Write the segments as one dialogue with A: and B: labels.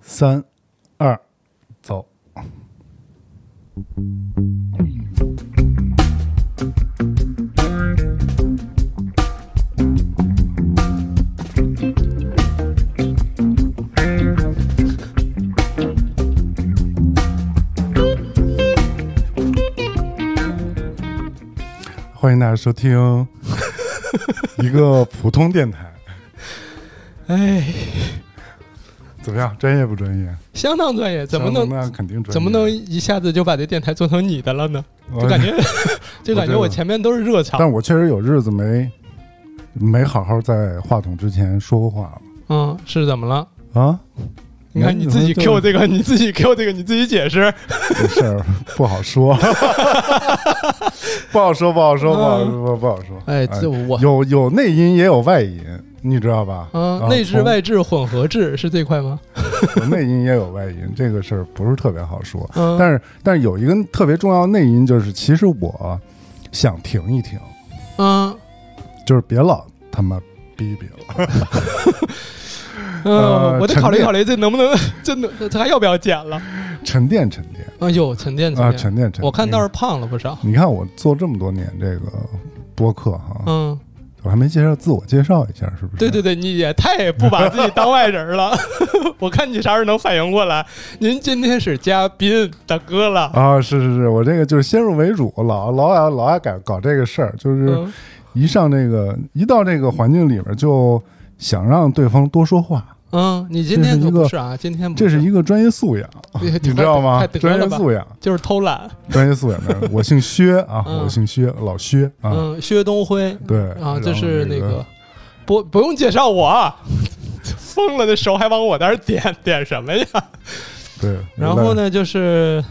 A: 三、二，走。欢迎大家收听 一个普通电台，
B: 哎，
A: 怎么样？专业不专业？
B: 相当专业，怎么能
A: 那肯定专业？
B: 怎么能一下子就把这电台做成你的了呢？
A: 我
B: 就感 觉，就感觉
A: 我
B: 我
A: 知道
B: 前面都是热场，
A: 但我确实有日子没没好好在话筒之前说过话
B: 嗯，是怎么了？
A: 了啊，
B: 你看
A: 没
B: 你自己
A: 怎么
B: Q 这个，你自己 Q 这个，你自己解释。
A: 这事儿不好 说，不好说，不好说，不好说，不好说。
B: 哎，这我
A: 有有内因也有外因，你知道吧？啊
B: 嗯，内置
A: 从
B: 外置混合制是这块吗？
A: 有内因也有外因，这个事儿不是特别好说。
B: 嗯，
A: 但是但是有一个特别重要的内因就是，其实我想停一停，
B: 嗯
A: 就是别老他妈逼逼了。呃
B: 嗯，我得
A: 沉
B: 考虑
A: 淀
B: 考虑这能不 能，这能这还要不要剪了？
A: 沉淀沉淀
B: 哎呦，沉淀
A: 啊，
B: 沉淀，
A: 沉淀沉淀。
B: 我看倒是胖了不少。
A: 你看我做这么多年这个播客哈，
B: 嗯，
A: 我还没介绍自我介绍一下，是不是？
B: 对对对，你也太不把自己当外人了。 我看你啥时候能反应过来？您今天是嘉宾，大哥了。
A: 啊，是是是，我这个就是先入为主，老老爱老爱搞搞这个事儿，就是
B: 嗯
A: 一上这个一到这个环境里边就想让对方多说话，
B: 嗯，你今天
A: 这是
B: 可
A: 一个
B: 不是啊，今天不
A: 这
B: 是
A: 是一个专业素 养，
B: 你
A: 你知道吗
B: 太？得
A: 专
B: 了
A: 业
B: 吧，
A: 素养，
B: 就是偷懒。
A: 专业素养的。我姓薛啊，
B: 嗯
A: 我姓薛，老薛啊，
B: 嗯，薛东辉
A: 对
B: 啊，
A: 然后
B: 这是那
A: 个
B: 个不不用介绍我啊， 疯了的手还往我那儿点点什么呀？
A: 对，
B: 然后？呢，就是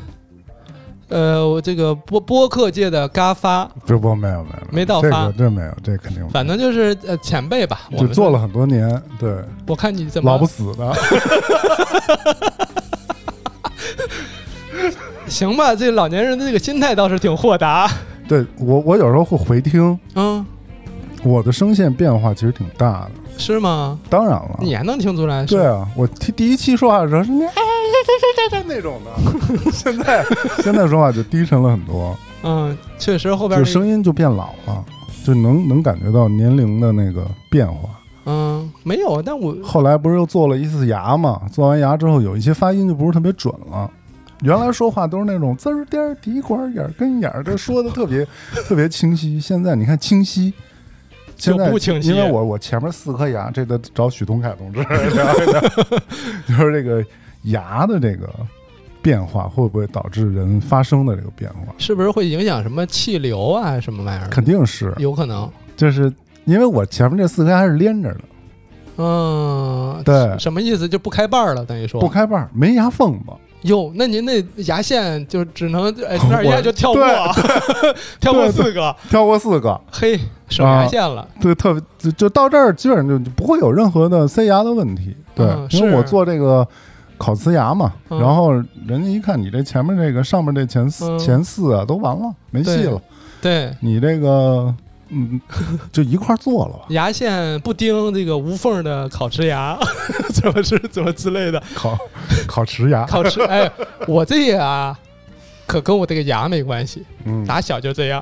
B: 呃，我这个播播客界的嘎发，
A: 不不，没有没有，
B: 没到
A: 这
B: 发
A: 个这没有，这肯定没有
B: 反正就是呃前辈吧。我
A: 就
B: 们
A: 做了很多年，对，
B: 我看你怎么
A: 老不死的。
B: 行吧，这老年人的这个心态倒是挺豁达。
A: 对我，我有时候会回听，
B: 嗯，
A: 我的声线变化其实挺大的。
B: 是吗？
A: 当然了，
B: 你还能听出来？是
A: 对，啊，我听第一期说话的时候是那哎这这这这那种的， 现在现在说话就低沉了很多，
B: 嗯，确实后边
A: 就
B: 那
A: 声音就变老了，就能能感觉到年龄的那个变化。
B: 嗯没有，但我
A: 后来不是又做了一次牙嘛？做完牙之后，有一些发音就不是特别准了。原来说话都是那种滋儿颠儿、滴管儿、眼儿跟眼儿，这说的特别特别清晰。现在你看清晰，现在
B: 就不清晰
A: 因为我我前面四颗牙，这得找许东凯同志聊一聊， 就是这个牙的这个变化会不会导致人发声的这个变化？
B: 是不是会影响什么气流啊，什么玩意儿？
A: 肯定是，
B: 有可能。
A: 就是因为我前面这四颗牙是连着的，
B: 嗯，
A: 对
B: 什么意思？就不开瓣儿了，等于说
A: 不。开瓣儿，没牙缝子。
B: 哟，那您那牙线就只能 哎这
A: 我
B: 儿一下就跳过啊， 跳过四个，
A: 跳过四个，
B: 嘿，省牙线了。
A: 对，特别就就到这儿，基本上就不会有任何的塞牙的问题。对，
B: 嗯
A: 因为
B: 是
A: 我做这个烤瓷牙嘛，
B: 嗯
A: 然后人家一看你这前面这个上面这前四、
B: 嗯
A: 前四啊都完了，没戏了，
B: 对，
A: 你这个嗯 就一块儿做了吧，
B: 牙线不钉这个无缝的烤瓷牙， 怎么是怎么之类的。
A: 烤烤瓷牙，
B: 靠吃。哎，我这个啊，可跟我这个牙没关系，
A: 嗯，
B: 打小就这样。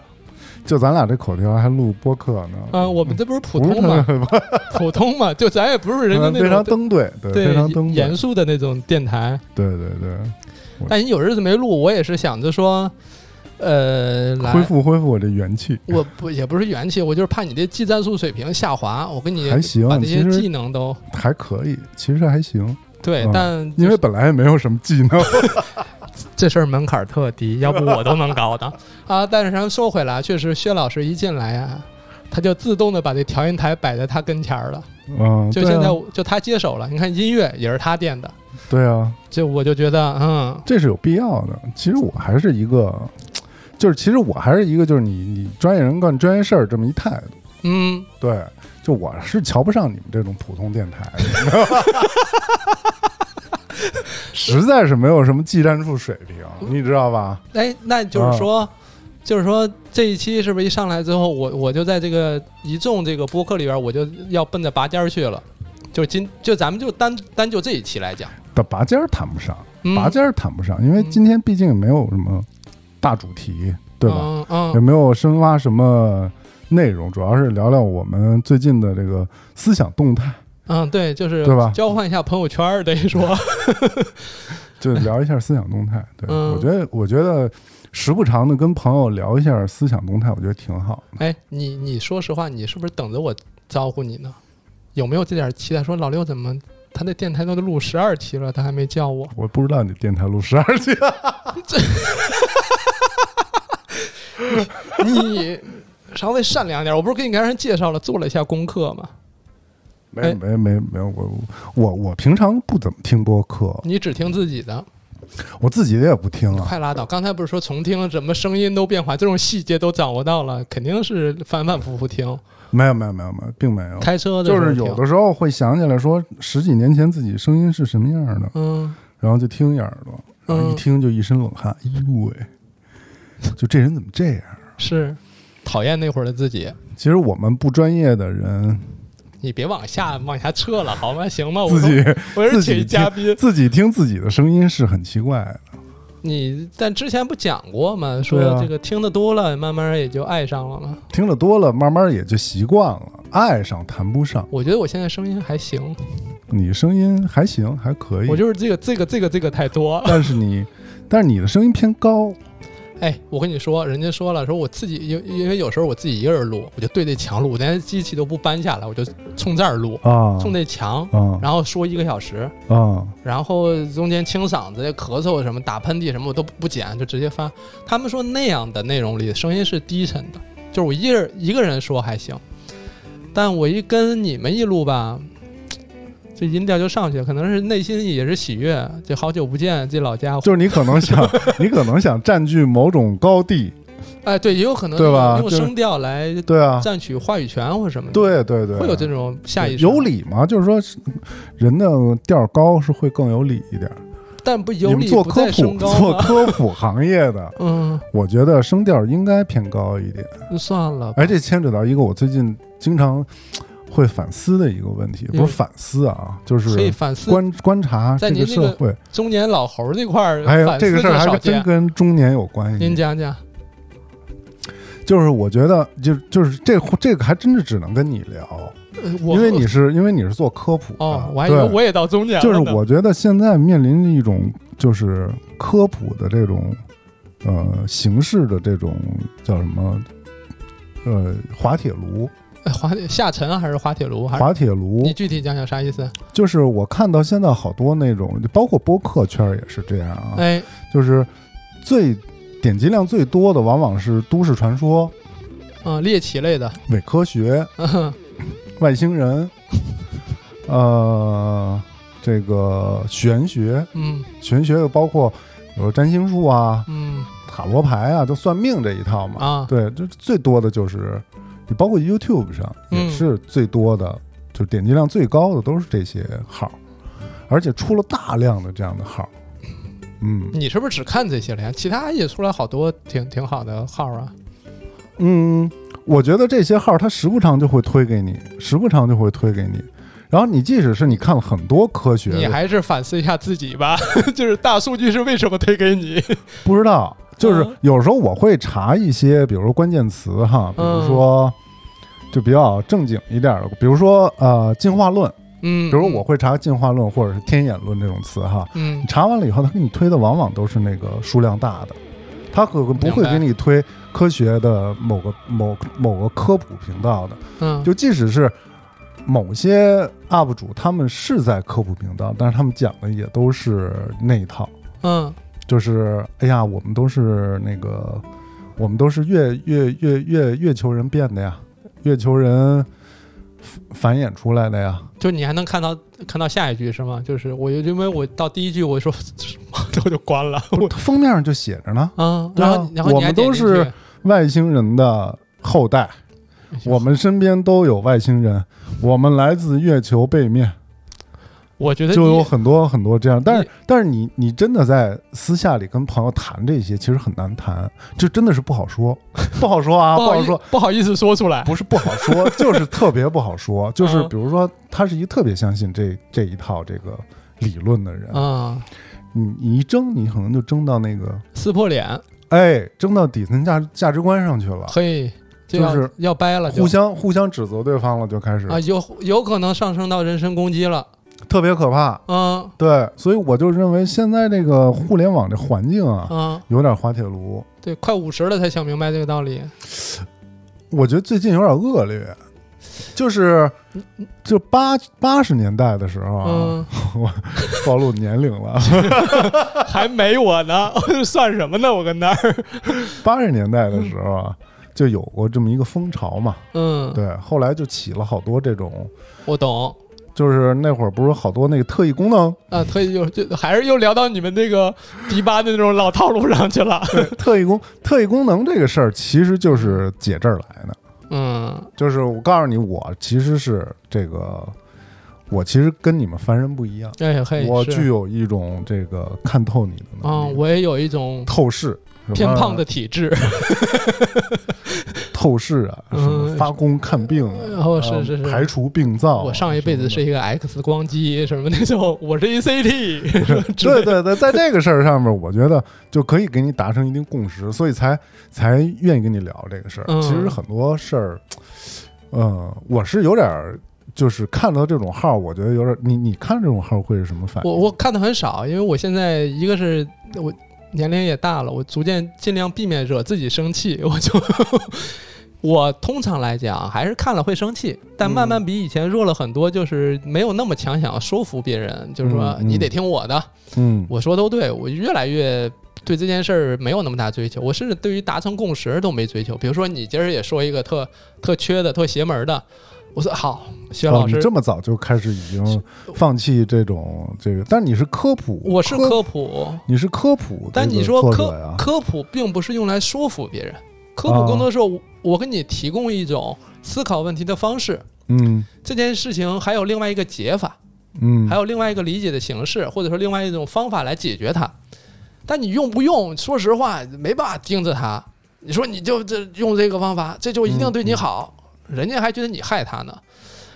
A: 就咱俩这口条还录播客呢，
B: 嗯、我们这不是普
A: 不是
B: 通
A: 特
B: 嘛，
A: 别
B: 普通嘛，就咱也不是人家
A: 嗯非常
B: 那种
A: 登对，对，
B: 对
A: 非常登对
B: 严，肃的那种电台。
A: 对对对，
B: 但你有日子没录，我也是想着说，呃，来
A: 恢。复恢复我这元气，
B: 我不也不是元气，我就是怕你这技战术水平下滑。我跟你
A: 还行
B: 把这
A: 其
B: 些
A: 实
B: 技能都
A: 还可以，其实还行，
B: 对，
A: 嗯
B: 但
A: 因为本来也没有什么技 能。
B: 这事儿门槛儿特低，要不我都能搞的啊。但是咱们说回来，确实薛老师一进来啊，他就自动的把这调音台摆在他跟前儿了。
A: 嗯，
B: 就
A: 对
B: 现
A: 啊
B: 在我就他接手了，你看音乐也是他垫的，
A: 对啊，
B: 就我就觉得嗯
A: 这是有必要的。其实我还是一个，就是其实我还是一个，就是你你专业人干专业事儿这么一态度。
B: 嗯，
A: 对，就我是瞧不上你们这种普通电台的，你知道 吧实在是没有什么技战术水平，你知道吧？
B: 哎，那就是说。
A: 啊
B: 就是说，这一期是不是一上来之后，我我就在这个一众这个播客里边，我就要奔着拔尖儿去了。就今就咱们就单单就这一期来讲，
A: 但拔尖儿谈不上，
B: 嗯
A: 拔尖儿谈不上，因为
B: 嗯
A: 今天毕竟没有什么大主题，对吧？
B: 嗯嗯
A: 也没有深挖什么内容，主要是聊聊我们最近的这个思想动态，
B: 嗯，对，就是
A: 对吧
B: 交换一下朋友圈儿，等于说，
A: 就聊一下思想动态。对，
B: 嗯
A: 我觉得，我觉得时不常的跟朋友聊一下思想动态，我觉得挺好的。
B: 哎，你你说实话，你是不是等着我招呼你呢？有没有这点期待？说老六怎么他那电台都录十二期了，他还没叫 我？
A: 我不知道你电台录十二期，
B: 你稍微善良点儿，我不是给你刚才介绍了，做了一下功课吗？
A: 没
B: 哎
A: 没没没有，我我我平常不怎么听播客，
B: 你只听自己的，
A: 我自己也不听啊。
B: 快拉倒！刚才不是说重听，怎么声音都变化，这种细节都掌握到了，肯定是反反复复听。
A: 没有没有没有没有，并没有。
B: 开车的
A: 嗯就
B: 时候
A: 是
B: 听
A: 有的时候会想起来说十几年前自己声音是什么样的，
B: 嗯
A: 然后就听一耳朵，然后一
B: 嗯
A: 听就一身冷汗，哎呦喂，就这人怎么这样？
B: 是讨厌那会儿的自己。
A: 其实我们不专业的人，
B: 你别往下往下撤了，好吗？行哦吗？我
A: 自
B: 都
A: 己
B: 我是
A: 自己
B: 请嘉 宾，
A: 自己听自己的声音是很奇怪的。
B: 你但之前不讲过吗？说
A: 对啊
B: 这个听得多了，慢慢也就爱上了嘛。
A: 听得多了，慢慢也就习惯了，爱上谈不上。
B: 我觉得我现在声音还行，
A: 你声音还行，还可以
B: 我，就是这个这个这个这个太多。
A: 但是你，但是你的声音偏高，
B: 哎，我跟你说，人家说了，说我自己因因为有时候我自己一个人录，我就对着墙录，我连机器都不搬下来，我就冲这儿录，
A: 啊
B: 冲那墙，
A: 啊
B: 然后说一个小时，
A: 啊！
B: 然后中间清嗓子、咳嗽什么、打喷嚏什么我都不剪，就直接发。他们说那样的内容里声音是低沉的，就是我一人一个人说还行，但我一跟你们一录吧。这音调就上去了，可能是内心也是喜悦，这好久不见，这老家伙，
A: 就是你可能想，你可能想占据某种高地，
B: 哎，对，也有可能
A: 对吧
B: 用
A: 就是
B: 声调来
A: 对啊，
B: 占取话语权或什么的，，
A: 对对对，啊
B: 会有这种下意识
A: 有，理吗？就是说，人的调儿高是会更有理一点儿。
B: 但不有
A: 你们
B: 理
A: 做
B: 不
A: 科
B: 在
A: 普
B: 升
A: 做
B: 高吗？
A: 科普行业的，
B: 嗯，
A: 我觉得声调应该偏高一点。
B: 那算了吧，
A: 哎，这牵扯到一个我最近经常会反思的一个问题，不是
B: 嗯
A: 反思啊，就
B: 可以
A: 是
B: 反思
A: 观观察
B: 在
A: 这个
B: 您这个
A: 社会。
B: 中年老猴儿这块儿，
A: 哎呦，
B: 反
A: 这个
B: 思
A: 事儿
B: 就
A: 还
B: 少
A: 真
B: 见。
A: 跟中年有关
B: 您
A: 系。
B: 讲讲，
A: 就是我觉得，就就是这这个还真是只能跟你聊，
B: 呃我
A: 因为你是因为你是做科普
B: 哦
A: 的，，
B: 我还以
A: 对
B: 为我也到中年了
A: 就是
B: 呢
A: 我觉得现在面临着一种就是科普的这种呃形式的这种叫什么呃滑铁卢，
B: 哎滑铁下沉还是滑铁卢还是？
A: 滑啊铁卢
B: 你具体讲讲啥意思？
A: 就是我看到现在好多那种，包括播客圈儿也是这样啊，
B: 哎，
A: 就是最点击量最多的往往是都市传说、
B: 嗯，猎奇类的，
A: 伪科学、
B: 嗯
A: 外星人，呃，这个玄学，
B: 嗯
A: 玄学又包括。比如占星术啊，
B: 嗯
A: 塔罗牌啊，就算命这一套嘛。
B: 啊，
A: 对，这最多的就是你，包括 YouTube 上也
B: 嗯
A: 是最多的，就是点击量最高的都是这些号，而且出了大量的这样的号。嗯
B: 你是不是只看这些了呀？其他也出来好多挺挺好的号啊。
A: 嗯，我觉得这些号它时不常就会推给你，时不常就会推给你。然后你即使是你看了很多科学的，
B: 你还是反思一下自己吧， 就是大数据是为什么推 给你？
A: 不知道，就是
B: 嗯
A: 有时候我会查一些，比如说关键词哈，比
B: 嗯
A: 如说就比较正经一点的，比如说呃进化论，
B: 嗯，
A: 比如我会查进化论或者是天演论这种词哈，
B: 嗯
A: 你查完了以后，他给你推的往往都是那个数量大的，他可不会
B: 明白
A: 给你推科学的某个某某个科普频道的，
B: 嗯，
A: 就即使是某些 UP 主他们是在科普频道，但是他们讲的也都是那一套，
B: 嗯
A: 就是哎呀，我们都是那个，我们都是月月月月月球人变的呀，月球人繁繁衍出来的呀。
B: 就你还能看到看到下一句是吗？就是我因为我到第一句我说 我就关了，我
A: 封面上就写着呢，
B: 啊，
A: 对
B: 然
A: 啊
B: 后然后
A: 我
B: 你
A: 们
B: 还点
A: 都
B: 进
A: 是
B: 去，
A: 外星人的后代，我们身边都有外星人，我们来自月球背面，
B: 我觉得
A: 就
B: 你
A: 有很多很多这样。但是，但是你你真的在私下里跟朋友谈这些，其实很难谈，这真的是不好 说，不好说啊，
B: 不
A: 不
B: 好
A: 好
B: 意
A: 说。
B: 不好意思说出来，
A: 不是不好 说，就是特别不好说。就是
B: 嗯
A: 比如说，他是一特别相信这这一套这个理论的人，
B: 啊，
A: 你你一争，你可能就争到那个，
B: 撕破脸，
A: 哎，争到底层价价值观上去了，
B: 嘿，就要、
A: 就是
B: 要掰了就，
A: 互相互相指责对方了，就开始
B: 啊，有有可能上升到人身攻击了，
A: 特别可怕。
B: 嗯
A: 对，所以我就认为现在这个互联网这环境啊，
B: 嗯，
A: 有点滑铁卢。
B: 对，快五十了才想明白这个道理，
A: 我觉得最近有点恶劣，就是就八八十年代的时候啊，
B: 嗯，
A: 暴露年龄了。
B: 还没我呢，算什么呢？我跟那儿，
A: 八十年代的时候啊，就有过这么一个风潮嘛。
B: 嗯，
A: 对，后来就起了好多这种，
B: 我懂。
A: 就是那会儿不是好多那个特异功能，
B: 啊，特意又就还是又聊到你们那个迪吧的那种老套路上去了。
A: 特异功特异功能这个事儿，其实就是解这儿来的。
B: 嗯
A: 就是我告诉你，我其实是这个，我其实跟你们凡人不一样，
B: 哎嘿，
A: 我
B: 是
A: 具有一种这个看透你的
B: 啊，
A: 能力，
B: 我也有一种
A: 透视。什
B: 偏
A: 么
B: 胖的体质，
A: 透视啊，什么
B: 嗯
A: 发功看病啊，
B: 哦
A: 啊
B: 是是是
A: 排除病灶啊。
B: 我上一辈子
A: 什么的
B: 是一个 X 光机，什么 那种，我是一 CT，什么 之类
A: 对对对，在这个事儿上面，我觉得就可以给你达成一定共识，所以才才愿意跟你聊这个事儿。
B: 嗯
A: 其实很多事儿，呃，我是有点儿，就是看到这种号儿，我觉得有点儿，你你看这种号儿会是什么反应？
B: 我我看的很少，因为我现在一个是我年龄也大了，我逐渐尽量避免惹自己生气，我就我通常来讲还是看了会生气，但慢
A: 嗯
B: 慢比以前弱了很多，就是没有那么强想要说服别人，就是说
A: 嗯嗯
B: 你得听我的，
A: 嗯
B: 我说都对，我越来越。对这件事儿没有那么大追求，我甚至对于达成共识都没追求。比如说，你今儿也说一个特特缺的、特邪门儿的，我说好，薛
A: 哦
B: 老
A: 你
B: 师，
A: 这么早就开始已经放弃这种这个，但你是科普，
B: 我是
A: 科，
B: 科普，
A: 你是科普，
B: 但你说科
A: 呀，
B: 科普并不是用来说服别人，科普
A: 啊
B: 更多是我我给你提供一种思考问题的方式。
A: 嗯
B: 这件事情还有另外一个解法，
A: 嗯，
B: 还有另外一个理解的形式，或者说另外一种方法来解决它。但你用不用，说实话没办法盯着它。你说你就这用这个方法，这就一定对你好，
A: 嗯
B: 人家还觉得你害他呢。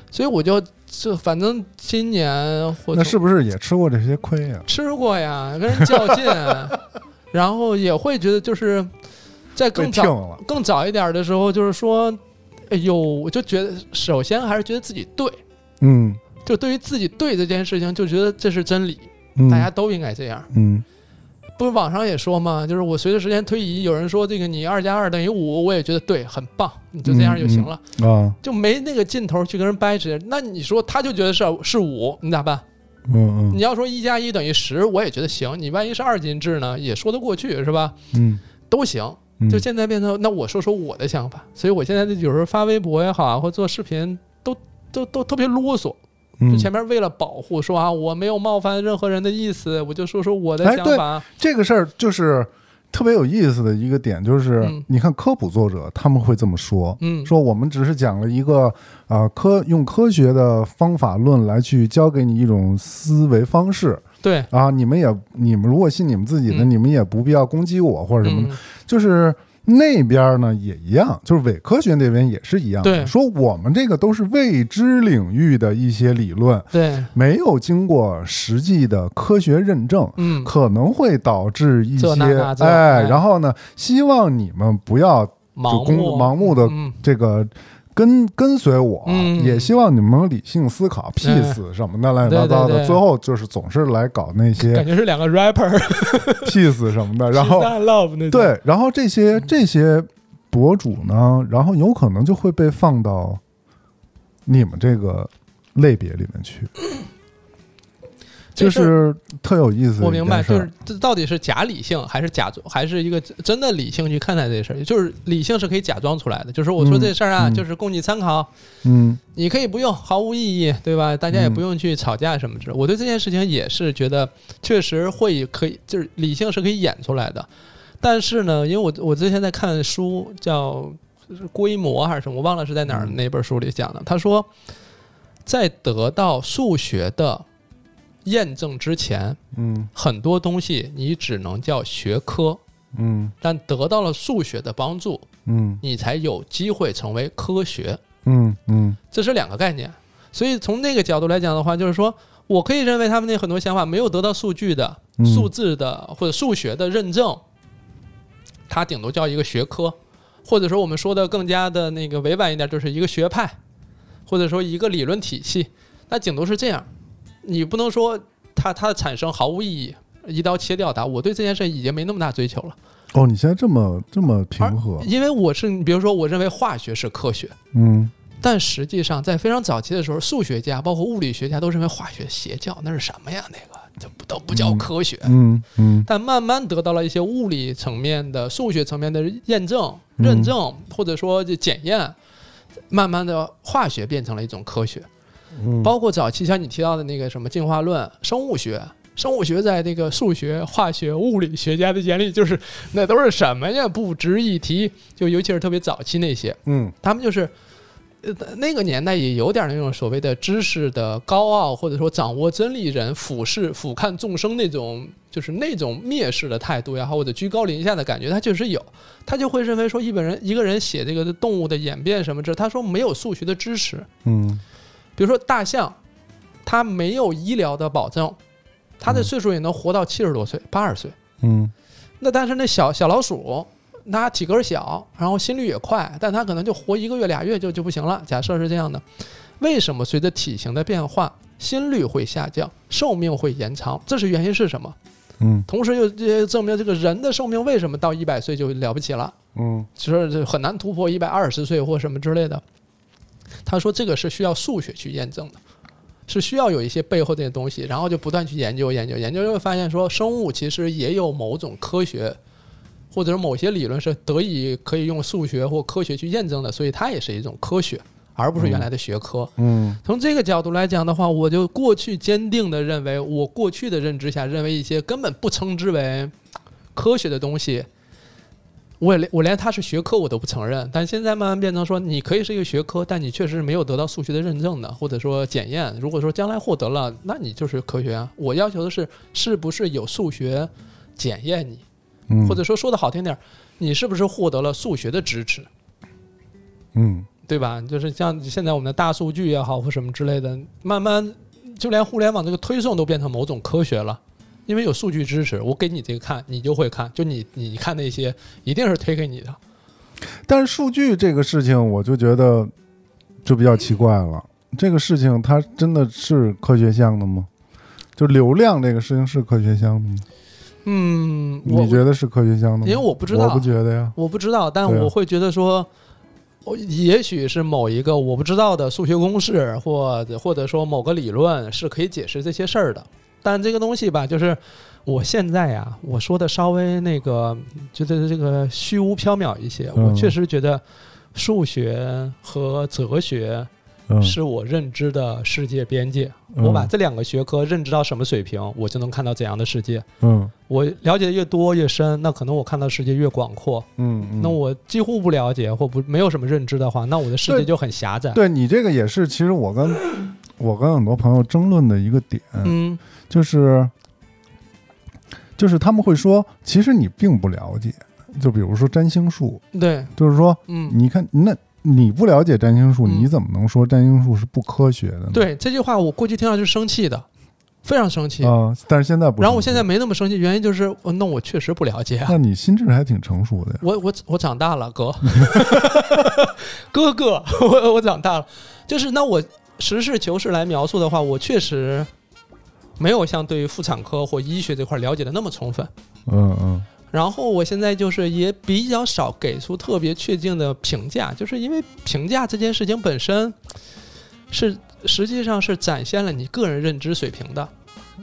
B: 所以我就这，反正今年或者
A: 那是不是也吃过这些亏呀、
B: 吃过呀，跟人较 劲，然后也会觉得就是在
A: 被
B: 更
A: 听
B: 早
A: 了，
B: 更早一点的时候，就是说，哎呦，我就觉得首先还是觉得自己对，
A: 嗯
B: 就对于自己对这件事情，就觉得这是真理，
A: 嗯，
B: 大家都应该这样。
A: 嗯
B: 不是网上也说嘛，就是我随着时间推移，有人说这个你二加二等于五，我也觉得对，很棒，你就这样就行了，
A: 啊
B: 就没那个劲头去跟人掰扯。那你说他就觉得是是五，你咋办？
A: 嗯嗯
B: 你要说一加一等于十，我也觉得行。你万一是二进制呢，也说得过去，是吧？
A: 嗯。
B: 都行。
A: 嗯
B: 就现在变成，那我说说我的想法。所以我现在有时候发微博也好啊，或做视频，都都都特别啰嗦。
A: 嗯
B: 就前面为了保护说啊，我没有冒犯任何人的意思，我就说说我的
A: 哎
B: 想
A: 对
B: 法。
A: 这个事儿就是特别有意思的一个点，就是、
B: 嗯
A: 你看科普作者他们会这么说，
B: 嗯
A: 说我们只是讲了一个呃科用科学的方法论来去教给你一种思维方式
B: 对，
A: 啊，你们也你们如果信你们自己的，
B: 嗯
A: 你们也不必要攻击我或者什么的，
B: 嗯
A: 就是。那边呢也一样，就是伪科学那边也是一样的。
B: 对
A: 说我们这个都是未知领域的一些理论，
B: 对，
A: 没有经过实际的科学认证，
B: 嗯，
A: 可能会导致一些
B: 这那那这
A: 哎，
B: 哎
A: 然后呢，希望你们不要就
B: 盲
A: 公
B: 目
A: 盲目的
B: 嗯
A: 这个跟跟随我，
B: 嗯哎
A: 也希望你们能理性思考、peace 什么的乱七八糟
B: 对对
A: 的，
B: 对
A: 最后就是总是来搞那些
B: 感觉是两个 rapper，
A: peace 什么的， 然后
B: love 那种，
A: 对，然后这些
B: 嗯
A: 这些博主呢，然后有可能就会被放到你们这个类别里面去，就
B: 这事儿
A: 是特有意思的一件事儿。
B: 我明白，就是这到底是假理性还是假装，还是一个真的理性去看待这事儿？就是理性是可以假装出来的，就是我说
A: 嗯
B: 这事儿啊，
A: 嗯
B: 就是供你参考，
A: 嗯。
B: 你可以不用，毫无意义，对吧？大家也
A: 嗯
B: 不用去吵架什么之类。我对这件事情也是觉得，确实会可以，就是理性是可以演出来的。但是呢，因为我我之前在看书，叫是郭一模还是什么，我忘了是在哪儿
A: 嗯
B: 那本书里讲的。他说，在得到数学的验证之前，
A: 嗯
B: 很多东西你只能叫学科，
A: 嗯
B: 但得到了数学的帮助，
A: 嗯
B: 你才有机会成为科学，
A: 嗯嗯
B: 这是两个概念。所以从那个角度来讲的话，就是说我可以认为他们那很多想法没有得到数据的、
A: 嗯
B: 数字的或者数学的认证，它顶多叫一个学科，或者说我们说的更加的那个委婉一点，就是一个学派，或者说一个理论体系，那顶多是这样。你不能说它它的产生毫无意义，一刀切掉它。我对这件事已经没那么大追求了，
A: 哦，你现在这么这么平和
B: 而，因为我是比如说，我认为化学是科学，
A: 嗯，
B: 但实际上，在非常早期的时候，数学家包括物理学家都认为化学邪教，那是什么呀？那个这不都不叫科学。
A: 嗯嗯
B: 但慢慢得到了一些物理层面的、数学层面的验证、
A: 嗯
B: 认证，或者说就检验，慢慢的化学变成了一种科学。
A: 嗯，
B: 包括早期像你提到的那个什么进化论、生物学。生物学在那个数学、化学、物理学家的眼里，就是那都是什么呀？不值一提。就尤其是特别早期那些，
A: 嗯
B: 他们就是。呃，那个年代也有点那种所谓的知识的高傲，或者说掌握真理人俯视、俯瞰众生那种，就是那种蔑视的态度呀，或者居高临下的感觉，他确实有。他就会认为说，一本人一个人写这个动物的演变什么之类，他说没有数学的知识，
A: 嗯
B: 比如说大象，它没有医疗的保证，它的岁数也能活到七十多岁、八十岁。
A: 嗯
B: 那但是那小小老鼠，它体格小，然后心率也快，但它可能就活一个月俩月就就不行了。假设是这样的，为什么随着体型的变化，心率会下降，寿命会延长？这是原因是什么？
A: 嗯
B: 同时又又证明这个人的寿命为什么到一百岁就了不起了，
A: 嗯
B: 就是这很难突破一百二十岁或什么之类的。他说这个是需要数学去验证的。是需要有一些背后这些东西，然后就不断去研究研究研究，就会发现说生物其实也有某种科学，或者是某些理论是得以可以用数学或科学去验证的，所以它也是一种科学，而不是原来的学科。
A: 嗯
B: 从这个角度来讲的话，我就过去坚定的认为，我过去的认知下认为一些根本不称之为科学的东西，我也连我连它是学科我都不承认。但现在慢慢变成说，你可以是一个学科，但你确实没有得到数学的认证的，或者说检验。如果说将来获得了，那你就是科学啊。我要求的是，是不是有数学检验你，
A: 嗯，
B: 或者说说的好听点儿，你是不是获得了数学的支持？
A: 嗯
B: 对吧？就是像现在我们的大数据也好或什么之类的，慢慢就连互联网这个推送都变成某种科学了，因为有数据支持，我给你这个看，你就会看，就你你看那些一定是推给你的。
A: 但是数据这个事情，我就觉得就比较奇怪了。这个事情它真的是科学项的吗？就流量这个事情是科学项的吗？
B: 嗯，我
A: 你觉得是科学项的吗？
B: 因为我不知道
A: 我不觉得呀。
B: 我不知道，但
A: 对啊
B: 我会觉得说，我也许是某一个我不知道的数学公式，或者或者说某个理论是可以解释这些事儿的。但这个东西吧，就是我现在呀、我说的稍微那个，觉得这个虚无缥缈一些。
A: 嗯
B: 我确实觉得数学和哲学
A: 嗯，
B: 是我认知的世界边界。
A: 嗯
B: 我把这两个学科认知到什么水平，我就能看到怎样的世界。
A: 嗯
B: 我了解的越多越深，那可能我看到世界越广阔。
A: 嗯，嗯
B: 那我几乎不了解或不没有什么认知的话，那我的世界
A: 对
B: 就很狭窄。
A: 对你这个也是，其实我跟我跟很多朋友争论的一个点，
B: 嗯
A: 就是就是他们会说，其实你并不了解。就比如说占星术，
B: 对，
A: 就是说，
B: 嗯，
A: 你看，那你不了解占星术，
B: 嗯
A: 你怎么能说占星术是不科学的呢？
B: 对这句话我过去听到就是生气的，非常生气。
A: 啊、但是现在不是。嗯
B: 然后我现在，没那么生气，原因就是我那我确实不了解啊。
A: 那你心智还挺成熟的呀。
B: 我我我长大了，哥， 哥哥，我我长大了。就是那我实事求是来描述的话，我确实没有像对于妇产科或医学这块了解的那么充分。
A: 嗯嗯
B: 然后我现在就是也比较少给出特别确定的评价，就是因为评价这件事情本身是实际上是展现了你个人认知水平的，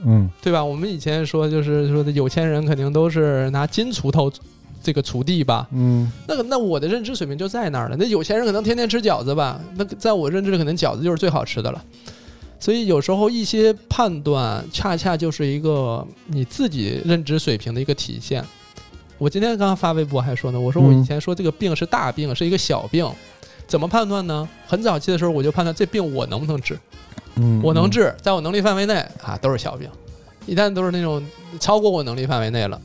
A: 嗯
B: 对吧？我们以前说就是说的有钱人肯定都是拿金锄头这个锄地吧，
A: 嗯
B: 那个那我的认知水平就在那儿了。那有钱人可能天天吃饺子吧，那个在我认知里可能饺子就是最好吃的了。所以有时候一些判断恰恰就是一个你自己认知水平的一个体现。我今天刚刚发微博还说呢，我说我
A: 嗯
B: 以前说这个病是大病，是一个小病，怎么判断呢？很早期的时候我就判断这病我能不能治，
A: 嗯，
B: 我能治，在我能力范围内啊，都是小病。一旦都是那种超过我能力范围内了，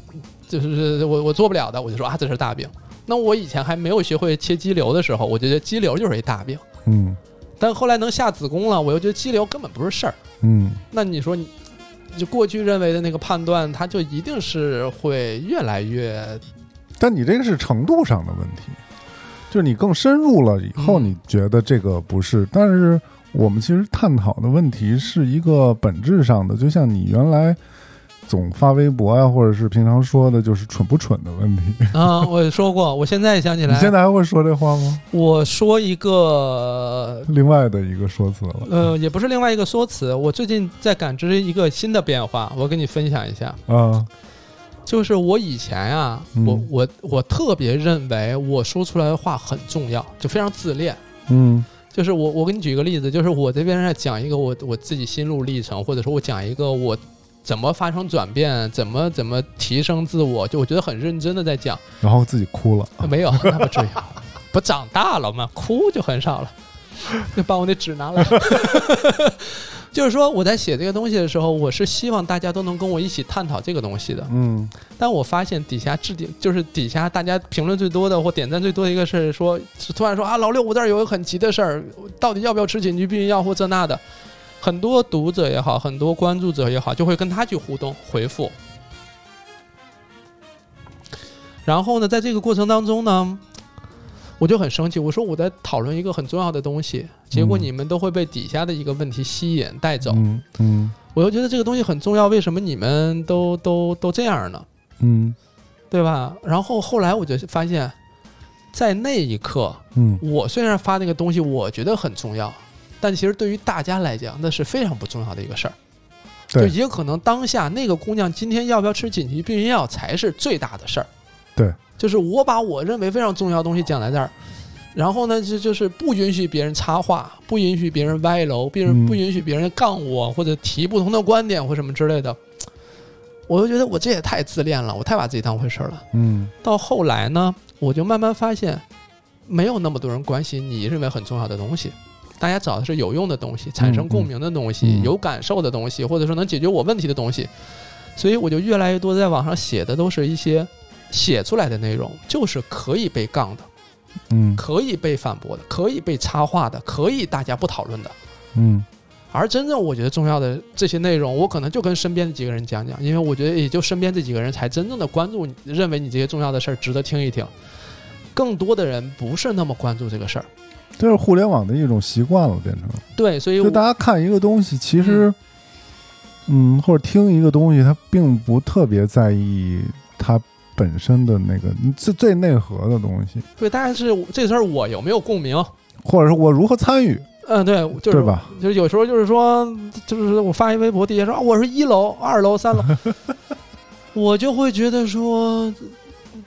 B: 就是我我做不了的，我就说啊，这是大病。那我以前还没有学会切肌瘤的时候，我就觉得肌瘤就是一大病。
A: 嗯。
B: 但后来能下子宫了，我又觉得肌瘤根本不是事儿。
A: 嗯，
B: 那你说你，就过去认为的那个判断，它就一定是会越 来越
A: 但你这个是程度上的问题，就是你更深入了以后，
B: 嗯
A: 你觉得这个不是，但是我们其实探讨的问题是一个本质上的，就像你原来总发微博啊，或者是平常说的，就是蠢不蠢的问题。
B: 啊、我说过，我现在想起
A: 你
B: 来，
A: 现在还会说这话吗？
B: 我说一个，
A: 另外的一个说辞了
B: 呃，也不是另外一个说辞。我最近在感知一个新的变化，我跟你分享一下。
A: 啊，
B: 就是我以前啊，
A: 嗯
B: 我我我特别认为我说出来的话很重要，就非常自恋。
A: 嗯
B: 就是我我给你举一个例子，就是我这边在讲一个我我自己心路历程，或者说我讲一个我怎么发生转变，怎么怎么提升自我，就我觉得很认真的在讲。
A: 然后自己哭了。
B: 没有， 那不至于，啊不长大了吗？哭就很少了。 就把我那纸拿来， 就是说我在写这个东西的时候，我是希望大家都能跟我一起探讨这个东西的。
A: 嗯
B: 但我发现底下置顶就是底下大家评论最多的或点赞最多的一个是说，是突然说啊老六我这儿有个很急的事儿，到底要不要吃紧急避孕药或这那的，很多读者也好，很多关注者也好，就会跟他去互动回复。然后呢，在这个过程当中呢，我就很生气，我说我在讨论一个很重要的东西，结果
A: 嗯
B: 你们都会被底下的一个问题吸引带走，
A: 嗯嗯
B: 我又觉得这个东西很重要，为什么你们都都都这样呢？
A: 嗯
B: 对吧？然后后来我就发现，在那一刻，
A: 嗯
B: 我虽然发那个东西，我觉得很重要，但其实对于大家来讲，那是非常不重要的一个事儿。
A: 对
B: 就也可能当下那个姑娘今天要不要吃紧急避孕药才是最大的事儿。
A: 对，
B: 就是我把我认为非常重要的东西讲在这儿，然后呢，就就是不允许别人插话，不允许别人歪楼，别人
A: 嗯
B: 不允许别人杠我或者提不同的观点或什么之类的。我就觉得我这也太自恋了，我太把自己当回事儿了。
A: 嗯
B: 到后来呢，我就慢慢发现，没有那么多人关心你认为很重要的东西，大家找的是有用的东西，产生共鸣的东西，
A: 嗯嗯
B: 有感受的东西，或者说能解决我问题的东西。所以我就越来越多在网上写的都是一些写出来的内容，就是可以被杠的，
A: 嗯
B: 可以被反驳的，可以被插话的，可以大家不讨论的。
A: 嗯
B: 而真正我觉得重要的这些内容，我可能就跟身边的几个人讲讲，因为我觉得也就身边这几个人才真正的关注你，认为你这些重要的事儿值得听一听。更多的人不是那么关注这个事儿，
A: 这是互联网的一种习惯了，变成。
B: 对，所以
A: 就
B: 我
A: 大家看一个东西，其实，嗯，或者听一个东西，它并不特别在意它本身的那个最最内核的东西，
B: 对，当然是这事儿我有没有共鸣，
A: 或者是我如何参与，
B: 嗯，对，就是
A: 对吧？
B: 就是有时候就是说，就是我发一微博，底下说啊，我是一楼、二楼、 三楼，我就会觉得说，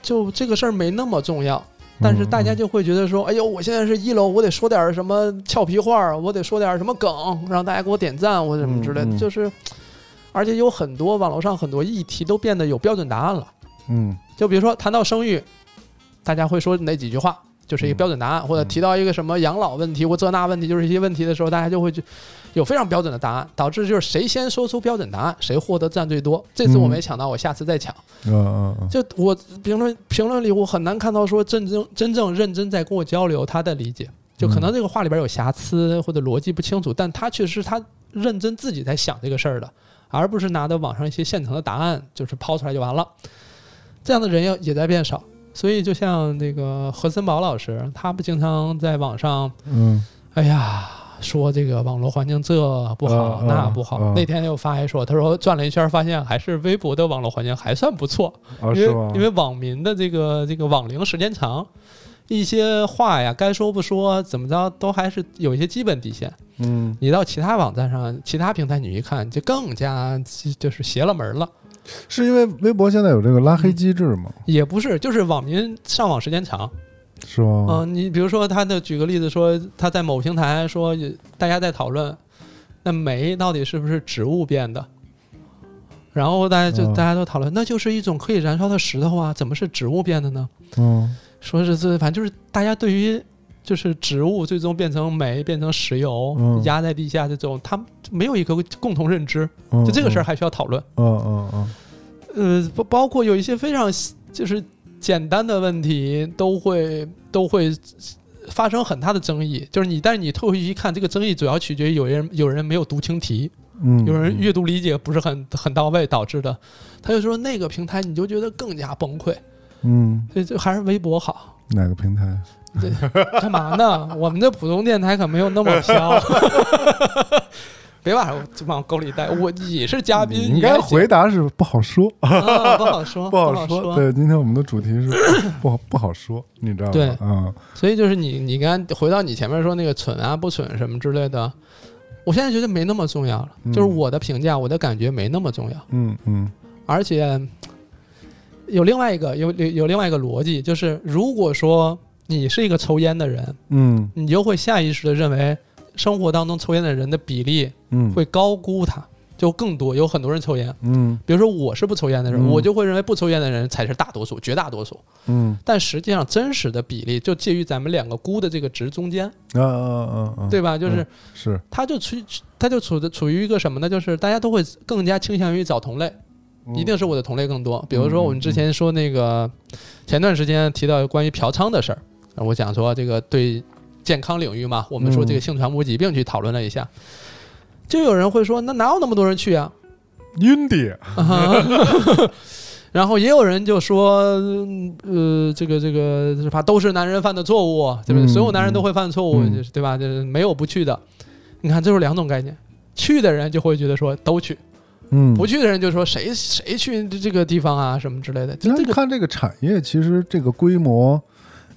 B: 就这个事儿没那么重要。
A: 嗯
B: 但是大家就会觉得说，哎呦，我现在是一楼，我得说点儿什么俏皮话儿，我得说点儿什么梗，让大家给我点赞或者什么之类
A: 嗯嗯
B: 的，就是，而且有很多网络上很多议题都变得有标准答案了。
A: 嗯，
B: 就比如说谈到生育，大家会说哪几句话，就是一个标准答
A: 嗯
B: 案，或者提到一个什么养老问题或这那问题，就是一些问题的时候，大家就会去有非常标准的答案，导致就是谁先说出标准答案，谁获得赞最多。这次我没抢到，我下次再抢。
A: 嗯嗯嗯，
B: 就我评论评论里，我很难看到说真正真正认真在跟我交流他的理解，就可能
A: 嗯
B: 这个话里边有瑕疵或者逻辑不清楚，但他确实是他认真自己在想这个事儿的，而不是拿到网上一些现成的答案就是抛出来就完了。这样的人也也在变少，所以就像那个何森堡老师，他不经常在网上，
A: 嗯
B: 哎呀。说这个网络环境这不好、
A: 嗯嗯
B: 那不好，
A: 嗯
B: 那天又发一说，他说转了一圈，发现还是微博的网络环境还算不错，
A: 啊，
B: 因
A: 是吗
B: 为因？为网民的这个这个网龄时间长，一些话呀该说不说，怎么着都还是有一些基本底线。
A: 嗯，
B: 你到其他网站上、其他平台你一看，就更加就是邪了门了。
A: 是因为微博现在有这个拉黑机制吗？
B: 也不是，就是网民上网时间长。
A: 是吗？
B: 嗯、你比如说他的举个例子说，他在某平台说大家在讨论，那酶到底是不是植物变的？然后大家就、
A: 嗯
B: 大家都讨论，那就是一种可以燃烧的石头啊，怎么是植物变的呢？
A: 嗯
B: 说是这，反正就是大家对于就是植物最终变成煤、变成石油、
A: 嗯
B: 压在地下这种，他们没有一个共同认知，
A: 嗯，
B: 就这个事儿还需要讨论。
A: 嗯，嗯嗯
B: 呃，包包括有一些非常就是简单的问题，都会都会发生很大的争议，就是你，但是你退回去一看，这个争议主要取决于有人有人没有读清题，
A: 嗯，
B: 有人阅读理解不是很很到位导致的。他就说那个平台你就觉得更加崩溃，
A: 嗯，
B: 所以就还是微博好。
A: 哪个平台？
B: 这 干嘛呢？我们这普通电台可没有那么飘， 别把我往沟里带。我你是嘉宾，
A: 你
B: 你
A: 应该
B: 来
A: 回答是不好说，
B: 讲啊，不好 说，
A: 不好
B: 说。
A: 对，今天我们的主题是 不好不好说，你知道吗？
B: 对
A: 嗯，
B: 所以就是你，你刚才回到你前面说那个蠢啊不蠢什么之类的，我现在觉得没那么重要了。
A: 嗯
B: 就是我的评价，我的感觉没那么重要。
A: 嗯嗯
B: 而且有另外一个有有有另外一个逻辑，就是如果说你是一个抽烟的人，
A: 嗯
B: 你就会下意识的认为生活当中抽烟的人的比例
A: 嗯，
B: 会高估它，就更多有很多人抽烟。
A: 嗯
B: 比如说我是不抽烟的人，
A: 嗯
B: 我就会认为不抽烟的人才是大多数、绝大多数。
A: 嗯
B: 但实际上真实的比例就介于咱们两个估的这个值中间，
A: 啊啊啊啊，
B: 对吧？就是
A: 嗯是，
B: 它就处它就处的处于一个什么呢？就是大家都会更加倾向于找同类，
A: 嗯
B: 一定是我的同类更多。比如说我们之前说那个，前段时间提到关于嫖娼的事儿，我想说这个对健康领域嘛，我们
A: 嗯
B: 说这个性传播疾病去讨论了一下，就有人会说，那哪有那么多人去啊？
A: 阴的，
B: 然后也有人就说，嗯呃，这个这个是吧，都是男人犯的错误，对不对？
A: 嗯
B: 所有男人都会犯错误，
A: 嗯
B: 就是对吧？就是没有不去的。你看，这就是两种概念。去的人就会觉得说都去，
A: 嗯，
B: 不去的人就说谁谁去这个地方啊什么之类的。就
A: 那
B: 这
A: 你
B: 个
A: 看这个产业，其实这个规模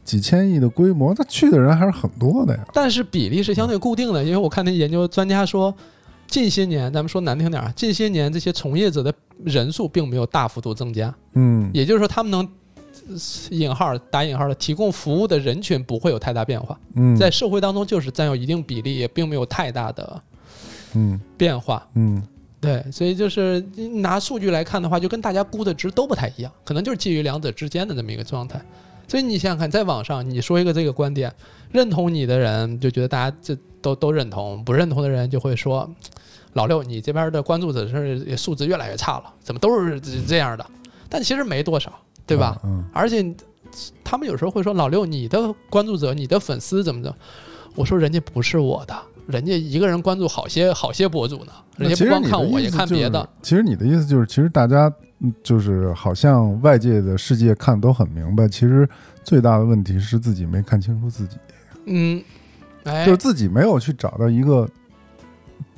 A: 几千亿的规模，那去的人还是很多的呀。
B: 但是比例是相对固定
A: 嗯
B: 的，因为我看那研究专家说，近些年咱们说难听点儿啊，近些年这些从业者的人数并没有大幅度增加，
A: 嗯
B: 也就是说他们能。呃引号打引号的提供服务的人群不会有太大变化，
A: 嗯，
B: 在社会当中就是占有一定比例，也并没有太大的
A: 嗯
B: 变化。
A: 嗯
B: 对，所以就是你拿数据来看的话，就跟大家估的值都不太一样，可能就是介于两者之间的这么一个状态。所以你想想看，在网上你说一个这个观点，认同你的人就觉得大家这都都认同，不认同的人就会说，老六你这边的关注者是素质越来越差了，怎么都是这这样的？但其实没多少，对吧？？
A: 嗯
B: 而且他们有时候会说：“老六，你的关注者、你的粉丝怎么怎么？”我说：“人家不是我的，人家一个人关注好些好些博主呢，人
A: 那
B: 家
A: 其
B: 不
A: 实
B: 光
A: 你
B: 看
A: 的
B: 我，
A: 意
B: 也
A: 思
B: 看别
A: 就是
B: 的。。
A: 其实你的意思就是，其实大家嗯就是好像外界的世界看都很明白，其实最大的问题是自己没看清楚自己，”
B: 嗯，哎
A: 就，是自己没有去找到一个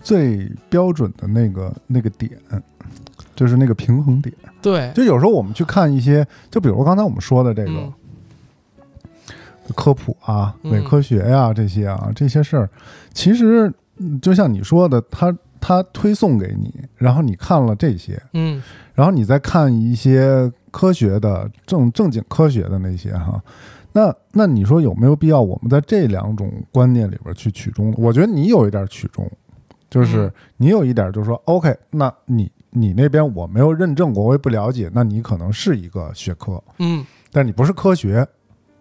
A: 最标准的那个那个点，就是那个平衡点。
B: 对，
A: 就有时候我们去看一些，就比如刚才我们说的这个，
B: 嗯
A: 科普啊、
B: 嗯
A: 伪科学呀、这些啊这些事儿，其实嗯就像你说的，它它推送给你，然后你看了这些，
B: 嗯
A: 然后你再看一些科学的正正经科学的那些哈。那那你说有没有必要我们在这两种观念里边去取中？我觉得你有一点取中，就是
B: 嗯
A: 你有一点就是说、OK，那你你那边我没有认证过，我也不了解，那你可能是一个学科，
B: 嗯，
A: 但你不是科学，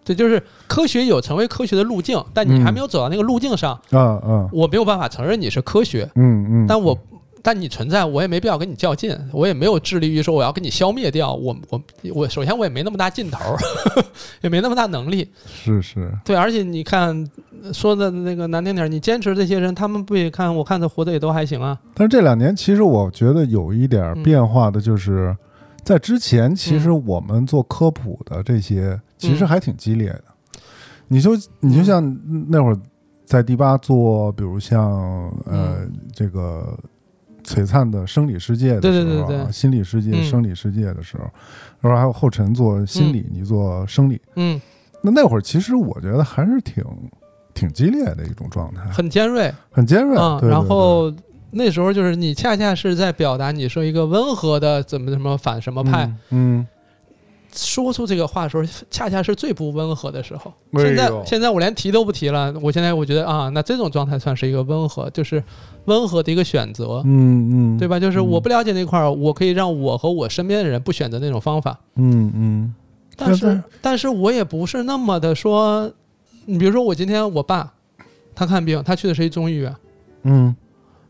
B: 这就是科学有成为科学的路径，但你
A: 嗯
B: 还没有走到那个路径上，
A: 嗯嗯
B: 我没有办法承认你是科学，
A: 嗯嗯，
B: 但我。但你存在，我也没必要跟你较劲，我也没有致力于说我要跟你消灭掉。我我我，首先我也没那么大劲头儿， 也没那么大能力，
A: 是是，
B: 对，而且你看说的那个难听点儿，你坚持这些人，他们不也看？我看他活得也都还行啊。
A: 但是这两年，其实我觉得有一点
B: 嗯
A: 变化的，就是、在之前，其实我们做科普的这些，其
B: 嗯
A: 实还挺激烈的。你就你就像那会儿在第八做，比如像呃、
B: 嗯
A: 这个璀璨的生理世界的
B: 对
A: 时
B: 对
A: 候、啊，
B: 对对
A: 心理世界、
B: 嗯
A: 生理世界的时候，然后还有后尘做心理，你做生理。
B: 嗯，
A: 那那会儿，其实我觉得还是挺挺激烈的一种状态，
B: 很尖锐
A: 很尖锐。
B: 啊。
A: 对对
B: 然
A: 对
B: 后那时候就是你恰恰是在表达你说一个温和的怎么怎么反什么派，
A: 嗯，
B: 说出这个话的时候，恰恰是最不温和的时候。
A: 哎呦
B: 现在现在我连提都不提了，我现在我觉得啊，那这种状态算是一个温和，就是温和的一个选择
A: 嗯，嗯嗯，
B: 对吧？就是
A: 嗯
B: 我不了解那块儿，我可以让我和我身边的人不选择那种方法。
A: 嗯嗯
B: 但
A: 对
B: 是
A: 对，
B: 但是我也不是那么的说，你比如说我今天我爸，他看病，他去的是一中医院，
A: 嗯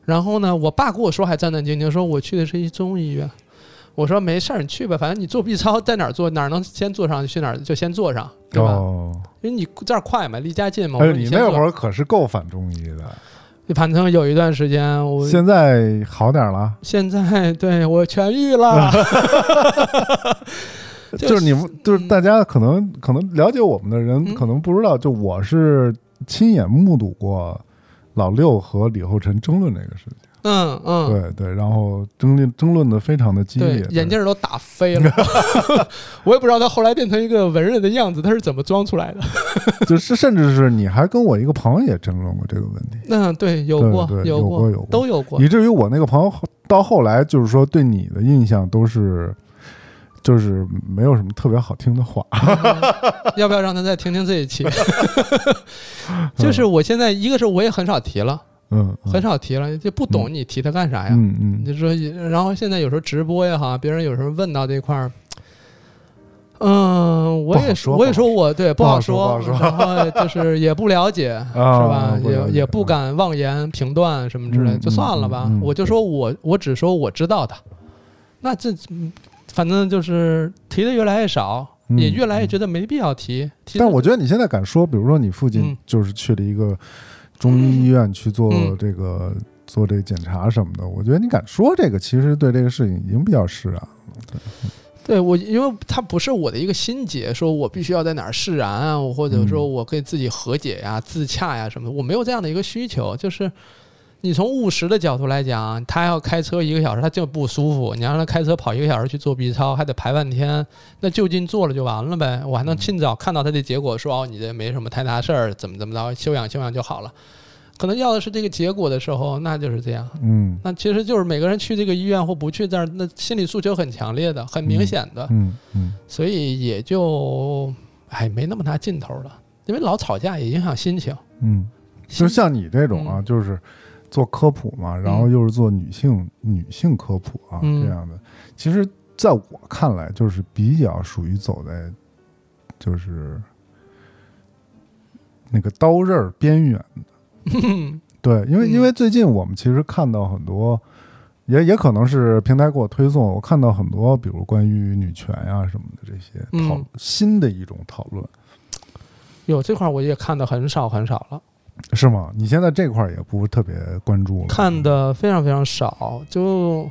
B: 然后呢，我爸跟我说还战战兢兢，说我去的是一中医院，我说没事儿，你去吧，反正你做 B 超在哪儿做，哪儿能先做上去哪儿就先做上，对吧？
A: 哦，
B: 因为你这儿快嘛，离家近嘛。
A: 哎
B: 我
A: 呦，
B: 说
A: 你
B: 先
A: 那
B: 做
A: 会儿可是够反中医的，
B: 反正有一段时间我
A: 现在好点儿了。
B: 现在对我痊愈 了，就
A: 就是你们，就是
B: 嗯
A: 大家可能可能了解我们的人
B: 嗯
A: 可能不知道，就我是亲眼目睹过老六和李厚辰争论这个事情。
B: 嗯嗯，
A: 对对，然后争论争论的非常的激
B: 对
A: 烈，，
B: 眼镜儿都打飞了， 我也不知道他后来变成一个文人的样子，他是怎么装出来的？
A: 对就是甚至是你还跟我一个朋友也争论过这个问题，
B: 嗯，对，有
A: 对
B: 过
A: 对，有
B: 过，
A: 过有过
B: 都 有过，嗯
A: 以至于我那个朋友后到后来就是说对你的印象都是。就是没有什么特别好听的话，
B: 要不要让他再听听这一期？ 就是我现在，一个是我也很少提了，
A: 嗯，嗯
B: 很少提了，就不懂你提他干啥呀？
A: 嗯嗯
B: 你就说，然后现在有时候直播也好，别人有时候问到这块儿，嗯，我
A: 不
B: 也
A: 好说
B: 我也说我对
A: 不
B: 不
A: 好
B: 好
A: 说
B: 说，然后就是也不了解， 是
A: 啊
B: 吧？
A: 不了解
B: 也也不敢妄言评断什么之类，
A: 嗯
B: 就算了吧。
A: 嗯嗯嗯
B: 我就说我我只说我知道的，那这嗯反正就是提的越来越少，
A: 嗯
B: 也越来越觉得没必要提。提
A: 但
B: 的
A: 我觉得你现在敢说，比如说你父亲
B: 嗯
A: 就是去了一个中医医院去做
B: 嗯
A: 这个、做这个检查什么的，我觉得你敢说这个，其实对这个事情已经比较啊释然。
B: 对我，因为它不是我的一个心结，说我必须要在哪儿释然啊，我或者说我跟自己和解呀、自洽呀、什么的，我没有这样的一个需求。就是你从务实的角度来讲，他要开车一个小时，他就不舒服。你让他开车跑一个小时去做 B 超，还得排半天，那就近做了就完了呗。我还能尽早看到他的结果，说哦，你这没什么太大事儿，怎么怎么着，休养休养就好了。可能要的是这个结果的时候，那就是这样。
A: 嗯
B: 那其实就是每个人去这个医院或不去这儿，那心理诉求很强烈的，很明显的，
A: 嗯嗯，
B: 所以也就哎没那么大劲头了。因为老吵架也影响心情，
A: 嗯，就像你这种啊，
B: 嗯
A: 就是做科普嘛，然后又是做女性、女性科普啊、
B: 嗯
A: 这样的，其实在我看来，就是比较属于走在就是那个刀刃儿边缘的。 对，因为
B: 嗯
A: 因为最近我们其实看到很多。也也可能是平台给我推送，我看到很多，比如关于女权呀、什么的这些讨、
B: 嗯
A: 新的一种讨论，
B: 有这块儿我也看的很少很少了，
A: 嗯是吗？你现在这块儿也不特别关注了，
B: 看的非常非常少，就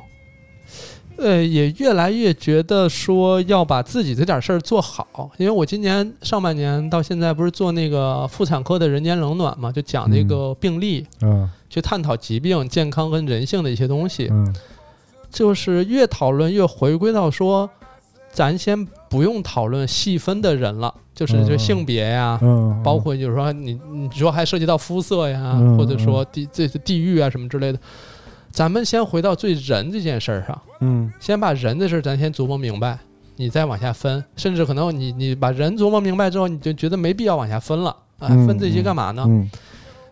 B: 呃也越来越觉得说要把自己这点事儿做好。因为我今年上半年到现在不是做那个妇产科的人间冷暖嘛，就讲这个病例，
A: 嗯
B: 去探讨疾病、健康跟人性的一些东西。
A: 嗯
B: 就是越讨论越回归到说，咱先不用讨论细分的人了，就是就性别呀，
A: 嗯，
B: 包括就是说你你说还涉及到肤色呀，
A: 嗯
B: 或者说地这这地域啊什么之类的，咱们先回到最人这件事儿上，
A: 嗯
B: 先把人的事儿咱先琢磨明白，你再往下分，甚至可能你你把人琢磨明白之后，你就觉得没必要往下分了，啊，
A: 嗯
B: 分这些干嘛呢？
A: 嗯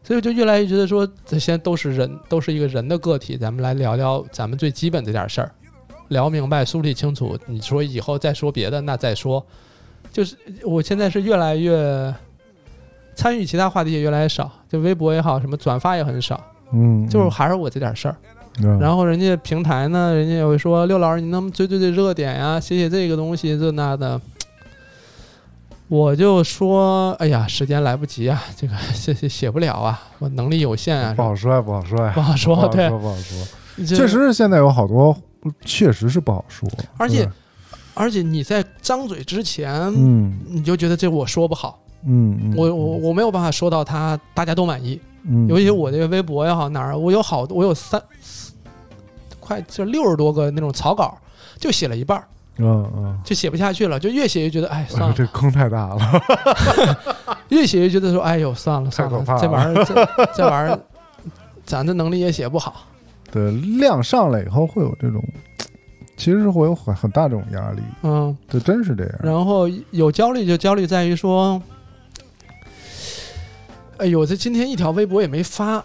B: 所以我就越来越觉得说，这些都是人，都是一个人的个体，咱们来聊聊咱们最基本这点事儿，聊明白、梳理清楚。你说以后再说别的，那再说。就是我现在是越来越参与其他话题也越来越少，就微博也好，什么转发也很少，
A: 嗯，
B: 就是还是我这点事儿。
A: 嗯，
B: 然后人家平台呢，人家也会说六老师，你能不能追追这热点呀，写写这个东西这那的。我就说，哎呀，时间来不及啊，这个 写写写不了啊，我能力有限啊，
A: 不好说呀，不好说呀，
B: 不好
A: 不
B: 说。
A: 好
B: 对
A: 说，，不好说，
B: 这
A: 确实是现在有好多，确实是不好说，
B: 而且
A: 对
B: 而且你在张嘴之前，
A: 嗯
B: 你就觉得这我说不好，
A: 嗯嗯，
B: 我我我没有办法说到他大家都满意。
A: 嗯，
B: 尤其我这个微博也好，哪儿我有好我有三快就六十多个那种草稿，就写了一半儿，
A: 嗯嗯。
B: 就写不下去了，就越写越觉得哎算了。
A: 这坑太大了，
B: 越写越觉得说，哎呦，算了算
A: 太可怕了
B: 这玩意儿这这玩意儿，咱的能力也写不好。
A: 对，量上来以后会有这种，其实是会有很很大这种压力，
B: 嗯，
A: 这真是这样。
B: 然后有焦虑就焦虑在于说，哎呦，这今天一条微博也没发，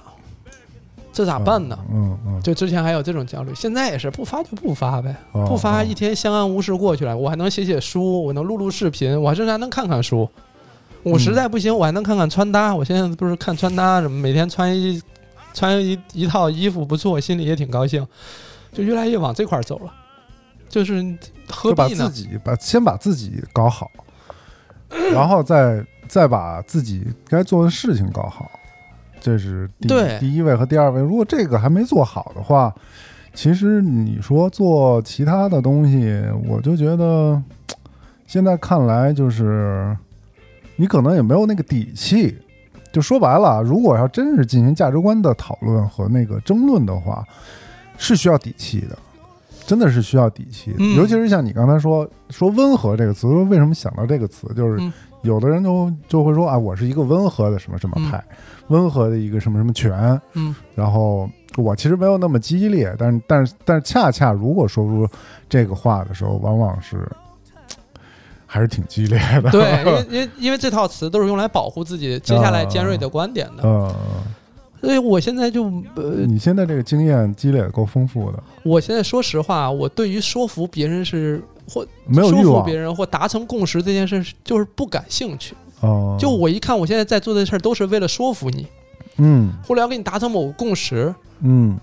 B: 这咋办呢？？
A: 嗯嗯，
B: 就之前还有这种焦虑，现在也是不发就不发呗，
A: 哦
B: 不发一
A: 哦
B: 天相安无事过去了，我还能写写书，我能录录视频，我甚至还能看看书。我实在不行，我还能看看穿搭。我现在不是看穿搭什么，每天穿一穿一一套衣服不错，心里也挺高兴，就越来越往这块儿走了。就是何
A: 就把
B: 必
A: 自
B: 呢？
A: 己把先把自己搞好，然后再再把自己该做的事情搞好，这是第
B: 对
A: 第一位和第二位。如果这个还没做好的话，其实你说做其他的东西，我就觉得现在看来就是你可能也没有那个底气。就说白了，啊如果要真是进行价值观的讨论和那个争论的话，是需要底气的，真的是需要底气的。
B: 嗯
A: 尤其是像你刚才说说温和这个词，为什么想到这个词？就是
B: 嗯
A: 有的人就就会说啊，我是一个温和的什么什么派，温和的一个什么什么权，
B: 嗯，
A: 然后我其实没有那么激烈，但是但是但是恰恰如果说出这个话的时候，往往是还是挺激烈的。
B: 对，因为因为因为这套词都是用来保护自己接下来尖锐的观点的，
A: 呃，
B: 所以我现在就呃，
A: 你现在这个经验积累得够丰富的，
B: 我现在说实话，我对于说服别人是或
A: 没有
B: 说
A: 欲
B: 服
A: 望
B: 别人或达成共识这件事是，就是不感兴趣。
A: 哦，
B: 就我一看，我现在在做的事儿都是为了说服你，
A: 嗯
B: 或者要跟你达成某个共识，
A: 嗯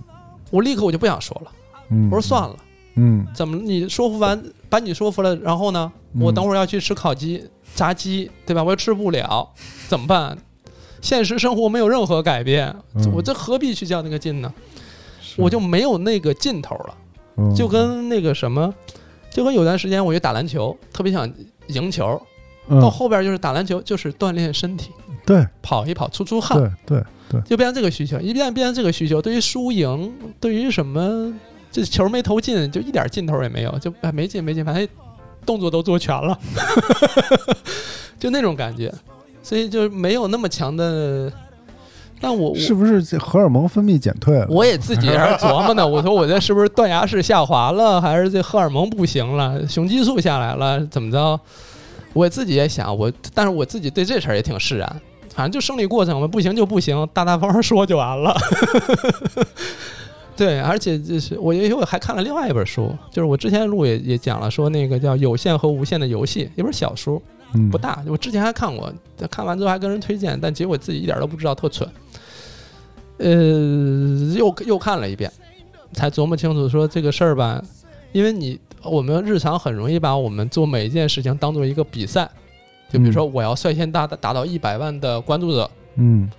B: 我立刻我就不想说了，
A: 嗯，
B: 我说算了，
A: 嗯，
B: 怎么你说服完把你说服了，然后呢，
A: 嗯
B: 我等会儿要去吃烤鸡、炸鸡，对吧？我又吃不了，怎么办？现实生活没有任何改变，
A: 嗯
B: 我这何必去较那个劲呢？
A: 是
B: 我就没有那个劲头了。
A: 嗯
B: 就跟那个什么，就跟有段时间我就打篮球，特别想赢球，
A: 嗯
B: 到后边就是打篮球就是锻炼身体，
A: 对
B: 跑一跑，出出汗，
A: 对对对，
B: 就变成这个需求。一旦变成这个需求，对于输赢，对于什么这球没投进，就一点劲头也没有，就哎没进没进，反正动作都做全了， 就那种感觉，所以就是没有那么强的。但我我
A: 是不是这荷尔蒙分泌减退了？
B: 我也自己也是琢磨呢，我说我这是不是断崖式下滑了，还是这荷尔蒙不行了，雄激素下来了，怎么着？我自己也想，我但是我自己对这事儿也挺释然，反正就生理过程嘛，不行就不行，大大方方说就完了。 对，而且就是我因为我还看了另外一本书，就是我之前录也也讲了，说那个叫《有限和无限的游戏》一本小书，
A: 嗯
B: 不大，我之前还看过，看完之后还跟人推荐，但结果自己一点都不知道，特蠢。呃，又又看了一遍，才琢磨清楚说这个事儿吧，因为你我们日常很容易把我们做每一件事情当做一个比赛，就比如说我要率先达达到一百万的关注者，
A: 嗯，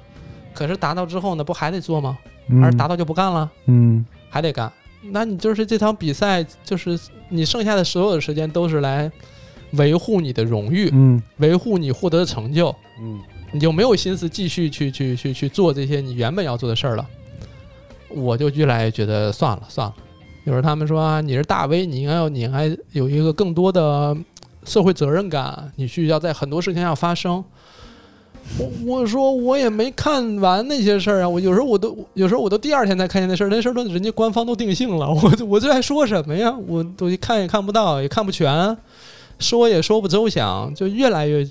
B: 可是达到之后呢，不还得做吗？
A: 嗯
B: 还是达到就不干了，
A: 嗯
B: 还得干？那你就是这场比赛，就是你剩下的所有的时间都是来维护你的荣誉，
A: 嗯
B: 维护你获得的成就。
A: 嗯
B: 你就没有心思继续去去去去做这些你原本要做的事儿了。我就越来越觉得算了算了。有时候他们说、啊、你是大 V，你应该要你还有一个更多的社会责任感，你需要在很多事情上发声。我我说我也没看完那些事儿啊，我有时候我都有时候我都第二天才看见那事儿，那事儿都人家官方都定性了，我我这还说什么呀？我都看也看不到，也看不全，说也说不周详，就越来越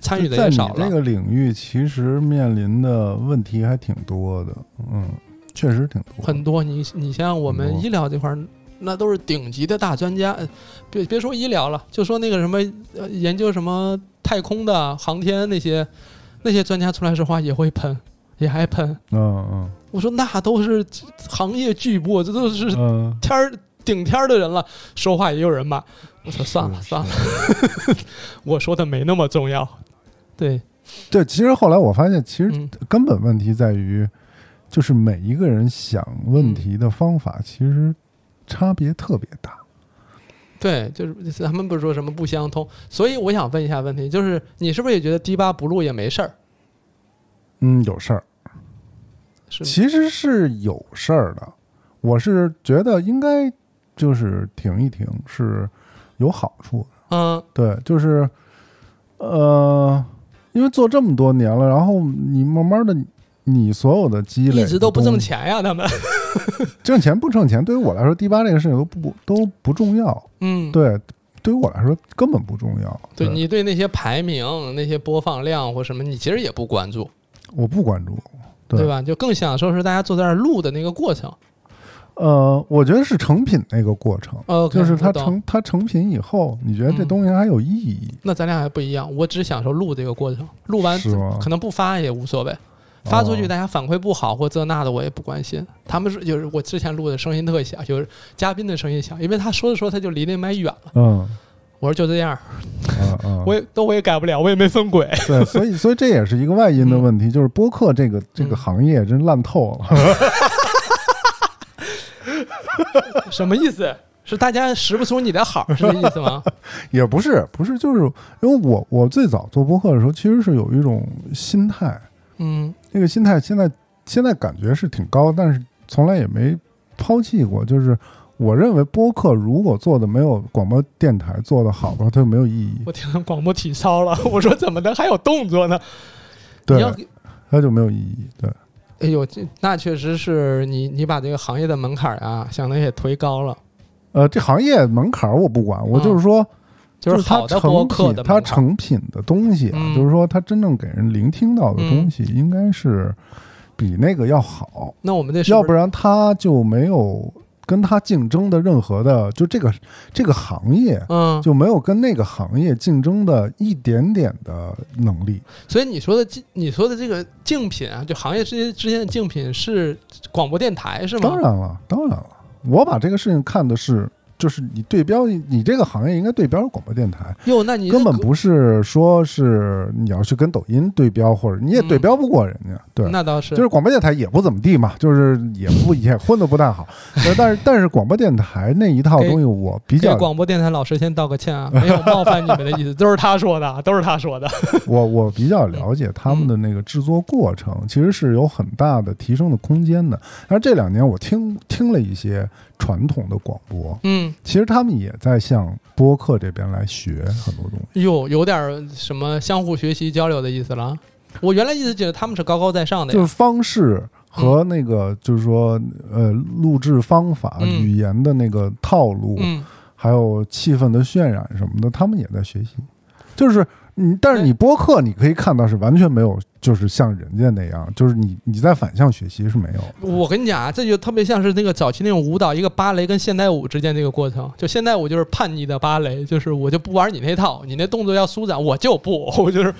B: 参与的
A: 在
B: 也
A: 你
B: 少了。
A: 这个领域，其实面临的问题还挺多的，嗯，确实挺多。
B: 很多。你你像我
A: 哦很
B: 们
A: 多
B: 医疗这块儿，那都是顶级的大专家，呃别别说医疗了，就说那个什么、呃、研究什么太空的、航天那些那些专家出来说话也会喷，也还喷。
A: 嗯
B: 我说那都是行业巨擘，这都是
A: 嗯嗯，
B: 天儿顶天儿的人了，说话也有人骂。我说算了
A: 嗯是
B: 算了， 我说的没那么重要。对，
A: 对，其实后来我发现，其实
B: 嗯，
A: 根本问题在于，就是每一个人想
B: 嗯
A: 问题的方法其实差别特别大。
B: 对，就是咱们不是说什么不相通，所以我想问一下问题，就是你是不是也觉得低八不录也没事儿？
A: 嗯，有事儿，
B: 是吗
A: 其实是有事儿的。我是觉得应该就是停一停是有好处的。
B: 嗯
A: 对，就是，呃，因为做这么多年了，然后你慢慢的，你所有的积累
B: 一直都不挣
A: 东西，
B: 钱 呀，他们。
A: 挣钱不挣钱，对于我来说，第八这个事情都不都不重要，
B: 嗯，
A: 对，对于我来说根本不重要。
B: 对你对那些排名、那些播放量或什么，你其实也不关注，
A: 我不关注，对
B: 对吧？就更享受是大家坐在那儿录的那个过程。
A: 呃，我觉得是成品那个过程，
B: 嗯 OK，
A: 哦就是它
B: 我懂。
A: 成它成品以后，你觉得这
B: 嗯
A: 东西还有意义？
B: 那咱俩还不一样，我只享受录这个过程，录完
A: 是吗哦
B: 可能不发也无所谓。发出去大家反馈不好或这那的，我也不关心。他们是就是我之前录的声音特小，就是嘉宾的声音小，因为他说着说着他就离那麦远了。
A: 嗯
B: 我说就这样，
A: 嗯嗯，
B: 我也都我也改不了，我也没分轨。
A: 对，所以所以这也是一个外因的问题，就是播客这个这个
B: 嗯
A: 行业真烂透了。
B: 什么意思？是大家识不出你的好，是这意思吗？
A: 也不是不是，就是因为我我最早做播客的时候，其实是有一种心态，
B: 嗯
A: 那个心态现在现在感觉是挺高，但是从来也没抛弃过。就是我认为播客如果做的没有广播电台做的好的话，它就没有意义，
B: 我听广播体操了，我说怎么能还有动作呢？
A: 对
B: 你，要
A: 它就没有意义。对，
B: 哎呦，这那确实是你，你把这个行业的门槛啊，相当于也推高了。
A: 呃，这行业门槛儿我不管，我就是说，
B: 嗯就
A: 就是是它
B: 好的播
A: 成
B: 客
A: 品
B: 的，
A: 它
B: 门槛，
A: 成品的东西啊，
B: 嗯
A: 就是说它真正给人聆听到的东西，应该是比那个要好。
B: 那我们这是
A: 要
B: 不
A: 不
B: 是
A: 然他就没有跟他竞争的任何的，就这个这个行业
B: 嗯，
A: 就没有跟那个行业竞争的一点点的能力。
B: 所以你说的竞，你说的这个竞品啊，就行业之间之间的竞品是广播电台是吗？
A: 当然了，当然了，我把这个事情看的是，就是你对标你这个行业应该对标广播电台，
B: 哟，那你
A: 根本
B: 这个
A: 不是说是你要去跟抖音对标，或者你也对标不过人家，对。
B: 嗯那倒是，
A: 就是广播电台也不怎么地嘛，就是也不 也混的不大好，呃但是但是广播电台那一套
B: 给
A: 东西我比
B: 给
A: 较
B: 广播电台老师先道个歉啊，没有冒犯你们的 意思，都是他说的啊，都是他说的。
A: 我我比较了解他
B: 嗯
A: 们的那个制作过程，其实是有很大的提升的空间的。但是这两年我听听了一些传统的广播，
B: 嗯，
A: 其实他们也在向播客这边来学很多东西。
B: 哟，哎有点儿什么相互学习交流的意思了啊。我原来一直觉得他们是高高在上的
A: 就是
B: 呀，
A: 方式和那个，就是说，呃，录制方法、
B: 嗯
A: 语言的那个套路，
B: 嗯，
A: 还有气氛的渲染什么的，他们也在学习。就是你，但是你播客，你可以看到是完全没有，就是像人家那样，就是你你在反向学习是没有的。
B: 我跟你讲啊，这就特别像是那个早期那种舞蹈，一个芭蕾跟现代舞之间这个过程。就现代舞就是叛逆的芭蕾，就是我就不玩你那套，你那动作要舒展，我就 不，我就是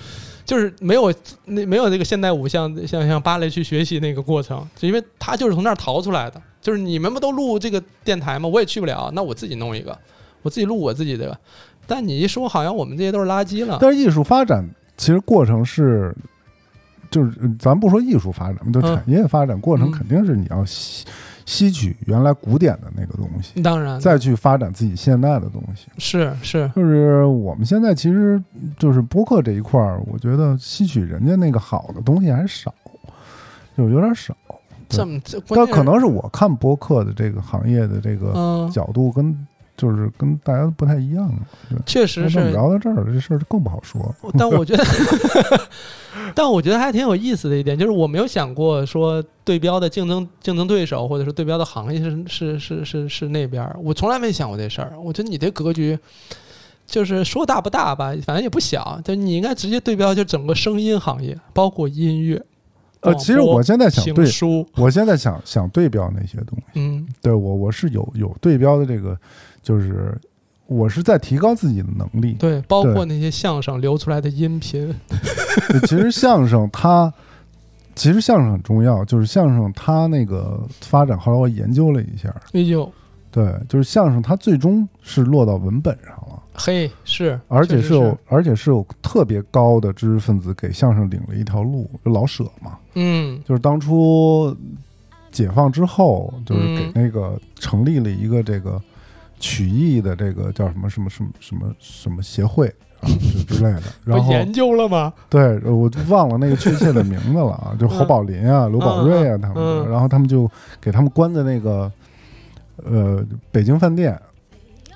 B: 就是没有那没有这个现代舞像像像芭蕾去学习那个过程，就因为他就是从那儿逃出来的。就是你们不都录这个电台吗？我也去不了，那我自己弄一个，我自己录我自己的。但你一说，好像我们这些都是垃圾了。
A: 但是艺术发展其实过程是，就是呃咱不说艺术发展，就
B: 嗯
A: 产业发展过程
B: 嗯
A: 肯定是你要吸吸取原来古典的那个东西，
B: 当然
A: 再去发展自己现在的东西。
B: 是是，
A: 就是我们现在其实就是播客这一块儿，我觉得吸取人家那个好的东西还少，就有点少。
B: 这么这关
A: 但
B: 键
A: 可能是我看播客的这个行业的这个
B: 嗯，
A: 角度跟就是跟大家不太一样啊了。
B: 确实
A: 那
B: 是
A: 么聊到这儿，这事儿就更不好说了。
B: 但我觉得， 但我觉得还挺有意思的一点，就是我没有想过说对标的竞争竞争对手，或者是对标的行业是是是是是那边儿，我从来没想过这事儿。我觉得你这格局，就是说大不大吧，反正也不小，就你应该直接对标就整个声音行业，包括音乐、
A: 呃，
B: 广
A: 其实
B: 播
A: 我现在想
B: 评
A: 对
B: 书，
A: 我现在想想对标那些东西，
B: 嗯
A: 对我我是有有对标的这个，就是我是在提高自己的能力。
B: 对，包
A: 对
B: 括那些相声留出来的音频，
A: 其实相声它，其实相声很重要，就是相声它那个发展，后来我研究了一下，
B: 哎呦
A: 对，就是相声它最终是落到文本上了。
B: 嘿，是，
A: 而
B: 确
A: 且
B: 实
A: 是有，而且是有特别高的知识分子给相声领了一条路，就老舍嘛，
B: 嗯
A: 就是当初解放之后，就是给
B: 嗯
A: 那个成立了一个这个曲艺的这个叫什么什么什么什么什么协会啊之之类的，然
B: 不
A: 后
B: 研究了吗？
A: 对，我就忘了那个确切的名字了啊，就侯宝林啊、刘宝瑞啊他们
B: 嗯
A: 的，
B: 嗯
A: 然后他们就给他们关在那个呃北京饭店，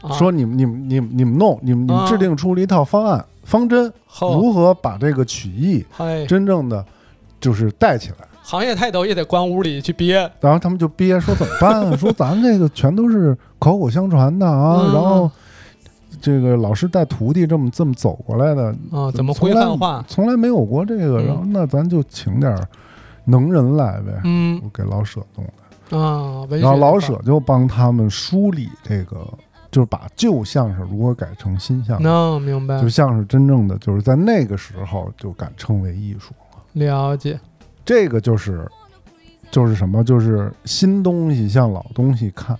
B: 啊
A: 说你们你们你们你们弄，你们你们
B: 啊哦
A: 制定出了一套方案方针，
B: 好，
A: 如何把这个曲艺
B: 嗨，
A: 真正的就是带起来。
B: 行业泰斗也得关屋里去憋，啊
A: 然后他们就憋说怎么办啊？说咱这个全都是口口相传的啊，
B: 嗯
A: 然后这个老师带徒弟这么这么走过来的，
B: 啊，怎么
A: 从
B: 规
A: 来
B: 范化？
A: 从来没有过这个。
B: 嗯
A: 然后那咱就请点儿能人来呗，
B: 嗯
A: 我给老舍弄了。
B: 啊，文学
A: 然后老
B: 的
A: 舍就帮他们梳理这个，就是把旧相声如何改成新相声。
B: 话，能明白
A: 就像是真正的，就是在那个时候就敢称为艺术。
B: 了解。
A: 这个就是就是什么，就是新东西向老东西看，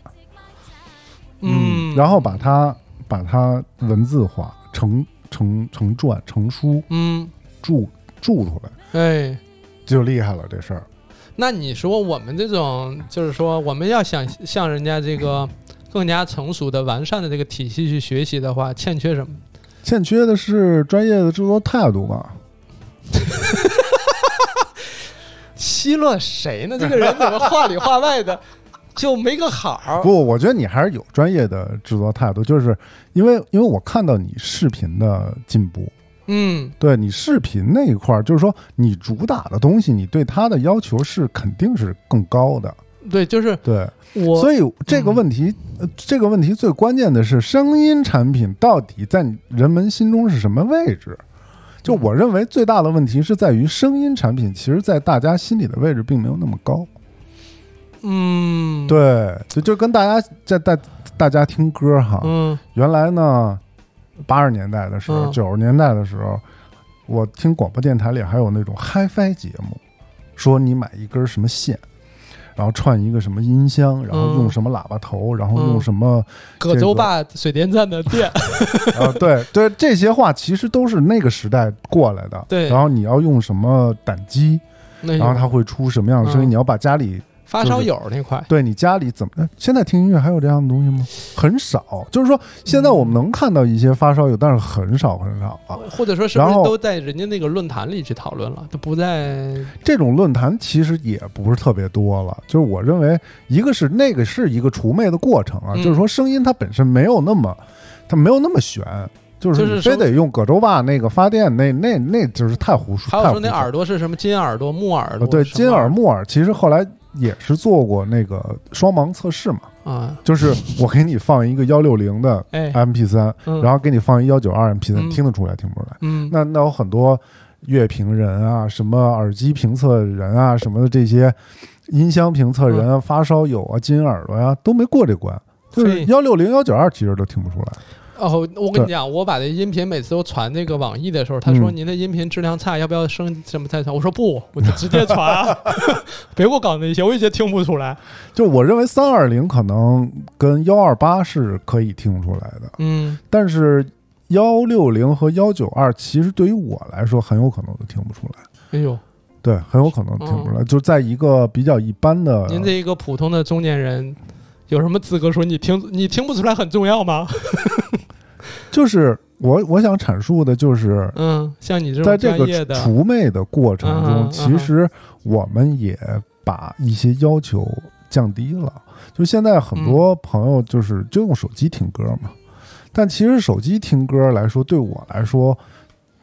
B: 嗯，
A: 然后把它把它文字化，成成成传成书
B: 嗯，
A: 注注出来，
B: 哎，
A: 就厉害了这事儿。
B: 那你说我们这种，就是说我们要想向人家这个更加成熟的、完善的这个体系去学习的话，欠缺什么？
A: 欠缺的是专业的制作态度吧？
B: 奚落谁呢？这个人怎么话里话外 的就没个好儿？
A: 不，我觉得你还是有专业的制作态度，就是因为因为我看到你视频的进步，
B: 嗯，
A: 对你视频那一块儿，就是说你主打的东西，你对它的要求是肯定是更高的。
B: 对，就是
A: 对，
B: 我
A: 所以这个问题、呃这个问题最关键的是声音产品到底在人们心中是什么位置？就我认为最大的问题是在于声音产品，其实在大家心里的位置并没有那么高。
B: 嗯，，
A: 对，就就跟大家在大大家听歌哈，
B: 嗯
A: 原来呢，八十年代的时候，
B: 嗯
A: 九十、年代的时候，我听广播电台里还有那种嗨 i 节目，说你买一根什么线，然后串一个什么音箱，然后
B: 嗯
A: 用什么喇叭头，然后用什么
B: 葛洲坝水电站的电，
A: 啊、对对，这些话其实都是那个时代过来的。
B: 对
A: 然后你要用什么胆机，
B: 那
A: 然后
B: 有
A: 它会出什么样的声音？
B: 嗯
A: 你要把家里
B: 发烧友那块，
A: 对你家里怎么？哎现在听音乐还有这样的东西吗？很少，就是说现在我
B: 嗯
A: 们能看到一些发烧友，但是很少很少啊。
B: 或者说是不是
A: 然后
B: 都在人家那个论坛里去讨论了，都不在
A: 这种论坛其实也不是特别多了。就是我认为，一个是那个是一个除魅的过程啊，
B: 嗯
A: 就是说声音它本身没有那么，它没有那么悬。就是
B: 就是
A: 你非
B: 说
A: 得用葛洲坝那个发电，那那那就是太胡说。
B: 还有
A: 太
B: 说那
A: 胡说
B: 耳朵是什么金耳朵、木耳朵？
A: 呃对
B: 什么
A: 金耳木耳，其实后来也是做过那个双盲测试嘛，
B: 啊，
A: 就是我给你放一个幺六零的
B: 哎，
A: MP 三，
B: 嗯
A: 然后给你放一幺九二 MP 三，
B: 嗯
A: 听得出来听不出来？
B: 嗯，
A: 那那有很多乐评人啊，什么耳机评测人啊，什么的这些音箱评测人
B: 嗯
A: 啊，发烧友啊，金耳朵呀、都没过这关。就是
B: 嘿
A: 幺六零幺九二其实都听不出来，
B: 哦，我跟你讲，我把这音频每次都传那个网易的时候，他说
A: 嗯
B: 您的音频质量差，要不要升什么再传？我 说不，我就直接传啊， 别给我搞那些，我已经听不出来。
A: 就我认为三二零可能跟幺二八是可以听出来的，
B: 嗯，
A: 但是幺六零和幺九二其实对于我来说很有可能都听不出来，
B: 哎呦，
A: 对，很有可能听不出来，就在一个比较一般的，
B: 嗯您这一个普通的中年人，有什么资格说你听你听不出来很重要吗？
A: 就是我我想阐述的就是
B: 嗯，像你这
A: 在
B: 种
A: 这
B: 专
A: 个
B: 业的，
A: 除魅的过程
B: 嗯
A: 中，
B: 哼
A: 其实我们也把一些要求降低了。就现在很多朋友就是就用手机听歌嘛，但其实手机听歌来说，对我来说，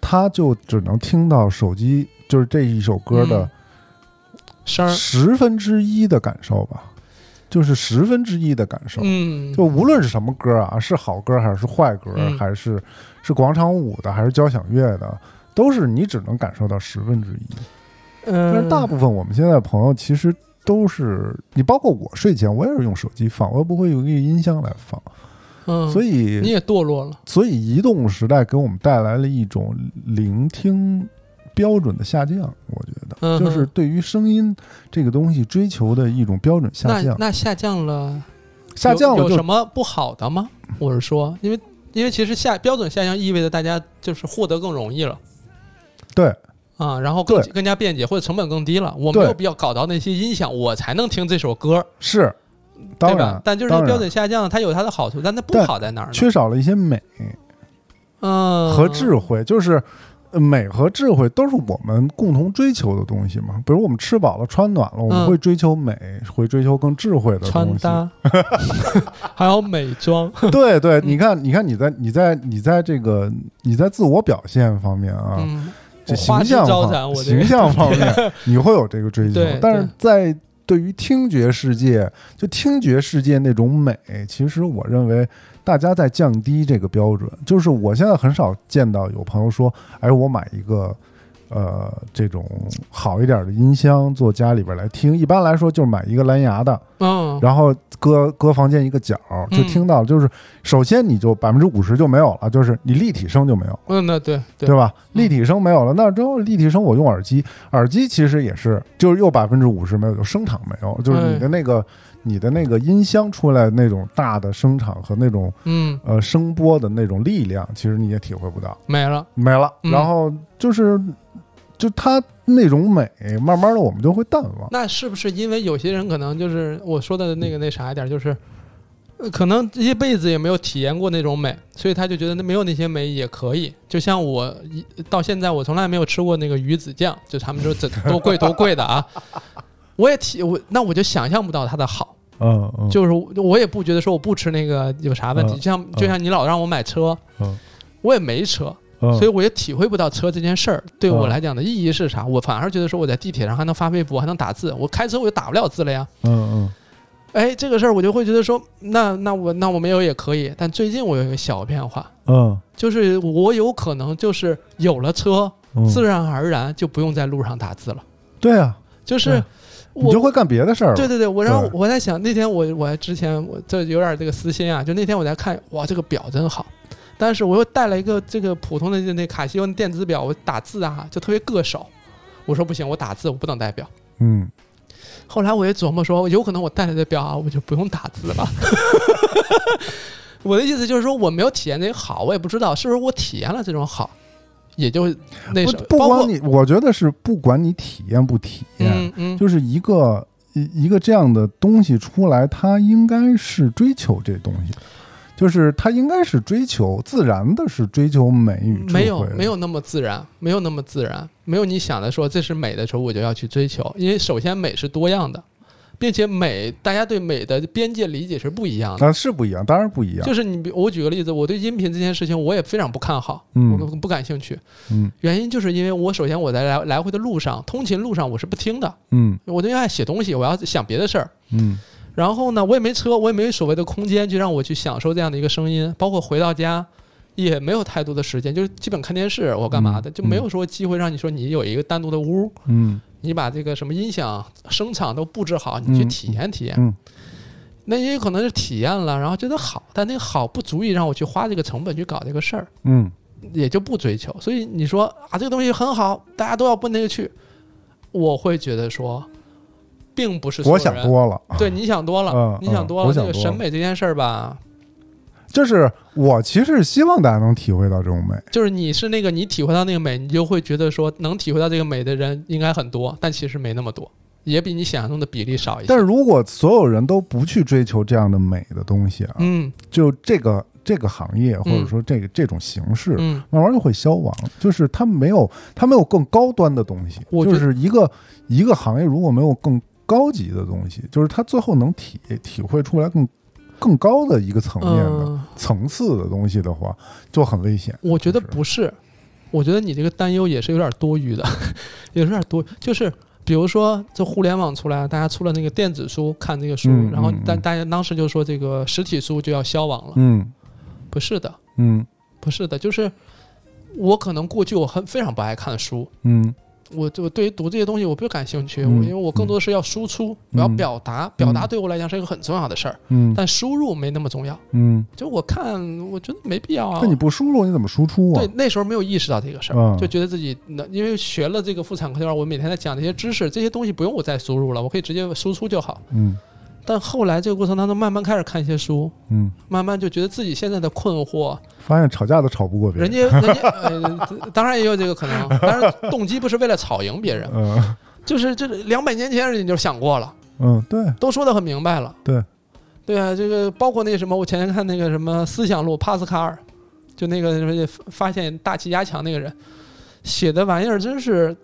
A: 他就只能听到手机就是这一首歌的
B: 声儿，
A: 十分之一的感受吧，就是十分之一的感受。
B: 嗯，
A: 就无论是什么歌啊，是好歌还是坏歌，
B: 嗯
A: 还是是广场舞的还是交响乐的，都是你只能感受到十分之一。但
B: 嗯，
A: 是大部分我们现在朋友其实都是，你包括我睡前我也是用手机放，我也不会用一个音箱来放，
B: 嗯，
A: 所
B: 你
A: 以
B: 也堕落了，
A: 所以移动时代给我们带来了一种聆听标准的下降，我觉得。
B: 嗯哼，
A: 就是对于声音这个东西追求的一种标准下
B: 那
A: 降，
B: 那下降了。
A: 下降了
B: 有有
A: 就
B: 什么不好的吗？我是说，因为因为其实下标准下降意味着大家就是获得更容易了
A: 对，
B: 啊，然后更
A: 对
B: 更加便捷或者成本更低了。我没
A: 对
B: 有必要搞到那些音响，我才能听这首歌，
A: 是，当
B: 对
A: 然
B: 吧，？但就是
A: 当然
B: 标准下降，它有它的好处，但它不
A: 但
B: 好在哪儿呢？
A: 缺少了一些美
B: 嗯，
A: 和智慧，就是呃美和智慧都是我们共同追求的东西嘛。比如我们吃饱了、穿暖了，我们
B: 嗯
A: 会追求美，会追求更智慧的
B: 穿
A: 东西。 啊
B: 搭，嗯还有美妆，
A: 对 对，你看，你看你在你在你在这个你在自我表现方面啊，
B: 嗯，
A: 这
B: 我
A: 形
B: 花枝
A: 象
B: 招
A: 方
B: 展，我这
A: 形
B: 个
A: 象方 面你会有这个追求
B: 对，
A: 但是
B: 对
A: 在对于听觉世界，就听觉世界那种美，其实我认为大家在降低这个标准。就是我现在很少见到有朋友说，哎，我买一个。呃这种好一点的音箱做家里边来听。一般来说就是买一个蓝牙的，
B: 嗯，
A: 然后搁搁房间一个角儿就
B: 嗯
A: 听到，就是首先你就百分之五十就没有了，就是你立体声就没有。
B: 嗯，那对对
A: 对吧？
B: 嗯
A: 立体声没有了，那之后立体声我用耳机，耳机其实也是，就是又百分之五十没有，就声场没有，就是你的那个、你的那个音箱出来那种大的声场和那种
B: 嗯，
A: 呃声波的那种力量，其实你也体会不到，
B: 没了，
A: 没了。
B: 嗯
A: 然后就是就它那种美，慢慢的我们就会淡忘。
B: 那是不是因为有些人可能就是我说的那个那啥一点，就是呃可能一辈子也没有体验过那种美，所以他就觉得那没有那些美也可以。就像我一到现在，我从来没有吃过那个鱼子酱，就他们说这多贵多贵的啊， 我也体我那我就想象不到它的好，
A: 嗯嗯，
B: 就是我也不觉得说我不吃那个有啥问题。
A: 嗯
B: 就像就像你老让我买车
A: 嗯，
B: 我也没车，
A: 嗯
B: 所以我也体会不到车这件事儿对我
A: 嗯
B: 来讲的意义是啥。我反而觉得说我在地铁上还能发微博，还能打字，我开车我就打不了字了呀。
A: 嗯
B: 哎，这个事儿我就会觉得说，那那我那我没有也可以。但最近我有一个小变化，
A: 嗯
B: 就是我有可能就是有了车，
A: 嗯，
B: 自然而然就不用在路上打字了。
A: 对啊，
B: 就是
A: 嗯你就
B: 我，
A: 会干别的事儿了。
B: 对对对，我然后
A: 对
B: 我在想那天我我还之前我这有点这个私心啊，就那天我在看，哇，这个表真好。但是我又带了一个这个普通的那那卡西欧电子表，我打字啊就特别硌手。我说不行，我打字我不能戴表。
A: 嗯，
B: 后来我也琢磨说，有可能我戴了这表啊，我就不用打字了。 我的意思就是说，我没有体验那个好，我也不知道是不是我体验了这种好，也就那什么，
A: 不不
B: 包括
A: 光你，我觉得是不管你体验不体验，
B: 嗯嗯，
A: 就是一个一一个这样的东西出来，它应该是追求这东西，就是它应该是追求自然的，是追求美与智慧。
B: 没有没，有那么自然，没有那么自然，没有你想的说这是美的时候我就要去追求，因为首先美是多样的，并且美大家对美的边界理解是不一样的。
A: 啊，是不一样，当然不一样。
B: 就是你比，我举个例子，我对音频这件事情我也非常不看好，
A: 嗯
B: 我不感兴趣。
A: 嗯
B: 原因就是因为我首先我在来来回的路上，通勤路上我是不听的，
A: 嗯
B: 我就爱写东西，我要想别的事儿。
A: 嗯
B: 然后呢，我也没车，我也没所谓的空间去让我去享受这样的一个声音，包括回到家也没有太多的时间，就是基本看电视我干嘛的，
A: 嗯
B: 就没有说机会让你说你有一个单独的屋，
A: 嗯
B: 你把这个什么音响、声场都布置好，你去
A: 嗯
B: 体验体验。
A: 嗯
B: 那也有可能是体验了，然后觉得好，但那个好不足以让我去花这个成本去搞这个事儿。
A: 嗯
B: 也就不追求。所以你说啊，这个东西很好，大家都要奔那个去，我会觉得说，并不是
A: 嗯
B: 所有
A: 我
B: 人
A: 想多了。
B: 对，你想多了，
A: 啊嗯
B: 你想多
A: 嗯
B: 了。
A: 我
B: 这
A: 想
B: 个
A: 多了
B: 审美这件事儿吧，
A: 就是我其实是希望大家能体会到这种美。
B: 就是你是那个你体会到那个美，你就会觉得说，能体会到这个美的人应该很多，但其实没那么多，也比你想象中的比例少一些。
A: 但是如果所有人都不去追求这样的美的东西啊，
B: 嗯
A: 就这个这个行业或者
B: 嗯
A: 说这个这种形式，
B: 嗯，
A: 慢慢就会消亡，就是它没有它没有更高端的东西，
B: 我觉
A: 就
B: 得
A: 是一个一个行业如果没有更高级的东西，就是它最后能体体会出来更更高的一个层面的、
B: 嗯
A: 层次的东西的话，就很危险。
B: 我觉得
A: 是
B: 不是，我觉得你这个担忧也是有点多余的， 也是有点多，就是。比如说，这互联网出来，大家出了那个电子书，看这个书，
A: 嗯
B: 然后
A: 嗯嗯
B: 但大家当时就说这个实体书就要消亡了，
A: 嗯
B: 不是的，
A: 嗯
B: 不是的，就是我可能过去我很非常不爱看书，
A: 嗯
B: 我就对于读这些东西我不感兴趣，
A: 嗯
B: 我因为我更多的是要输出，我要
A: 嗯
B: 表达，表达对我来讲是一个很重要的事儿，
A: 嗯
B: 但输入没那么重要。
A: 嗯，
B: 就我看，我觉得没必要啊。
A: 那你不输入你怎么输出啊
B: 对，？那时候没有意识到这个事儿，
A: 嗯
B: 就觉得自己能，因为学了这个妇产科的我每天在讲这些知识，这些东西不用我再输入了，我可以直接输出就好。
A: 嗯
B: 但后来这个过程当中，慢慢开始看一些书，
A: 嗯，
B: 慢慢就觉得自己现在的困惑，
A: 发现吵架都吵不过别
B: 人
A: 人。
B: 家人家、呃、当然也有这个可能，当然动机不是为了吵赢别人，
A: 嗯
B: 就是这两百年前你就想过了，
A: 嗯，对，
B: 都说得很明白了。
A: 对，
B: 对啊，这个包括那什么，我前天看那个什么《思想录》，帕斯卡尔，就那个什么发现大气压强那个人写的玩意儿，真是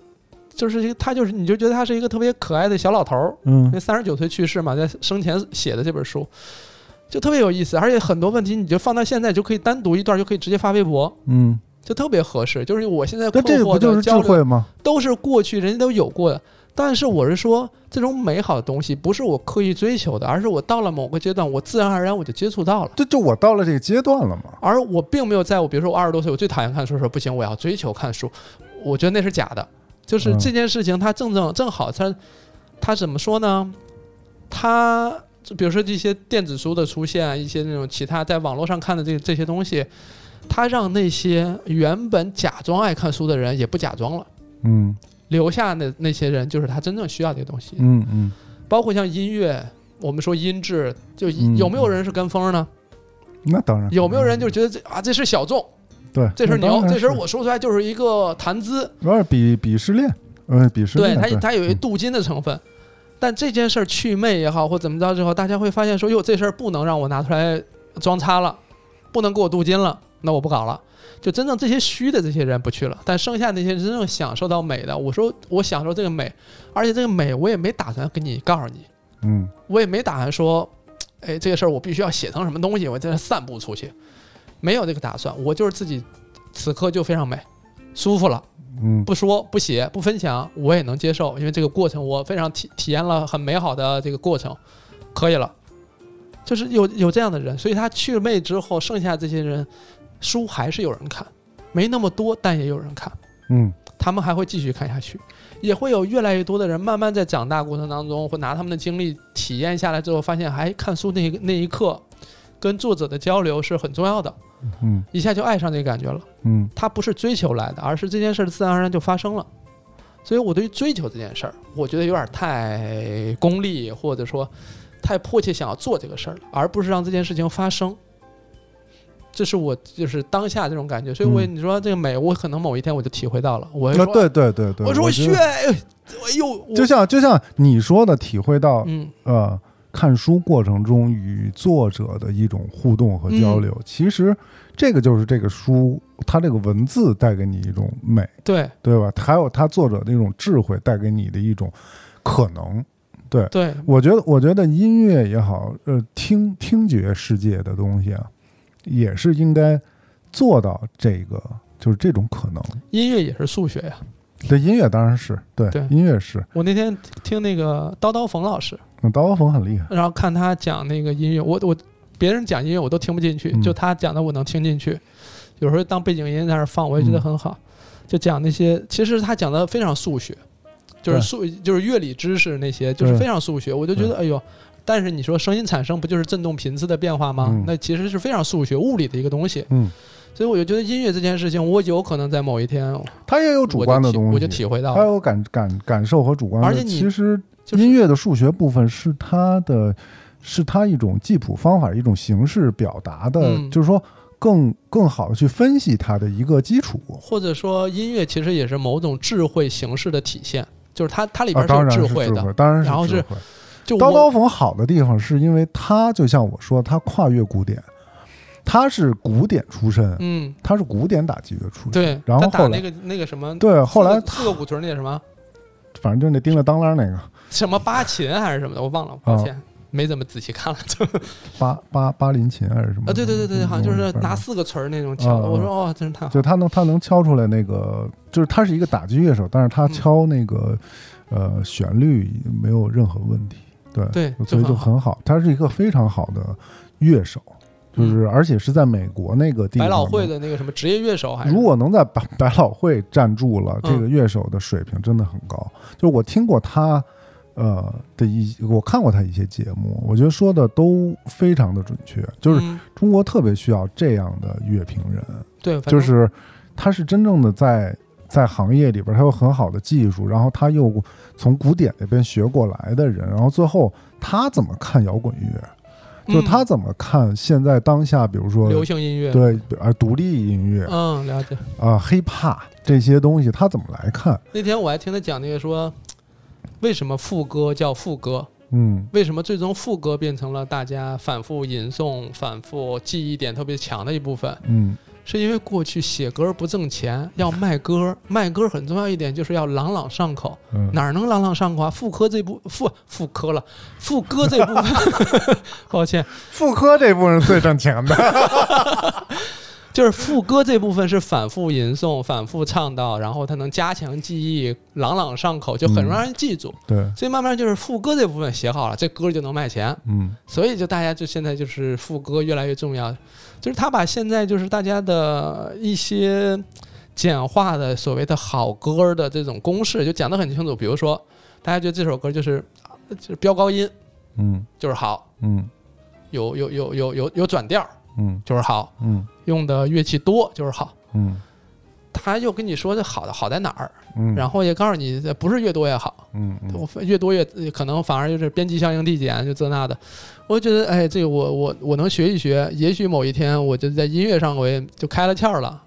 B: 就是一个他就是你就觉得他是一个特别可爱的小老头儿，
A: 嗯
B: 那三十九岁去世嘛，在生前写的这本书。就特别有意思，而且很多问题你就放到现在就可以单独一段，就可以直接发微博，
A: 嗯，
B: 就特别合适。就是我现在
A: 那
B: 困
A: 这
B: 惑
A: 不就
B: 的
A: 是智
B: 焦虑
A: 慧吗？
B: 都是过去人家都有过的。但是我是说，这种美好的东西不是我刻意追求的，而是我到了某个阶段，我自然而然我就接触到了。
A: 这就我到了这个阶段了嘛。
B: 而我并没有在我，比如说我二十多岁，我最讨厌看书，说不行，我要追求看书，我觉得那是假的。就是
A: 嗯
B: 这件事情，它正正正好它，它怎么说呢？它就比如说这些电子书的出现，一些那种其他在网络上看的这这些东西，它让那些原本假装爱看书的人也不假装了，
A: 嗯
B: 留下那那些人就是他真正需要这些东西。
A: 嗯嗯，
B: 包括像音乐，我们说音质，就
A: 嗯
B: 有没有人是跟风呢？
A: 那当然
B: 有没有人就觉得这啊这是小众，
A: 对，
B: 这
A: 那
B: 是
A: 嗯当
B: 牛，
A: 然
B: 这
A: 是
B: 是我说出来就是一个谈资，
A: 有点鄙鄙视链，呃，鄙视
B: 对
A: 链，
B: 它它有一
A: 嗯
B: 镀金的成分。但这件事儿祛魅也好，或怎么着之后，大家会发现说，哟，这事儿不能让我拿出来装叉了，不能给我镀金了，那我不搞了。就真正这些虚的这些人不去了，但剩下那些真正享受到美的，我说我享受这个美，而且这个美我也没打算跟你告诉你，
A: 嗯
B: 我也没打算说，哎，这个事儿我必须要写成什么东西，我在这散步出去，没有这个打算，我就是自己此刻就非常美，舒服了，
A: 嗯
B: 不说不写不分享，我也能接受，因为这个过程我非常体体验了很美好的这个过程，可以了，就是有有这样的人，所以他去魅之后，剩下这些人书还是有人看，没那么多，但也有人看。
A: 嗯
B: 他们还会继续看下去，也会有越来越多的人慢慢在长大过程当中，会拿他们的经历体验下来之后，发现还看书那一那一刻，跟作者的交流是很重要的，
A: 嗯
B: 一下就爱上这个感觉了。
A: 嗯
B: 他不是追求来的，而是这件事儿自然而然就发生了。所以我对于追求这件事儿，我觉得有点太功利，或者说太迫切想要做这个事儿了，而不是让这件事情发生。这是我就是当下这种感觉，所以我
A: 嗯
B: 你说这个美，我可能某一天我就体会到了。我会
A: 啊
B: 说，
A: 对对对对，
B: 我说我
A: 觉
B: 学，
A: 得
B: 哎呦，我
A: 就像就像你说的，体会到
B: 嗯
A: 呃，看书过程中与作者的一种互动和
B: 嗯
A: 交流，其实这个就是这个书它这个文字带给你一种美，
B: 对
A: 对吧？还有它作者的一种智慧带给你的一种可能。
B: 对，
A: 我觉得，我觉得音乐也好，呃，听听觉世界的东西啊，也是应该做到这个，就是这种可能。
B: 音乐也是数学呀、
A: 对音乐当然是对，
B: 对
A: 音乐是。
B: 我那天听那个叨叨冯老师，
A: 嗯，刀锋很厉害。
B: 然后看他讲那个音乐，我我别人讲音乐我都听不进去，
A: 嗯
B: 就他讲的我能听进去，有时候当背景音在那儿放，我也觉
A: 嗯
B: 得很好。就讲那些，其实他讲的非常数学，就是
A: 对
B: 数就是乐理知识那些，就是
A: 对
B: 非常数学。我就觉得哎呦，但是你说声音产生不就是振动频次的变化吗？
A: 嗯
B: 那其实是非常数学物理的一个东西。
A: 嗯，
B: 所以我就觉得音乐这件事情，我有可能在某一天
A: 他也有主
B: 我就
A: 观的
B: 体
A: 东西，
B: 我就体会到
A: 他
B: 了，
A: 有感感感受和主观的。
B: 而且你
A: 其实
B: 就是
A: 音乐的数学部分是它的，是它一种记谱方法，一种形式表达的，
B: 嗯
A: 就是说更更好的去分析它的一个基础。
B: 或者说音乐其实也是某种智慧形式的体现，就是它它里
A: 啊，
B: 边
A: 当
B: 有
A: 然是
B: 智
A: 智
B: 慧的，
A: 慧，当然是
B: 然后
A: 智
B: 是
A: 慧。
B: 就
A: 刀
B: 我
A: 刀锋好的地方是因为它就像我说，它跨越古典，它是古典出身，
B: 嗯
A: 它是古典打击乐出身。
B: 对，
A: 然后
B: 他打
A: 后来
B: 那个那个什么，
A: 对，后来
B: 四个四个鼓槌那什么
A: 反正就是那叮了当啷那个
B: 什 么八琴还是什么的，我忘了，抱
A: 啊
B: 歉。没怎么仔细看了，就
A: 嗯
B: 啊，
A: 巴巴巴林琴还是什么？
B: 对对对对，好像就是
A: 反正
B: 拿四个词儿那种敲的。
A: 啊
B: 我说哦，真是太好
A: 就他能他能敲出来那个，就是他是一个打击乐手，但是他敲那个、呃旋律没有任何问题，对，
B: 嗯对
A: 所以就
B: 就很好
A: 很好，他是一个非常好的乐手，就是、而且是在美国那个地
B: 嗯百
A: 方
B: 老汇
A: 呢。
B: 的那个什么职业乐手，还是
A: 如果能在百百老汇站住了，
B: 嗯
A: 这个乐手的水平真的很高。就是我听过他，呃的一，我看过他一些节目，我觉得说的都非常的准确。就是
B: 嗯
A: 中国特别需要这样的乐评人，
B: 对，反
A: 就
B: 正
A: 是他是真正的在在行业里边，他有很好的技术，然后他又从古典那边学过来的人，然后最后他怎么看摇滚乐，就
B: 嗯
A: 他怎么看现在当下，比如说
B: 流行音乐，
A: 对啊独立音乐
B: 嗯，了解。
A: 啊、黑怕这些东西，他怎么来看？
B: 那天我还听他讲那个说，为什么副歌叫副歌？
A: 嗯
B: 为什么最终副歌变成了大家反复吟诵、反复记忆点特别强的一部分？
A: 嗯
B: 是因为过去写歌不挣钱，要卖歌，卖歌很重要一点就是要朗朗上口，
A: 嗯，
B: 哪儿能朗朗上口啊？副歌这部副副歌了，副歌这部分， 抱歉，
A: 妇科这部分是最挣钱的。
B: 就是副歌这部分是反复吟诵、反复唱到，然后它能加强记忆，朗朗上口，就很容易让人记住。
A: 对，
B: 所以慢慢就是副歌这部分写好了，这歌就能卖钱。
A: 嗯
B: 所以就大家就现在就是副歌越来越重要，就是他把现在就是大家的一些简化的所谓的好歌的这种公式，就讲得很清楚。比如说，大家觉得这首歌就是呃就是飙高音
A: 嗯
B: 就是好，
A: 嗯
B: 有有有有有有转调
A: 嗯
B: 就是好，
A: 嗯
B: 用的乐器多就是好。
A: 嗯
B: 他又跟你说这好的好在哪儿，
A: 嗯，
B: 然后也告诉你这不是越多越好，
A: 嗯嗯
B: 我越多越呃可能反而就是边际效应递减，就这那的。我就觉得，哎，这个我我我能学一学，也许某一天我就在音乐上我也就开了窍了，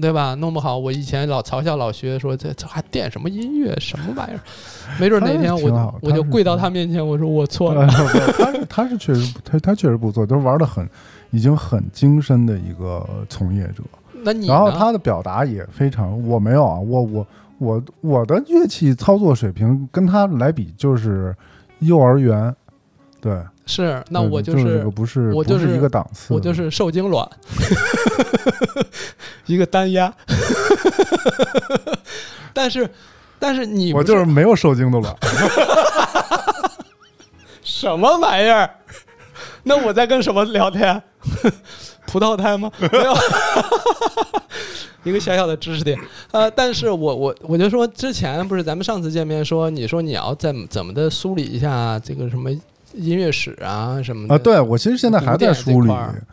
B: 对吧？弄不好我以前老嘲笑老薛说这这还练什么音乐什么玩意儿，没准哪天
A: 他是挺好
B: 我我就
A: 他是
B: 跪到他面前，我说我错了。
A: 呃他是他是确实不他他确实不错，就是玩的很，已经很精深的一个从业者。
B: 那你
A: 然后
B: 呢？
A: 他的表达也非常，我没有啊，我我我我的乐器操作水平跟他来比就是幼儿园，对，
B: 是那
A: 对
B: 我
A: 嗯就这个不嗯是不
B: 我就是
A: 是一个档次的，
B: 我就是受精卵， 一个单压。 但是，但是你不
A: 我就是没有受精 的卵，
B: 什么玩意儿？ 那我在跟什么聊天？ 葡萄 胎吗？没有， 一个小小的知识点。呃，但是我我我就说，之前不是咱们上次见面说，你说你要怎么怎么的梳理一下这个什么音乐史啊什么的
A: 啊，对我其实现在还在梳
B: 古典
A: 理
B: 这块儿，嗯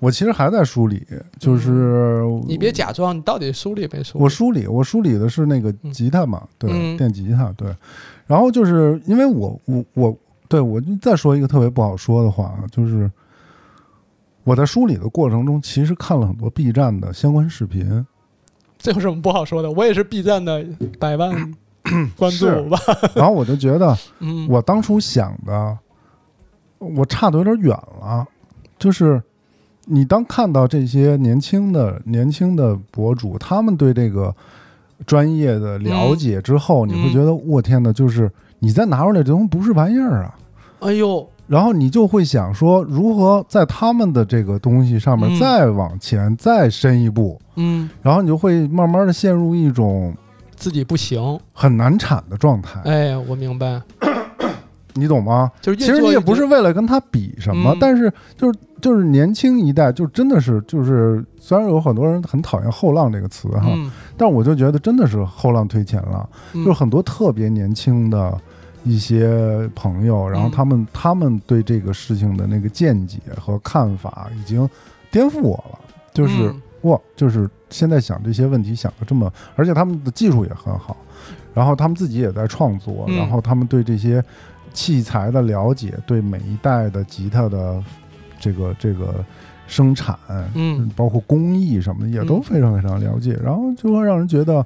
A: 我其实还在梳理，就是
B: 你别假装，你到底梳理没梳理？
A: 我梳理，我梳理的是那个
B: 嗯
A: 吉他嘛，对，
B: 嗯
A: 电吉他，对。然后就是因为我我我对我就再说一个特别不好说的话，啊，就是我在梳理的过程中，其实看了很多 B 站的相关视频，
B: 这有什么不好说的？我也是 B 站的 百万关
A: 是
B: 注吧。
A: 然后我就觉得
B: 嗯，
A: 我当初想的，我差的有点远了，就是。你当看到这些年轻的年轻的博主，他们对这个专业的了解之后，
B: 嗯
A: 你会觉得我天哪，就是你再拿出来这东西不是玩意儿啊！
B: 哎呦，
A: 然后你就会想说，如何在他们的这个东西上面
B: 嗯
A: 再往前、再深一步，
B: 嗯，
A: 然后你就会慢慢的陷入一种
B: 自己不行。
A: 很难产的状态，
B: 哎，我明白，
A: 你懂吗？
B: 就是
A: 其
B: 越
A: 实
B: 做
A: 你也
B: 越
A: 不是为了跟他比什么，
B: 嗯
A: 但是就是就是年轻一代，就真的是就是，虽然有很多人很讨厌“后浪”这个词哈，
B: 嗯，
A: 但我就觉得真的是后浪推前浪，
B: 嗯
A: 就是很多特别年轻的一些朋友，
B: 嗯
A: 然后他们他们对这个事情的那个见解和看法已经颠覆我了，就是、
B: 嗯
A: 哇，就是现在想这些问题想的这么，而且他们的技术也很好，然后他们自己也在创作，
B: 嗯
A: 然后他们对这些器材的了解，对每一代的吉他的这个这个生产，
B: 嗯，
A: 包括工艺什么的也都
B: 嗯
A: 非常非常了解，然后就会让人觉得。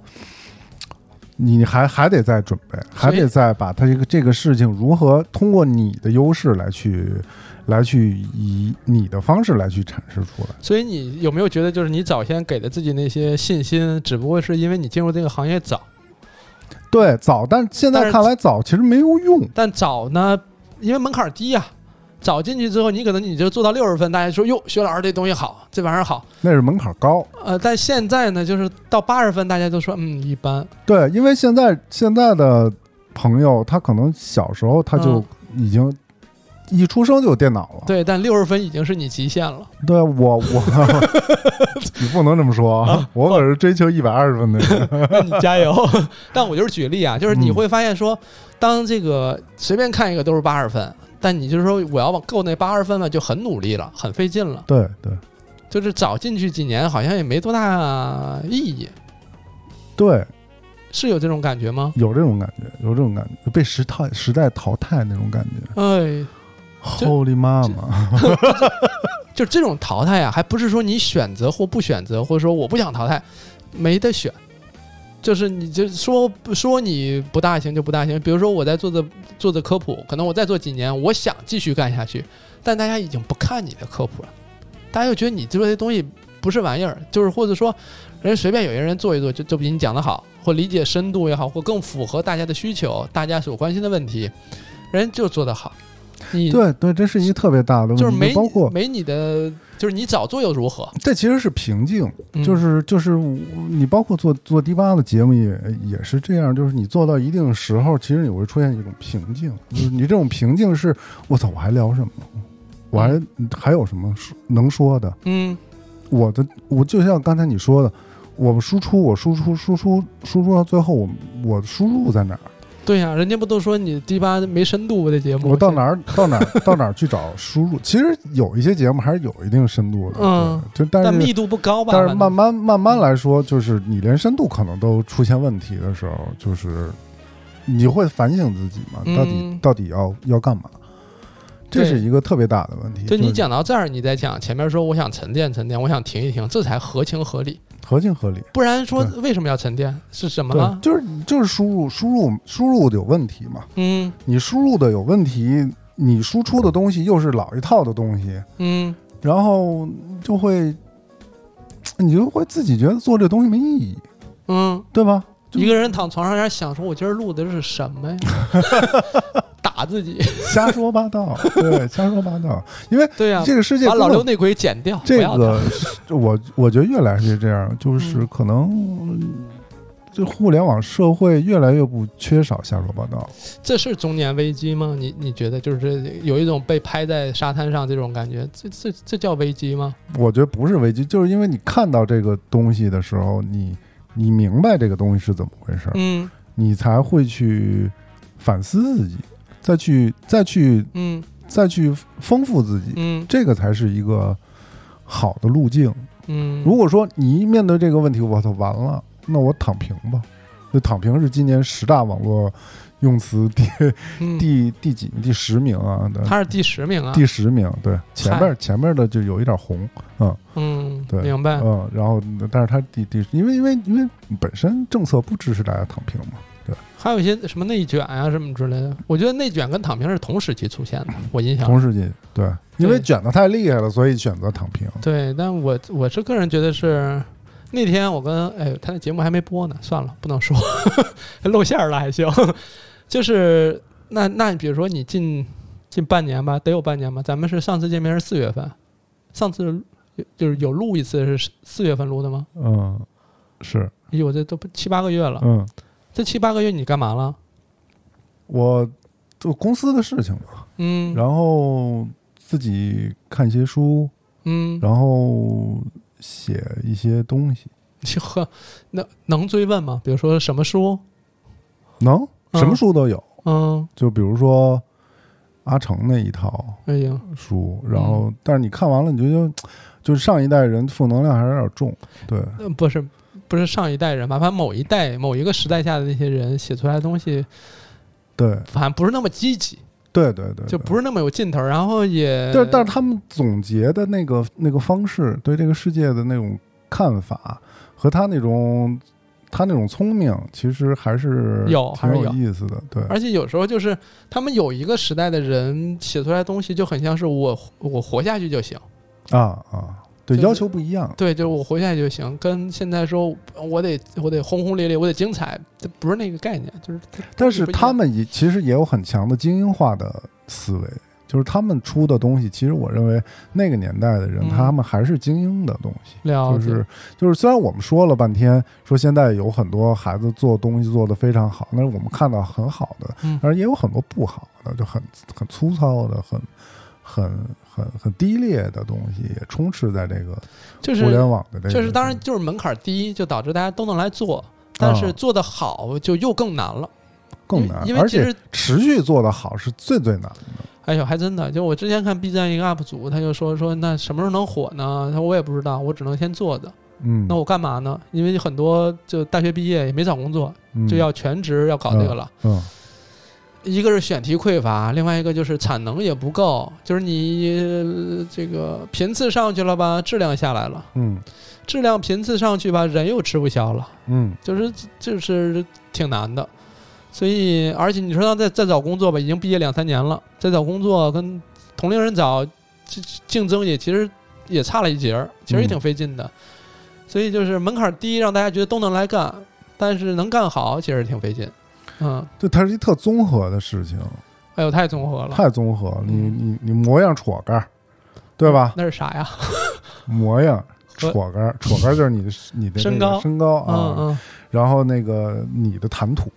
A: 你还还得再准备，还
B: 所以
A: 得再把它这个这个事情如何通过你的优势来去，来去以你的方式来去阐释出来。
B: 所以你有没有觉得，就是你早先给的自己那些信心，只不过是因为你进入这个行业早，
A: 对，早，但现
B: 但
A: 在
B: 是
A: 看来早其实没有用。
B: 但早呢，因为门槛低呀、早进去之后，你可能你就做到六十分，大家说哟，薛老师这东西好，这玩意儿好。
A: 那是门槛高。
B: 呃，但现在呢，就是到八十分，大家都说嗯一般。
A: 对，因为现在现在的朋友，他可能小时候他
B: 嗯
A: 就已经、一出生就有电脑了。
B: 对，但六十分已经是你极限了。
A: 对，我我， 你不能这么说啊！我可是追求一百二十分的人。
B: 那你加油。但我就是举例啊，就是你会发现说，当这个随便看一个都是八十分，但你就是说我要往够那八十分了，就很努力了，很费劲了。
A: 对对
B: 就是早进去几年，好像也没多大意义，
A: 对，
B: 是有这种感觉吗？
A: 有这种感觉，有这种感觉，被时代时代淘汰那种感觉。
B: 哎，
A: Holy 妈妈！
B: 就这种淘汰啊，还不是说你选择或不选择，或者说我不想淘汰，没得选。就是你就说说你不大行就不大行，比如说我在做的做的科普，可能我再做几年，我想继续干下去，但大家已经不看你的科普了，大家又觉得你做这东西不是玩意儿，就是或者说人家随便有一个人做一做，就就比你讲的好，或理解深度也好，或更符合大家的需求，大家所关心的问题，人家就做得好，你
A: 对对，这是一个特别大的问题，
B: 就是没
A: 包括
B: 没你的，就是你早做又如何？
A: 这其实是瓶颈。
B: 嗯
A: 就是就是你包括做做第八的节目也也是这样，就是你做到一定时候，其实你会出现一种瓶颈，就是你这种瓶颈是，我操，我还聊什么？我还还有什么说能说的？
B: 嗯
A: 我的我就像刚才你说的，我们输出，我输出，输出，输出到最后，我我输入在哪儿？
B: 对呀、人家不都说你低八没深度的节目？
A: 我到哪儿到哪儿到哪儿去找输入？其实有一些节目还是有一定深度的，
B: 嗯
A: 对，就但
B: 但
A: 是
B: 密度不高吧？
A: 但是慢慢慢慢来说，就是你连深度可能都出现问题的时候，就是你会反省自己嘛？
B: 嗯
A: 到底到底要要干嘛？这
B: 对
A: 是一个特别大的问题。
B: 就你
A: 是
B: 讲到这儿，你再讲前面说我想沉淀沉淀，我想停一停，这才合情合理。
A: 合情合理，
B: 不然说
A: 对
B: 为什么要沉淀？是什么啊
A: 对，就
B: 了？
A: 是就是输入输入输入的有问题嘛？
B: 嗯
A: 你输入的有问题，你输出的东西又是老一套的东西，
B: 嗯，
A: 然后就会你就会自己觉得做这东西没意义，
B: 嗯，
A: 对吧？就
B: 一个人躺床上有点想说，我今儿录的是什么呀？ 打自己，
A: 瞎说八道，对，瞎说八道，因为。
B: 对呀、
A: 这个世界
B: 把
A: 根
B: 老
A: 本
B: 刘内鬼剪掉，
A: 这
B: 不要他
A: 个是我我觉得越来越这样，就是
B: 嗯
A: 可能这互联网社会越来越不缺少瞎说八道。
B: 这是中年危机吗？你你觉得就是这有一种被拍在沙滩上这种感觉，这这这叫危机吗？
A: 我觉得不是危机，就是因为你看到这个东西的时候，你你明白这个东西是怎么回事儿，
B: 嗯
A: 你才会去反思自己，再去再去
B: 嗯
A: 再去丰富自己，
B: 嗯
A: 这个才是一个好的路径。
B: 嗯，
A: 如果说你一面对这个问题，我操，完了，那我躺平吧。那躺平是今年十大网络用词第
B: 嗯
A: 第第几第十名啊？对
B: 他是第十名啊，
A: 第十名，对，前面前面的就有一点红，
B: 嗯，
A: 对
B: 明白。
A: 嗯，然后但是它第第，因为因为因为本身政策不支持大家躺平嘛，
B: 还有一些什么内卷啊什么之类的，我觉得内卷跟躺平是同时期出现的，我印象。
A: 同时进对，因为卷的太厉害了，所以选择躺平。
B: 对，但我我是个人觉得是那天我跟哎，他那节目还没播呢，算了，不能说 露馅儿了还行。 就是那那比如说你近近半年吧，得有半年吧，咱们是上次见面是四月份，上次就是有录一次是四月份录的吗？
A: 嗯，是，
B: 哎呦，这都不七八个月了，
A: 嗯，
B: 这七八个月你干嘛了？
A: 我做公司的事情嘛，
B: 嗯，
A: 然后自己看一些书，
B: 嗯，
A: 然后写一些东西，
B: 就呵，那 能追问吗？比如说什么书？
A: 能
B: 嗯
A: 什么书都有，
B: 嗯，
A: 就比如说阿成那一套
B: 哎呀，
A: 书，然
B: 嗯
A: 后但是你看完了，你就觉得就是上一代人负能量还是有点重，对，
B: 呃不是不是上一代人吧，反正某一代某一个时代下的那些人写出来的东西，
A: 对，
B: 反正不是那么积极，
A: 对，对，对，
B: 就
A: 对
B: 不是那么有劲头儿，然后也
A: 但但是他们总结的那个那个方式，对这个世界的那种看法和他那种他那种聪明，其实还是
B: 有还
A: 挺
B: 是
A: 有
B: 有
A: 意思的，对，
B: 而且有时候就是他们有一个时代的人写出来的东西就很像是我我活下去就行，
A: 啊啊，对，
B: 就是
A: 要求不一样，
B: 对，就是我活下去就行，跟现在说我得我得轰轰烈烈，我得精彩，这不是那个概念，就是
A: 但是他们也其实也有很强的精英化的思维，就是他们出的东西，其实我认为那个年代的人，
B: 嗯
A: 他们还是精英的东西。
B: 了
A: 就
B: 解，
A: 是就是，虽然我们说了半天，说现在有很多孩子做东西做得非常好，但是我们看到很好的
B: 嗯，
A: 而也有很多不好的，就很很粗糙的，很很很很低劣的东西，也充斥在这个
B: 就是
A: 互联网的这个。
B: 就是当然就是门槛低，就导致大家都能来做，但是做得好就又更难了，
A: 啊更
B: 因为
A: 难
B: 因，为
A: 而
B: 其
A: 且
B: 实
A: 持续做得好是最最难的。
B: 哎呦还真的，就我之前看 B 站一个 UP 主，他就说说那什么时候能火呢？他说我也不知道，我只能先做着。
A: 嗯，
B: 那我干嘛呢？因为很多就大学毕业也没找工作，
A: 嗯
B: 就要全职要搞这个了。
A: 嗯
B: 一个是选题匮乏，另外一个就是产能也不够，就是你呃这个频次上去了吧，质量下来了，
A: 嗯
B: 质量频次上去吧，人又吃不消了。
A: 嗯
B: 就是就是挺难的。所以，而且你说他再再找工作吧，已经毕业两三年了，再找工作跟同龄人找竞竞争也其实也差了一截儿，其实也挺费劲的。所以就是门槛低，让大家觉得都能来干，但是能干好其实挺费劲。嗯，
A: 对，它是一特综合的事情，
B: 哎呦，太综合 了，
A: 太综合了。你
B: 嗯
A: 你你模样戳杆儿，对吧？
B: 那是啥呀？
A: 模样戳杆儿，戳杆儿就是你的你的这个
B: 嗯身高
A: 身高
B: 嗯
A: 啊，
B: 嗯，
A: 然后那个你的谈吐，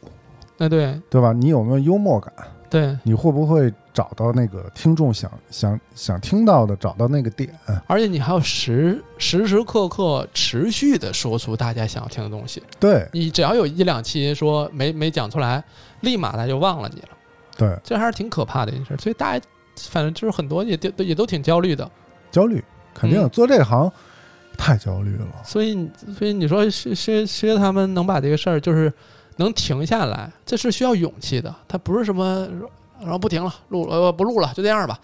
B: 那对
A: 对吧？你有没有幽默感？
B: 对，
A: 你会不会找到那个听众想想想听到的，找到那个点？
B: 而且你还要时时时刻刻持续的说出大家想要听的东西。
A: 对
B: 你只要有一两期说没没讲出来，立马他就忘了你了，
A: 对，
B: 这还是挺可怕的一件事。所以大家反正就是很多也都也都挺焦虑的。
A: 焦虑肯定、
B: 嗯
A: 做这行太焦虑了。
B: 所以所以你说薛薛薛他们能把这个事儿就是能停下来，这是需要勇气的，他不是什么然后不停了，录呃不录了，就这样吧。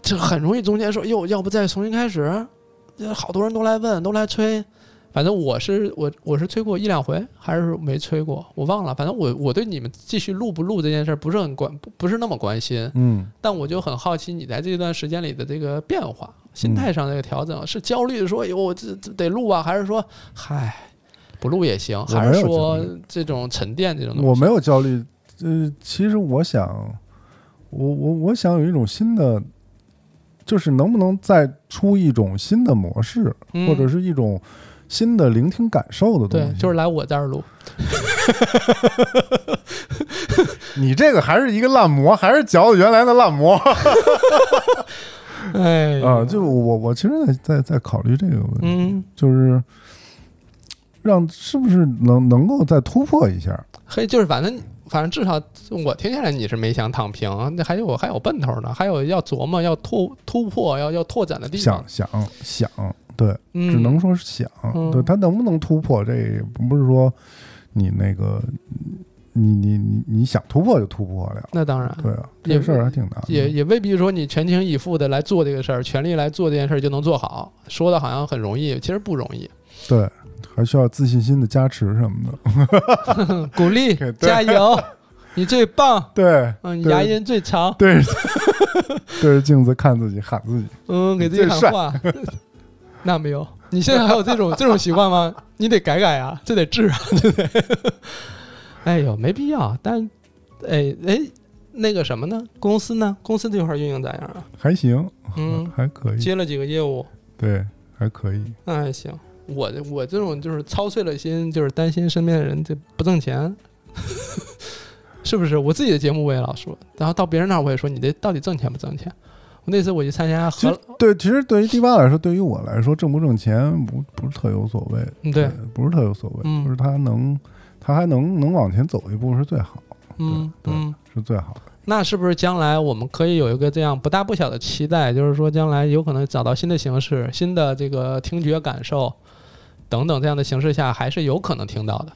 B: 这很容易中间说哟，要不再重新开始？呃好多人都来问，都来催。反正我是我我是催过一两回，还是没催过，我忘了。反正我我对你们继续录不录这件事儿不是很关不不是那么关心，
A: 嗯，
B: 但我就很好奇你在这段时间里的这个变化，心态上的这个调整，
A: 嗯
B: 是焦虑说哟我这这得录啊，还是说嗨不录也行，
A: 没有
B: 还是说
A: 焦
B: 这种沉淀这种东西？
A: 我没有焦虑。呃，其实我想，我我我想有一种新的，就是能不能再出一种新的模式，
B: 嗯
A: 或者是一种新的聆听感受的东
B: 对
A: 西。，
B: 就是来我这儿录，
A: 你这个还是一个烂模，还是嚼的原来的烂模啊、
B: 哎呦
A: 就我我其实在在在考虑这个问题，
B: 嗯，
A: 就是让是不是能能够再突破一下？
B: 嘿，就是反正反正至少我听下来你是没想躺平，那还有还有奔头呢，还有要琢磨要突突破要要拓展的地
A: 想
B: 方，
A: 想想，对，
B: 嗯，
A: 只能说是想，
B: 嗯
A: 对他能不能突破，这不是说你那个你你你你想突破就突破了，
B: 那当然。
A: 对啊，
B: 也
A: 这事儿还挺难的，
B: 嗯也也未必说你全情以赴的来做这个事儿，全力来做这件事儿就能做好。说的好像很容易，其实不容易。
A: 对，还需要自信心的加持什 么的，
B: 鼓励
A: 嗯对，
B: 加油， 你最棒，
A: 对，
B: 嗯，
A: 对
B: 牙龈最长，
A: 对着对着镜子看自己喊自己，
B: 嗯，给自己
A: 你
B: 喊
A: 最帅
B: 话。 那没有，你现在还有这种这种习惯吗？你得改改啊，这得治啊，对不对？ 哎呦，没必要。但，哎哎，那个什么呢？公司呢？公司这块儿运营咋样啊？
A: 还行，
B: 嗯，
A: 还可以，
B: 接了几个业务，
A: 对，还可以，
B: 那还哎行。我我这种就是操碎了心，就是担心身边的人这不挣钱， 是不是？我自己的节目我也老说，然后到别人那儿我也说你这到底挣钱不挣钱？我那次我去参加
A: 其
B: 荷
A: 实对，其实对于迪巴来说，对于我来说，挣不挣钱不不是特有所谓，
B: 嗯对，
A: 不是特有所谓，
B: 嗯
A: 就是他能他还能能往前走一步是最好，
B: 嗯
A: 对对
B: 嗯，
A: 是最好的，
B: 那是不是将来我们可以有一个这样不大不小的期待？就是说将来有可能找到新的形式、新的这个听觉感受等等这样的形式下，还是有可能听到的，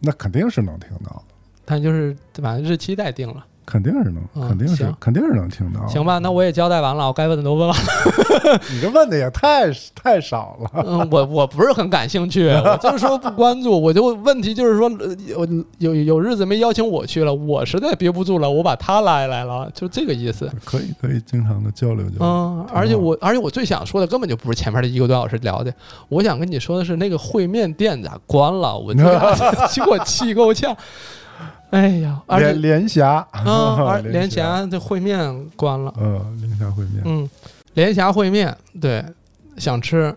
A: 那肯定是能听到的。
B: 但就是反正日期待定了。
A: 肯定是能，
B: 嗯
A: 肯定是
B: 行，
A: 肯定是能听到。
B: 行，吧，那我也交代完了，我该问的都问完了。
A: 你这问的也太太少了。
B: 嗯，我我不是很感兴趣，我就是说不关注。我就问题就是说，呃有有有日子没邀请我去了，我实在憋不住了，我把他拉来了，就这个意思。
A: 可以，可以，经常的交流交流。
B: 嗯，而且我而且我最想说的根本就不是前面的一个多小时聊的，我想跟你说的是那个烩面店咋关了， 我这给我气够呛。哎呀，而
A: 联
B: 且
A: 联霞
B: 啊， 而
A: 联
B: 联，霞这烩面关了。
A: 呃，联霞烩面。
B: 嗯，联霞烩面对想吃，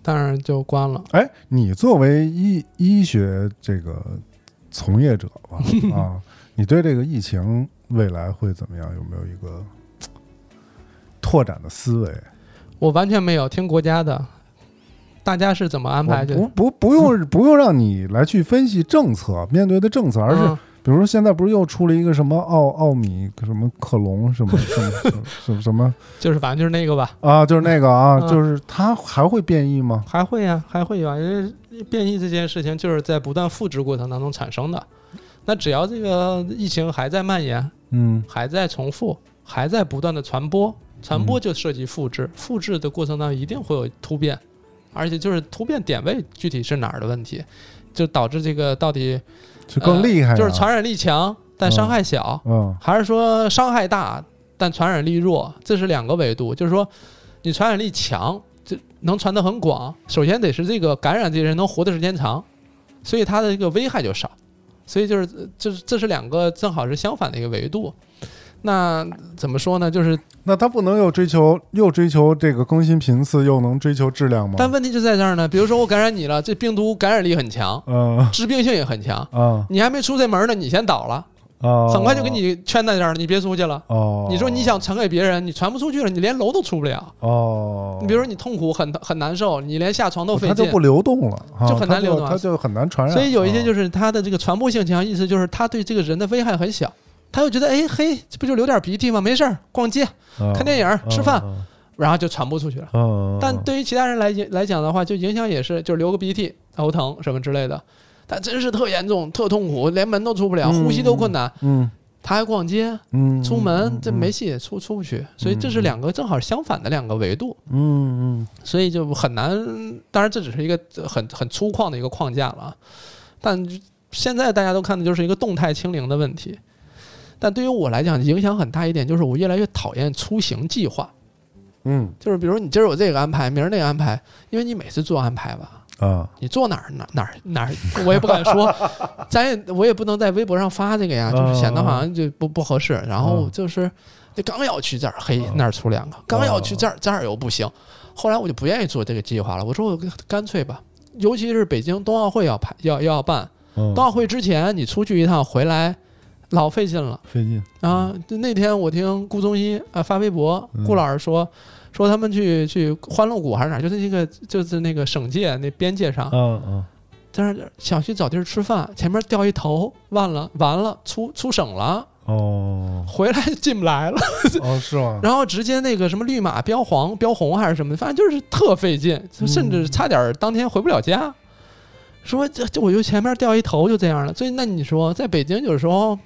B: 但是就关了。
A: 哎，你作为医医学这个从业者 吧，啊，你对这个疫情未来会怎么样？有没有一个拓展的思维？
B: 我完全没有听国家的，大家是怎么安排
A: 我
B: 就
A: 不不不用不用让你来去分析政策面对的政策，而是
B: 嗯
A: 比如说现在不是又出了一个什么奥奥米什么克隆什 么什么什么什么
B: 就是反正就是那个吧，
A: 啊，就是那个啊，
B: 嗯
A: 就是它还会变异吗？
B: 还会呀、还会有啊，因为变异这件事情就是在不断复制过程当中产生的。那只要这个疫情还在蔓延，
A: 嗯
B: 还在重复，还在不断的传播，传播就涉及复制，复制的过程当中一定会有突变，而且就是突变点位具体是哪儿的问题，就导致这个到底
A: 就更厉害、啊
B: 呃就是传染力强但伤害小，
A: 嗯
B: 还是说伤害大但传染力弱，这是两个维度。就是说，你传染力强，这能传得很广，首先得是这个感染这些人能活的时间长，所以它的这个危害就少。所以就是呃这这是两个正好是相反的一个维度。那怎么说呢？就是，
A: 那它不能又追求又追求这个更新频次，又能追求质量吗？
B: 但问题就在这儿呢。比如说我感染你了，这病毒感染力很强，
A: 嗯
B: 致病性也很强，
A: 啊
B: 你还没出这门呢，你先倒了。
A: 啊，
B: 很快就给你圈在这儿了，你别出去了。
A: 哦，
B: 你说你想传给别人，你传不出去了，你连楼都出不了。
A: 哦，
B: 你比如说你痛苦很很难受，你连下床都费
A: 它就
B: 劲
A: 不。流动了，啊
B: 就很难流动啊
A: 它就很难传染。
B: 所以有一些
A: 啊
B: 就是它的这个传播性强，意思就是它对这个人的危害很小。他就觉得，哎嘿，这不就流点鼻涕吗？没事儿，逛街、
A: 哦
B: 看电影、吃饭，，然后就传播出去了。
A: 嗯，
B: 但对于其他人来讲来讲的话，就影响也是，就是流个鼻涕、头疼什么之类的。但真是特严重、特痛苦，连门都出不了，
A: 嗯
B: 呼吸都困难。
A: 嗯
B: 他还逛街、
A: 嗯，
B: 出门，这没
A: 嗯
B: 戏，出出不去。所以这是两个正好相反的两个维度，
A: 嗯嗯
B: 所以就很难。当然，这只是一个很很粗犷的一个框架了啊。但现在大家都看的就是一个动态清零的问题。但对于我来讲，影响很大一点就是我越来越讨厌出行计划。
A: 嗯
B: 就是比如你今儿有这个安排，明儿那个安排，因为你每次做安排吧，
A: 啊，
B: 你做哪儿哪儿哪儿哪儿，我也不敢说，咱也我也不能在微博上发这个呀，就是显得好像就不不合适。然后就是，就刚要去这儿，嘿，那儿出两个；刚要去这儿，这儿又不行。后来我就不愿意做这个计划了，我说我干脆吧，尤其是北京冬奥会要排要要办，
A: 嗯
B: 冬奥会之前你出去一趟回来，老费劲了。
A: 费劲，
B: 啊，就那天我听顾宗一啊、呃发微博，顾
A: 嗯
B: 老师说说他们去去欢乐谷还是哪儿，就是那个就是那个省界那边界上，
A: 嗯嗯
B: 在那儿想去找地儿吃饭，前面掉一头，完了完了，出出省了，
A: 哦
B: 回来 进不来了，
A: 哦是吗？
B: 然后直接那个什么绿码标黄标红还是什么，反正就是特费劲，就甚至差点儿当天回不了家。说这这我就前面掉一头就这样了，所以那你说在北京有时候，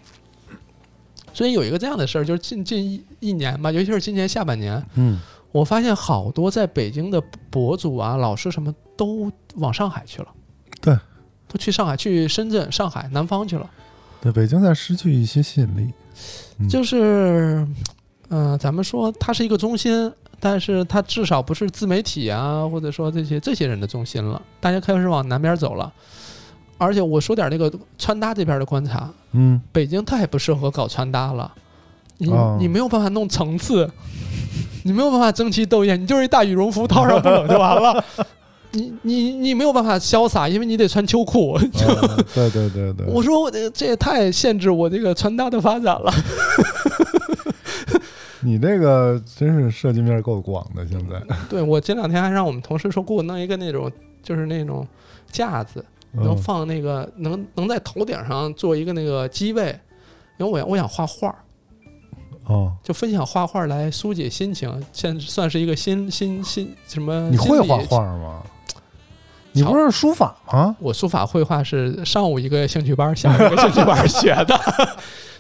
B: 所以有一个这样的事儿，就是近近一一年吧，尤其是今年下半年，
A: 嗯
B: 我发现好多在北京的博主啊、老师什么都往上海去了，
A: 对，
B: 都去上海、去深圳、上海、南方去了。
A: 对，北京在失去一些吸引力，嗯
B: 就是，嗯、咱们说它是一个中心，但是它至少不是自媒体啊，或者说这些这些人的中心了，大家开始往南边走了。而且我说点那个穿搭这边的观察，
A: 嗯
B: 北京太不适合搞穿搭了，你、
A: 哦
B: 你没有办法弄层次， 你没有办法争奇斗艳，你就是一大羽绒服套上不冷就完了。 你你你没有办法潇洒，因为你得穿秋裤。
A: 啊对对对对，
B: 我说我这这也太限制我这个穿搭的发展了。
A: 你这个真是涉及面够广的，现在
B: 对我前两天还让我们同事说，给我弄一个那种就是那种架子，能
A: 嗯
B: 放那个能能在头顶上做一个那个机位，因为我我想画画儿，
A: 哦，
B: 就分享画画儿来疏解心情，现算是一个新新新什么？
A: 你会画？画吗？你不是书法吗？
B: 我书法绘画是上午一个兴趣班儿，下午一个兴趣班儿学 的，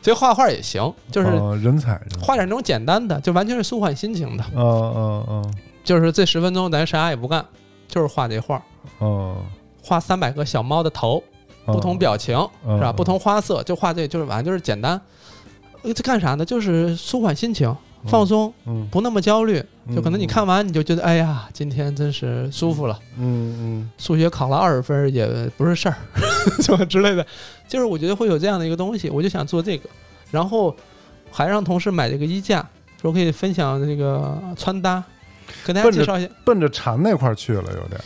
B: 所以画画儿也行，就是
A: 哦人才，人才
B: 画点那种简单的，就完全是舒缓心情的，
A: 嗯嗯
B: 就是这十分钟咱啥也不干，就是画这画儿，
A: 嗯嗯，
B: 画三百个小猫的头。
A: 哦
B: 不同表情、
A: 嗯
B: 是吧？
A: 嗯
B: 不同花色，就画这就是反正就是简单。呃，这干啥呢？就是舒缓心
A: 哦
B: 情，放松，
A: 嗯，
B: 不那么焦虑。
A: 嗯
B: 就可能你看完你就觉得，哎呀，今天真是舒服了，
A: 嗯嗯
B: 数学考了二十分也不是事儿， 什么之类的。就是我觉得会有这样的一个东西，我就想做这个，然后还让同事买这个衣架，说可以分享这个穿搭，跟大家
A: 奔着
B: 介绍一下。
A: 奔着禅那块儿去了，有点。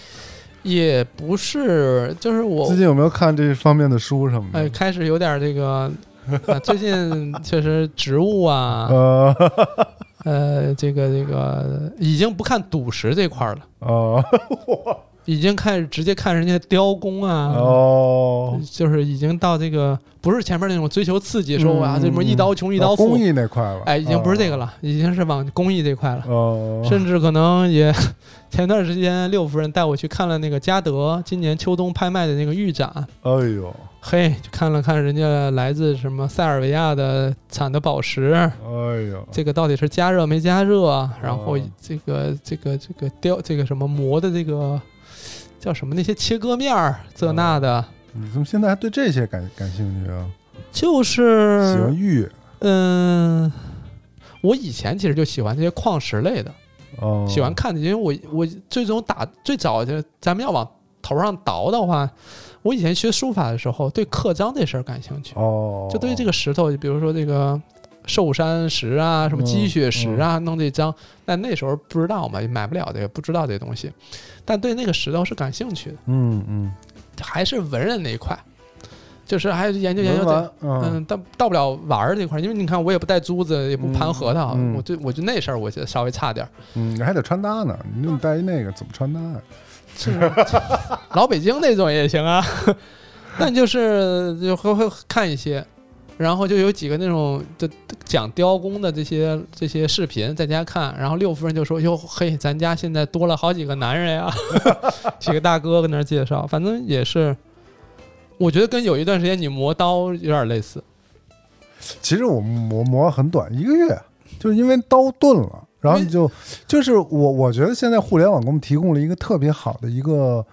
B: 也不是，就是我
A: 最近有没有看这方面的书什么
B: 哎，
A: 的？
B: 开始有点这个，啊、最近确实植物 啊，
A: 呃嗯
B: 呃，这个这个已经不看赌石这块儿了，
A: 哦
B: 已经开始直接看人家雕工啊，
A: 哦，
B: 就是已经到这个不是前面那种追求刺激，说
A: 嗯啊
B: 我啊要这么一刀穷一刀富
A: 工，艺哦那块了，
B: 哎，已经不是这个了，已经是往工艺这块了。
A: 啊哦，
B: 甚至可能也， 前段时间六夫人带我去看了那个嘉德今年秋冬拍卖的那个预展，
A: 哎呦，
B: 嘿，就看了看人家来自什么塞尔维亚的产的宝石，
A: 哎呦，
B: 这个到底是加热没加热啊？然后
A: 哦
B: 这个这个这个雕这个什么磨的这个叫什么那些切割面儿这
A: 哦
B: 那的，
A: 你怎么现在还对这些感感兴趣啊？
B: 就
A: 喜欢
B: 是
A: 玉
B: 嗯、我以前其实就喜欢这些矿石类的，
A: 哦，
B: 喜欢看的，因为我我最终打最早就咱们要往头上倒的话，我以前学书法的时候对刻章这事儿感兴趣。
A: 哦，
B: 就对于这个石头，就比如说这个寿山石啊，什么鸡血石啊，弄这张，但那时候不知道嘛，也买不了这个，不知道这东西，但对那个石头是感兴趣的，
A: 嗯嗯
B: 还是文人那一块。就是还研究研究
A: 文
B: 这
A: 玩，嗯，
B: 嗯，到到不了玩儿这块儿，因为你看我也不带珠子，也不盘核桃，
A: 嗯嗯
B: 我就我就那事儿我觉得稍微差点儿。
A: 嗯，你还得穿搭呢，你你带一那个怎么穿搭啊呀？
B: 老北京那种也行啊， 但就是就会会看一些，然后就有几个那种就讲雕工的这些这些视频在家看，然后六夫人就说：“哟嘿，咱家现在多了好几个男人呀、 几个大哥跟那儿介绍，反正也是，我觉得跟有一段时间你磨刀有点类似。
A: 其实我磨磨很短，一个月，就是因为刀钝了，然后你就就是我我觉得现在互联网给我们提供了一个特别好的一个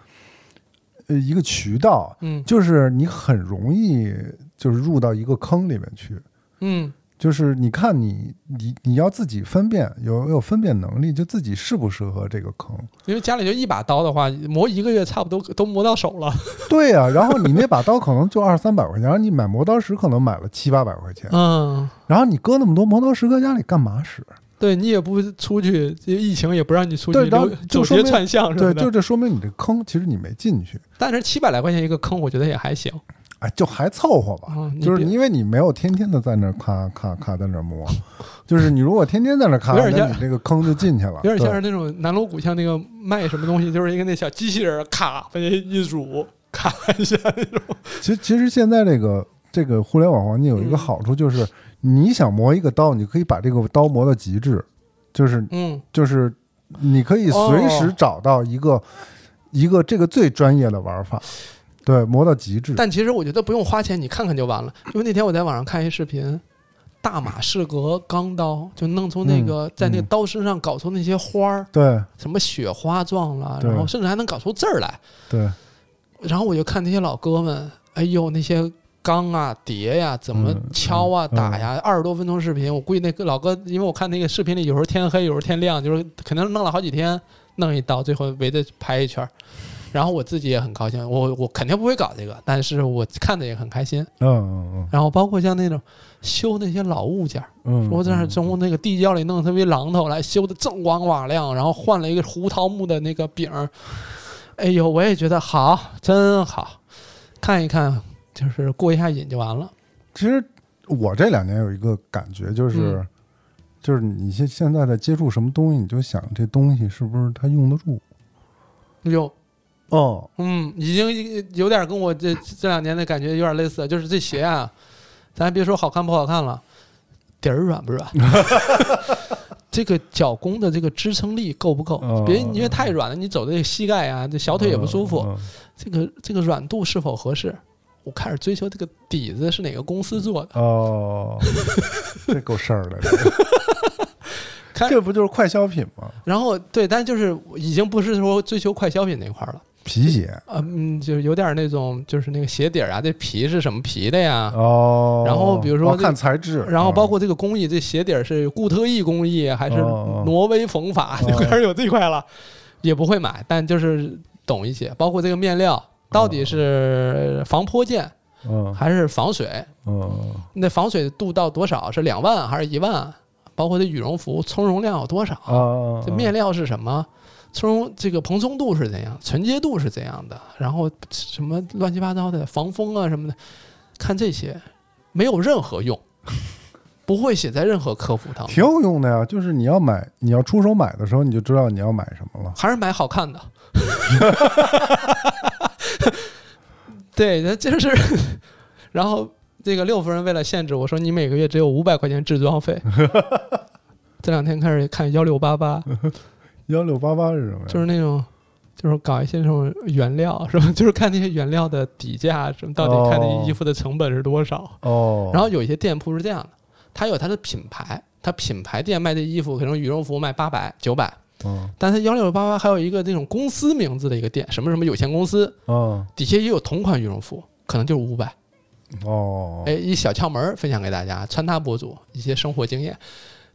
A: 呃一个渠道，
B: 嗯
A: 就是你很容易就是入到一个坑里面去。
B: 嗯
A: 就是你看你你你要自己分辨有有分辨能力，就自己适不适合这个坑。
B: 因为家里就一把刀的话，磨一个月差不多都磨到手了。
A: 对呀、然后你那把刀可能就二三百块钱，然后你买磨刀石可能买了七八百块钱，
B: 嗯，
A: 然后你搁那么多磨刀石搁家里干嘛使？
B: 对你也不出去，这疫情也不让你出去，
A: 对然后
B: 就
A: 就
B: 走
A: 说
B: 街
A: 明
B: 串巷什
A: 对，
B: 么的。
A: 就这说明你这坑其实你没进去，
B: 但是七百来块钱一个坑，我觉得也还行。
A: 哎，就还凑合吧。
B: 嗯你
A: 就是
B: 别
A: 因为你没有天天的在那儿咔咔咔在那儿磨，就是你如果天天在那儿咔，
B: 有点
A: 那
B: 像
A: 你这个坑就进去了，
B: 有点像是
A: 对
B: 那种南锣鼓巷那个卖什么东西，就是一个那小机器人，咔把你一煮，咔一下那种。
A: 其实其实现在这个这个互联网环境有一个
B: 嗯
A: 好处就是，你想磨一个刀，你可以把这个刀磨到极致，就是
B: 嗯，
A: 就是你可以随时找到一
B: 哦
A: 个、一个这个最专业的玩法，对，磨到极致。
B: 但其实我觉得不用花钱，你看看就完了。因为那天我在网上看一视频，大马士革钢刀就弄出那个、在那个
A: 嗯
B: 刀身上搞出那些花儿，
A: 对
B: 什么雪花状了，
A: 对
B: 然后甚至还能搞出字儿来。
A: 对，
B: 然后我就看那些老哥们，哎呦，那些钢啊、碟呀、怎么
A: 嗯
B: 敲啊、
A: 嗯
B: 打呀，二十多分钟视频，我估计那个老哥，因为我看那个视频里有时候天黑，有时候天亮，就是可能弄了好几天，弄一刀，最后围着拍一圈儿。然后我自己也很高兴，我我肯定不会搞这个，但是我看着也很开心。
A: 嗯嗯
B: 然后包括像那种修那些老物件儿，
A: 嗯，
B: 我在那儿
A: 嗯
B: 从那个地窖里弄特别榔头来修的锃光瓦亮，然后换了一个胡桃木的那个柄儿，哎呦，我也觉得好，真好，看一看就是过一下瘾就完了。
A: 其实我这两年有一个感觉就是。
B: 嗯
A: 就是你现现在在接触什么东西，你就想这东西是不是它用得住？
B: 有，
A: 哦，
B: 哎嗯，已经有点跟我这这两年的感觉有点类似，就是这鞋啊，咱还别说好看不好看了，底儿软不软？ 这个脚弓的这个支撑力够不够
A: 哦？
B: 别因为太软了，你走的这个膝盖啊，这小腿也不舒服。
A: 嗯。嗯
B: 这个这个软度是否合适？我开始追求这个底子是哪个公司做的。
A: 哦，这够事儿了，这
B: 开
A: 这不就是快消品吗？
B: 然后对，但就是已经不是说追求快消品那块儿了，
A: 皮鞋
B: 呃嗯，就有点那种就是那个鞋底儿啊，这皮是什么皮的呀？
A: 哦，
B: 啊然后比如说
A: 哦
B: 这
A: 看材质，
B: 然后包
A: 嗯
B: 括这个工艺，这鞋底儿是固特异工艺还是
A: 哦哦
B: 挪威缝法，
A: 哦
B: 就开始有这块了，也不会买，但就是懂一些。包括这个面料到底是防泼溅
A: 嗯
B: 还是防水，
A: 嗯
B: 那防水度到多少？是两万还是一万？包括这羽绒服充绒量有多少？
A: 啊，
B: 这面料是什么？充绒这个蓬松度是怎样？纯洁度是怎样的？然后什么乱七八糟的防风啊什么的，看这些没有任何用，不会写在任何科普当
A: 啊挺
B: 中。
A: 有用的呀，就是你要买，你要出手买的时候，你就知道你要买什么了。
B: 还是买好看的。 对，那就是，然后这个六夫人为了限制我说你每个月只有五百块钱置装费，这两天开始看幺六八八，
A: 幺六八八是什么呀？
B: 就是那种。就是搞一些这种原料，是吧？ 就是看那些原料的底价，什么到底看
A: 哦
B: 那衣服的成本是多少。
A: 哦，
B: 然后有一些店铺是这样的，它有它的品牌，它品牌店卖的衣服可能羽绒服卖八百、九百，
A: 嗯
B: 但它幺六八八还有一个那种公司名字的一个店，什么什么有限公司，
A: 嗯
B: 底下也有同款羽绒服，可能就是五百。
A: 哦，
B: 哎，一小窍门儿分享给大家，穿搭博主一些生活经验，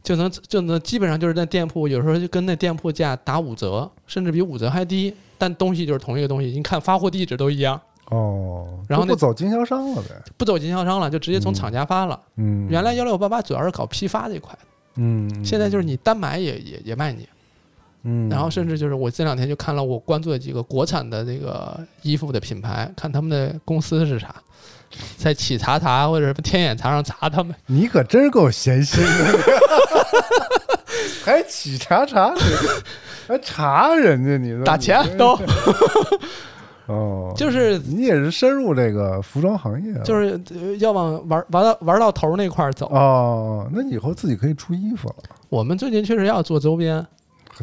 B: 就能就能基本上就是那店铺有时候就跟那店铺价打五折，甚至比五折还低，但东西就是同一个东西，你看发货地址都一样，
A: 哦，
B: 然后
A: 就
B: 那
A: 不走经销商了呗。
B: 不走经销商了，就直接从厂家发了。
A: 嗯，
B: 原来幺六八八主要是搞批发这块，
A: 嗯，
B: 现在就是你单买也也也卖你，
A: 嗯，
B: 然后甚至就是我这两天就看了我关注的几个国产的这个衣服的品牌，看他们的公司是啥，在企查查或者什么天眼查上查他们。
A: 你可真是够闲 心的，还起查查，还查人家你
B: 打钱都
A: 哦，
B: 就是
A: 你也是深入这个服装行业啊，
B: 就是呃要往玩玩到玩到头那块儿走。
A: 哦，那以后自己可以出衣服了。
B: 我们最近确实要做周边，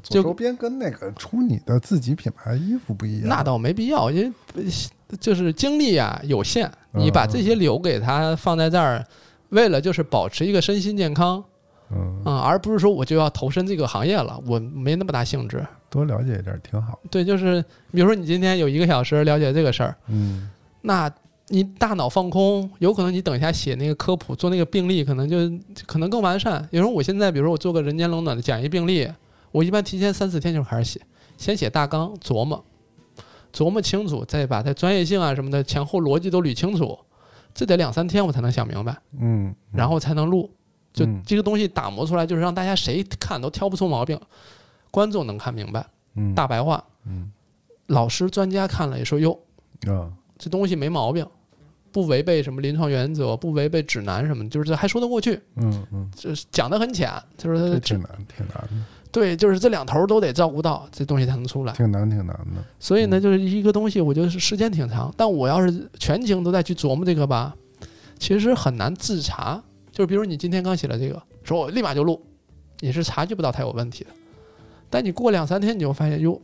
A: 做
B: 就
A: 周边跟那个出你的自己品牌衣服不一样，
B: 那倒没必要，因为呃就是精力啊有限，
A: 嗯
B: 你把这些留给他放在这儿，为了就是保持一个身心健康
A: 嗯，
B: 啊、而不是说我就要投身这个行业了，我没那么大兴致。
A: 多了解一点挺好。
B: 对，就是比如说你今天有一个小时了解这个事儿，
A: 嗯，
B: 那你大脑放空，有可能你等一下写那个科普做那个病例，可能就可能更完善。有时候我现在，比如说我做个人间冷暖的讲一病例，我一般提前三四天就开始写，先写大纲，琢磨琢磨清楚，再把它专业性啊什么的前后逻辑都捋清楚，这得两三天我才能想明白，
A: 嗯，
B: 然后才能录。就
A: 嗯
B: 这个东西打磨出来，就是让大家谁看都挑不出毛病，观众能看明白，
A: 嗯
B: 大白话。
A: 嗯
B: 老师、专家看了也说：“哟，
A: 啊，
B: 这东西没毛病，不违背什么临床原则，不违背指南什么的，就是这还说得过去。
A: 嗯嗯，
B: 就是讲得很浅，就是
A: 这
B: 呃这
A: 挺难，挺难的，
B: 对，就是这两头都得照顾到，这东西才能出来。
A: 挺难，挺难的。
B: 所以呢，就是一个东西，我觉得是时间挺长，但我要是全情都在去琢磨这个吧，其实很难自查。就是比如你今天刚写了这个，说我立马就录，你是察觉不到它有问题的。但你过两三天，你就发现哟，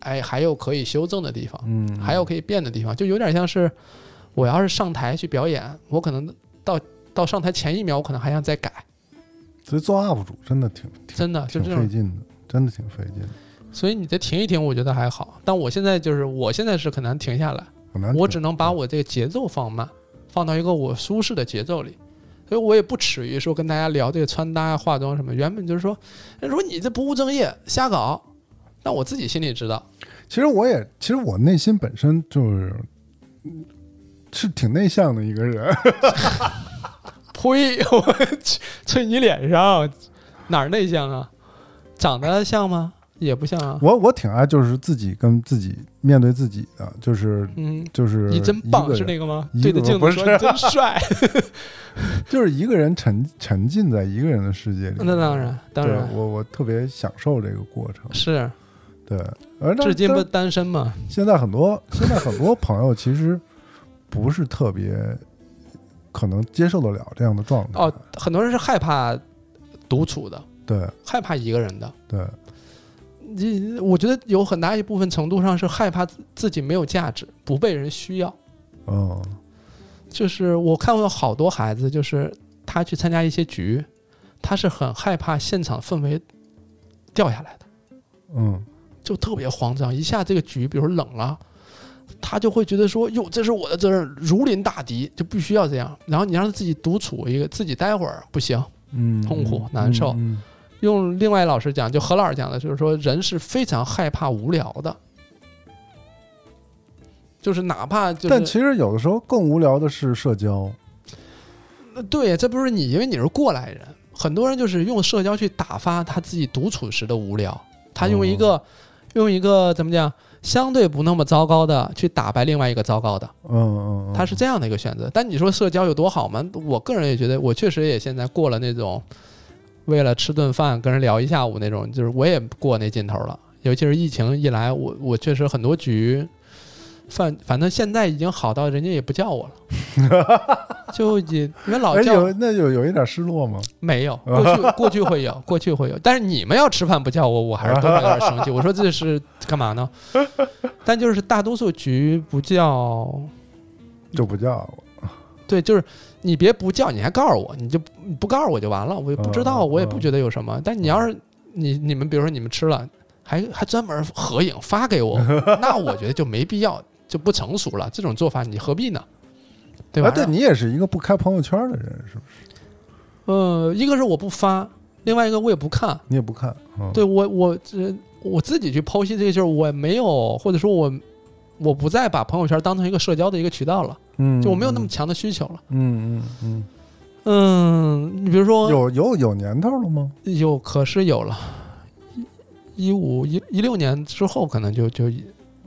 B: 哎，还有可以修正的地方。
A: 嗯，
B: 还有可以变的地方，就有点像是我要是上台去表演，我可能到到上台前一秒，我可能还想再改，
A: 所以做 UP 主真的挺挺
B: 真的就
A: 挺
B: 这
A: 费
B: 种。
A: 劲的，真的挺费劲的，
B: 所以你再停一停，我觉得还好。但我现在就是，我现在是很难停下来，
A: 很难挺。
B: 我只能把我这个节奏放慢，放到一个我舒适的节奏里。所以我也不耻于说跟大家聊这个穿搭、化妆什么。原本就是说，人说你这不务正业，瞎搞。但我自己心里知道，
A: 其实我也，其实我内心本身就是是挺内向的一个人，
B: 呸！ 我去，吹你脸上，哪儿内向啊？长得像吗？也不像啊。
A: 我我挺爱就是自己跟自己面对自己的，就是
B: 嗯，
A: 就是
B: 你真
A: 一
B: 棒，
A: 个
B: 是
A: 人
B: 那个吗？
A: 一个
B: 对着镜
A: 不
B: 子
A: 是
B: 说 你真帅。
A: 就是一个人沉沉浸在一个人的世界里。
B: 那当然，当然
A: 对我我特别享受这个过程。
B: 是，
A: 对，而但
B: 至今不
A: 但
B: 单身嘛。
A: 现在很多现在很多朋友其实不是特别可能接受得了这样的状态。
B: 哦，很多人是害怕独处的，
A: 对
B: 害怕一个人的。
A: 对，
B: 你我觉得有很大一部分程度上是害怕自自己没有价值，不被人需要。
A: 嗯
B: 就是我看过好多孩子，就是他去参加一些局，他是很害怕现场氛围掉下来的，
A: 嗯
B: 就特别慌张。一下这个局，比如冷了，他就会觉得说：“哟，这是我的责任，如临大敌，就必须要这样。”然后你让他自己独处一个，自己待会儿不行。
A: 嗯，
B: 痛苦
A: 嗯
B: 难受
A: 嗯
B: 用另外老师讲，就何老师讲的，就是说人是非常害怕无聊的，就是哪怕就是
A: 但其实有的时候更无聊的是社交。
B: 那对，这不是你，因为你是过来人。很多人就是用社交去打发他自己独处时的无聊，他用一个、
A: 哦
B: 用一个怎么讲，相对不那么糟糕的去打败另外一个糟糕的，
A: 嗯嗯，嗯
B: 他是这样的一个选择。但你说社交有多好吗？我个人也觉得，我确实也现在过了那种为了吃顿饭跟人聊一下午那种，就是我也过那劲头了。尤其是疫情一来，我我确实很多局，反反正现在已经好到人家也不叫我了。 就也因为老
A: 哎
B: 叫
A: 有那有有一点失落吗？
B: 没有，过
A: 啊
B: 去过去会有， 过去会有，但是你们要吃饭不叫我，我还是多少有点 生气。我说这是干嘛呢？但就是大多数局不叫，
A: 就不叫了。
B: 对，就是你别不叫，你还告诉我，你就你不告诉我就完了，我也不知
A: 嗯
B: 道，
A: 嗯
B: 我也不觉得有什么。但你要是你你们比如说你们吃了，还还专门合影发 给我，那我觉得就没必要，就不成熟了。这种做法你何必呢？对
A: 啊，
B: 吧？
A: 对你也是一个不开朋友圈的人，是不是？
B: 呃，一个是我不发，另外一个我也不看。
A: 你也不看，嗯、
B: 对我我这我自己去剖析这个事儿，我没有或者说我我不再把朋友圈当成一个社交的一个渠道了，
A: 嗯，
B: 就我没有那么强的需求了。
A: 嗯，嗯嗯
B: 嗯，你比如
A: 嗯，
B: 说
A: 有有有年头了吗？
B: 有，可是有了，一五一一六年之后，可能就就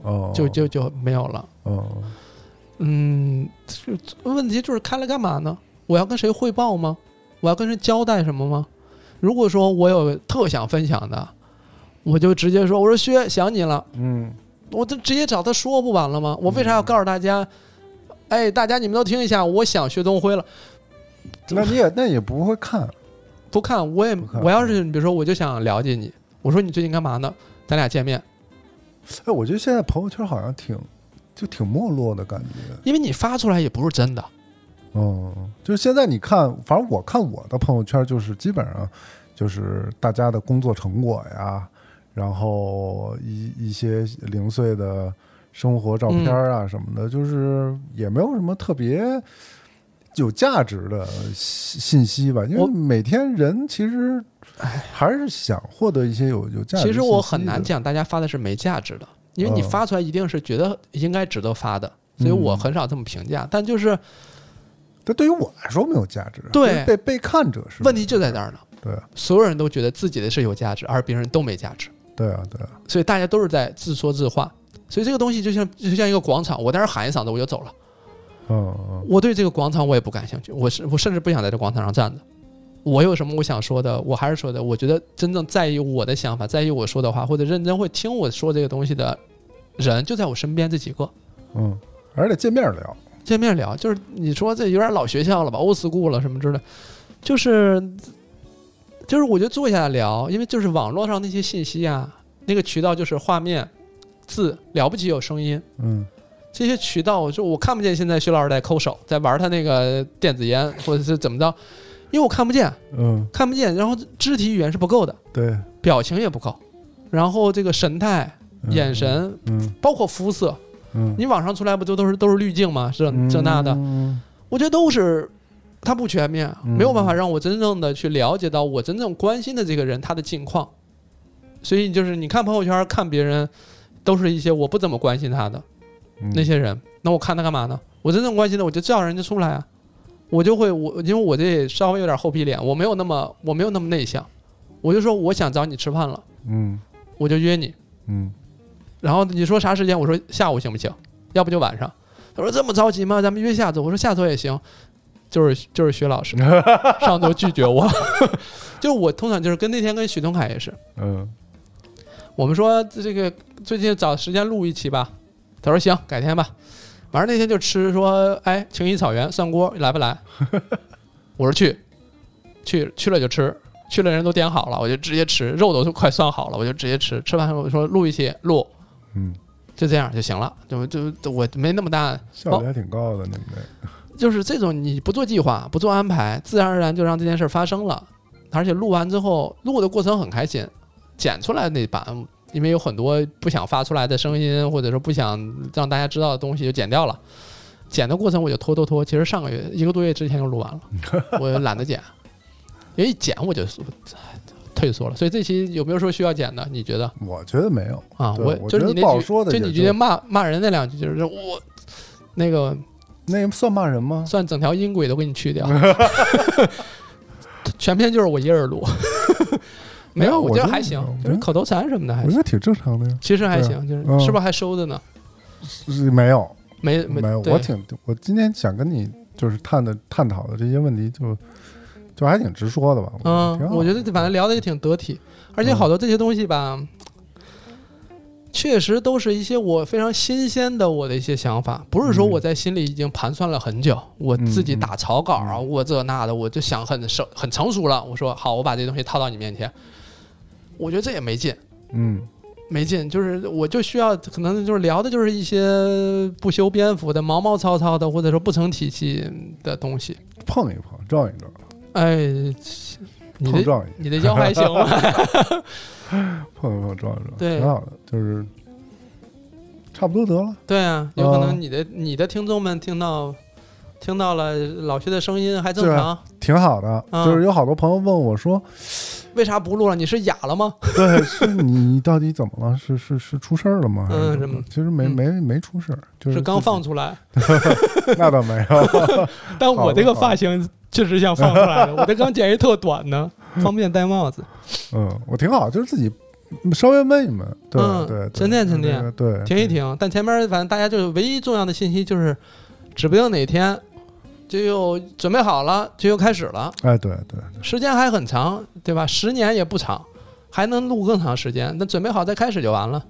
A: 哦，
B: 就就就没有了。
A: 哦，
B: 嗯，这问题就是开了干嘛呢？我要跟谁汇报吗？我要跟谁交代什么吗？如果说我有特想分享的，我就直接说，我说薛想你了，
A: 嗯
B: 我就直接找他说不完了吗？我为啥要告诉大家？哎，大家你们都听一下，我想薛东辉了，
A: 那你也那也不会看，
B: 不看我也
A: 不看
B: 我要是比如说我就想了解你，我说你最近干嘛呢？咱俩见面，
A: 哎，我觉得现在朋友圈好像挺就挺没落的感觉，
B: 因为你发出来也不是真的，
A: 嗯，就是现在你看，反正我看我的朋友圈就是基本上就是大家的工作成果呀，然后一一些零碎的生活照片啊
B: 嗯
A: 什么的，就是也没有什么特别。有价值的信信息吧，因为
B: 我
A: 每天人其实还是想获得一些有有价值。
B: 其实我很难，讲大家发的是没价值的，因为你
A: 嗯
B: 发出来一定是觉得应该值得发的，所以我很少这么评价。但就是
A: 但对于我来说没有价值。
B: 对
A: 就是被被看者是
B: 问题就在这儿呢，
A: 对啊
B: 所有人都觉得自己的是有价值，而别人都没价值，
A: 对啊对啊，
B: 所以大家都是在自说自话。所以这个东西就像就像一个广场，我在这儿喊一嗓子我就走了，
A: 嗯嗯
B: 我对这个广场我也不感兴趣，我是我甚至不想在这广场上站着。我有什么我想说的，我还是说的。我觉得真正在意我的想法，在意我说的话，或者认真会听我说这个东西的人，就在我身边这几个。
A: 嗯，而且见面聊，
B: 见面聊，就是你说这有点老学校了吧，old school 了什么之类的，就是就是我觉得坐下来聊，因为就是网络上那些信息啊，那个渠道就是画面、字，了不起有声音
A: 嗯
B: 这些渠道，我就我看不见现在薛老师在抠手，在玩他那个电子烟或者是怎么着，因为我看不见，
A: 嗯，
B: 看不见，然后肢体语言是不够的，
A: 对，
B: 表情也不够，然后这个神态、
A: 嗯
B: 眼，神，
A: 嗯
B: 包括肤色，
A: 嗯，
B: 你网上出来不就都是都是滤镜吗？这这那的。
A: 嗯
B: 我觉得都是它不全面，
A: 嗯
B: 没有办法让我真正的去了解到我真正关心的这个人他的近况。所以就是你看朋友圈看别人，都是一些我不怎么关心他的
A: 嗯
B: 那些人，那我看他干嘛呢？我真正关心的，我就叫人家出来啊，我就会我因为我这也稍微有点厚皮脸，我没有那么我没有那么内向，我就说我想找你吃饭了，
A: 嗯
B: 我就约你，
A: 嗯
B: 然后你说啥时间？我说下午行不行？要不就晚上。他说这么着急吗？咱们约下周。我说下周也行。就是就是薛老师上周拒绝我， 就我通常就是跟那天跟许东凯也是，
A: 嗯
B: 我们说这个最近找时间录一期吧，他说行，改天吧。完了那天就吃说，哎，青衣草原涮锅来不来？我说去，去去了就吃，去了人都点好了，我就直接吃，肉都快涮好了，我就直接吃。吃完我说录一期录，
A: 嗯，
B: 就这样就行了，就就就我没那么大，
A: 效率还挺高的，你们这，
B: 就是这种你不做计划、不做安排，自然而然就让这件事发生了。而且录完之后，录的过程很开心，剪出来那版，因为有很多不想发出来的声音，或者说不想让大家知道的东西，就剪掉了。剪的过程我就拖拖拖，其实上个月一个多月之前就 录完了，我懒得剪，因为一剪我就退缩了。所以这期有没有说需要剪的？你觉得？
A: 我觉得没有，
B: 啊，
A: 对
B: 我
A: 我
B: 就
A: 觉
B: 是
A: 得
B: 你那
A: 不好
B: 句
A: 说的
B: 就
A: 也
B: 你
A: 就
B: 直接骂骂人那两句，就是我那个
A: 那算骂人吗？
B: 算整条音轨都给你去 掉，全篇就是我一个 人录，没
A: 没有
B: 有，
A: 我
B: 觉得
A: 觉得
B: 还
A: 没
B: 行
A: 有，
B: 就是口头禅什么的还
A: 我觉
B: 行，
A: 得挺正常的呀，
B: 其实还
A: 对啊
B: 行，就是
A: 嗯
B: 是不是还收的呢？
A: 是没有
B: 没
A: 没有，
B: 对
A: 我挺我今天想跟你就是探的探讨的这些问题，就就还挺直说的吧，
B: 嗯，我觉
A: 得
B: 得反正聊的也挺得体，而且好多这些东西吧，确实都是一些我非常新鲜的我的一些想法，不是说
A: 嗯
B: 我在心里已经盘算了很久，我自己打草稿啊，我这那的，我就想很熟很成熟了。我说好，我把这东西套到你面前，我觉得这也没劲。
A: 挺好嗯
B: 没劲，就是我就需要，可能就是聊的就是一些不修边幅的、毛毛糙糙的，或者说不成体系的东西。
A: 碰一碰，撞一撞，
B: 哎，你
A: 碰
B: 的
A: 撞一
B: 你的腰还行吗？
A: 碰一碰，撞一撞，
B: 对
A: 挺好的，就是差不多得了，
B: 对啊，有可
A: 啊
B: 能你的、你的听众们听到听到了老薛的声音还正
A: 对
B: 常，
A: 挺好的，
B: 嗯
A: 就是有好多朋友问我说，
B: 为啥不录了？你是哑了吗？
A: 对，是你到底怎么了？是是是出事儿了吗？还是
B: 嗯
A: 怎
B: 什
A: 么
B: 么
A: 其实没
B: 嗯
A: 没没出事儿，就是是
B: 刚
A: 自己
B: 放，出 来，
A: 那倒没有。
B: 但我这
A: 好的
B: 个
A: 好
B: 发
A: 的
B: 型确 实
A: 嗯
B: 像放出来的，我这刚剪一特短呢，方便戴帽子。
A: 嗯，我挺好，就是自己稍微闷一闷，对
B: 嗯
A: 对，对
B: 沉淀沉淀，
A: 这个对，
B: 停一停。但前面反正大家就是唯一重要的信息就是，指不定哪天就又准备好了，就又开始了，
A: 哎，对对，
B: 时间还很长，对吧？十年也不长，还能录更长时间。那准备好再开始就完了。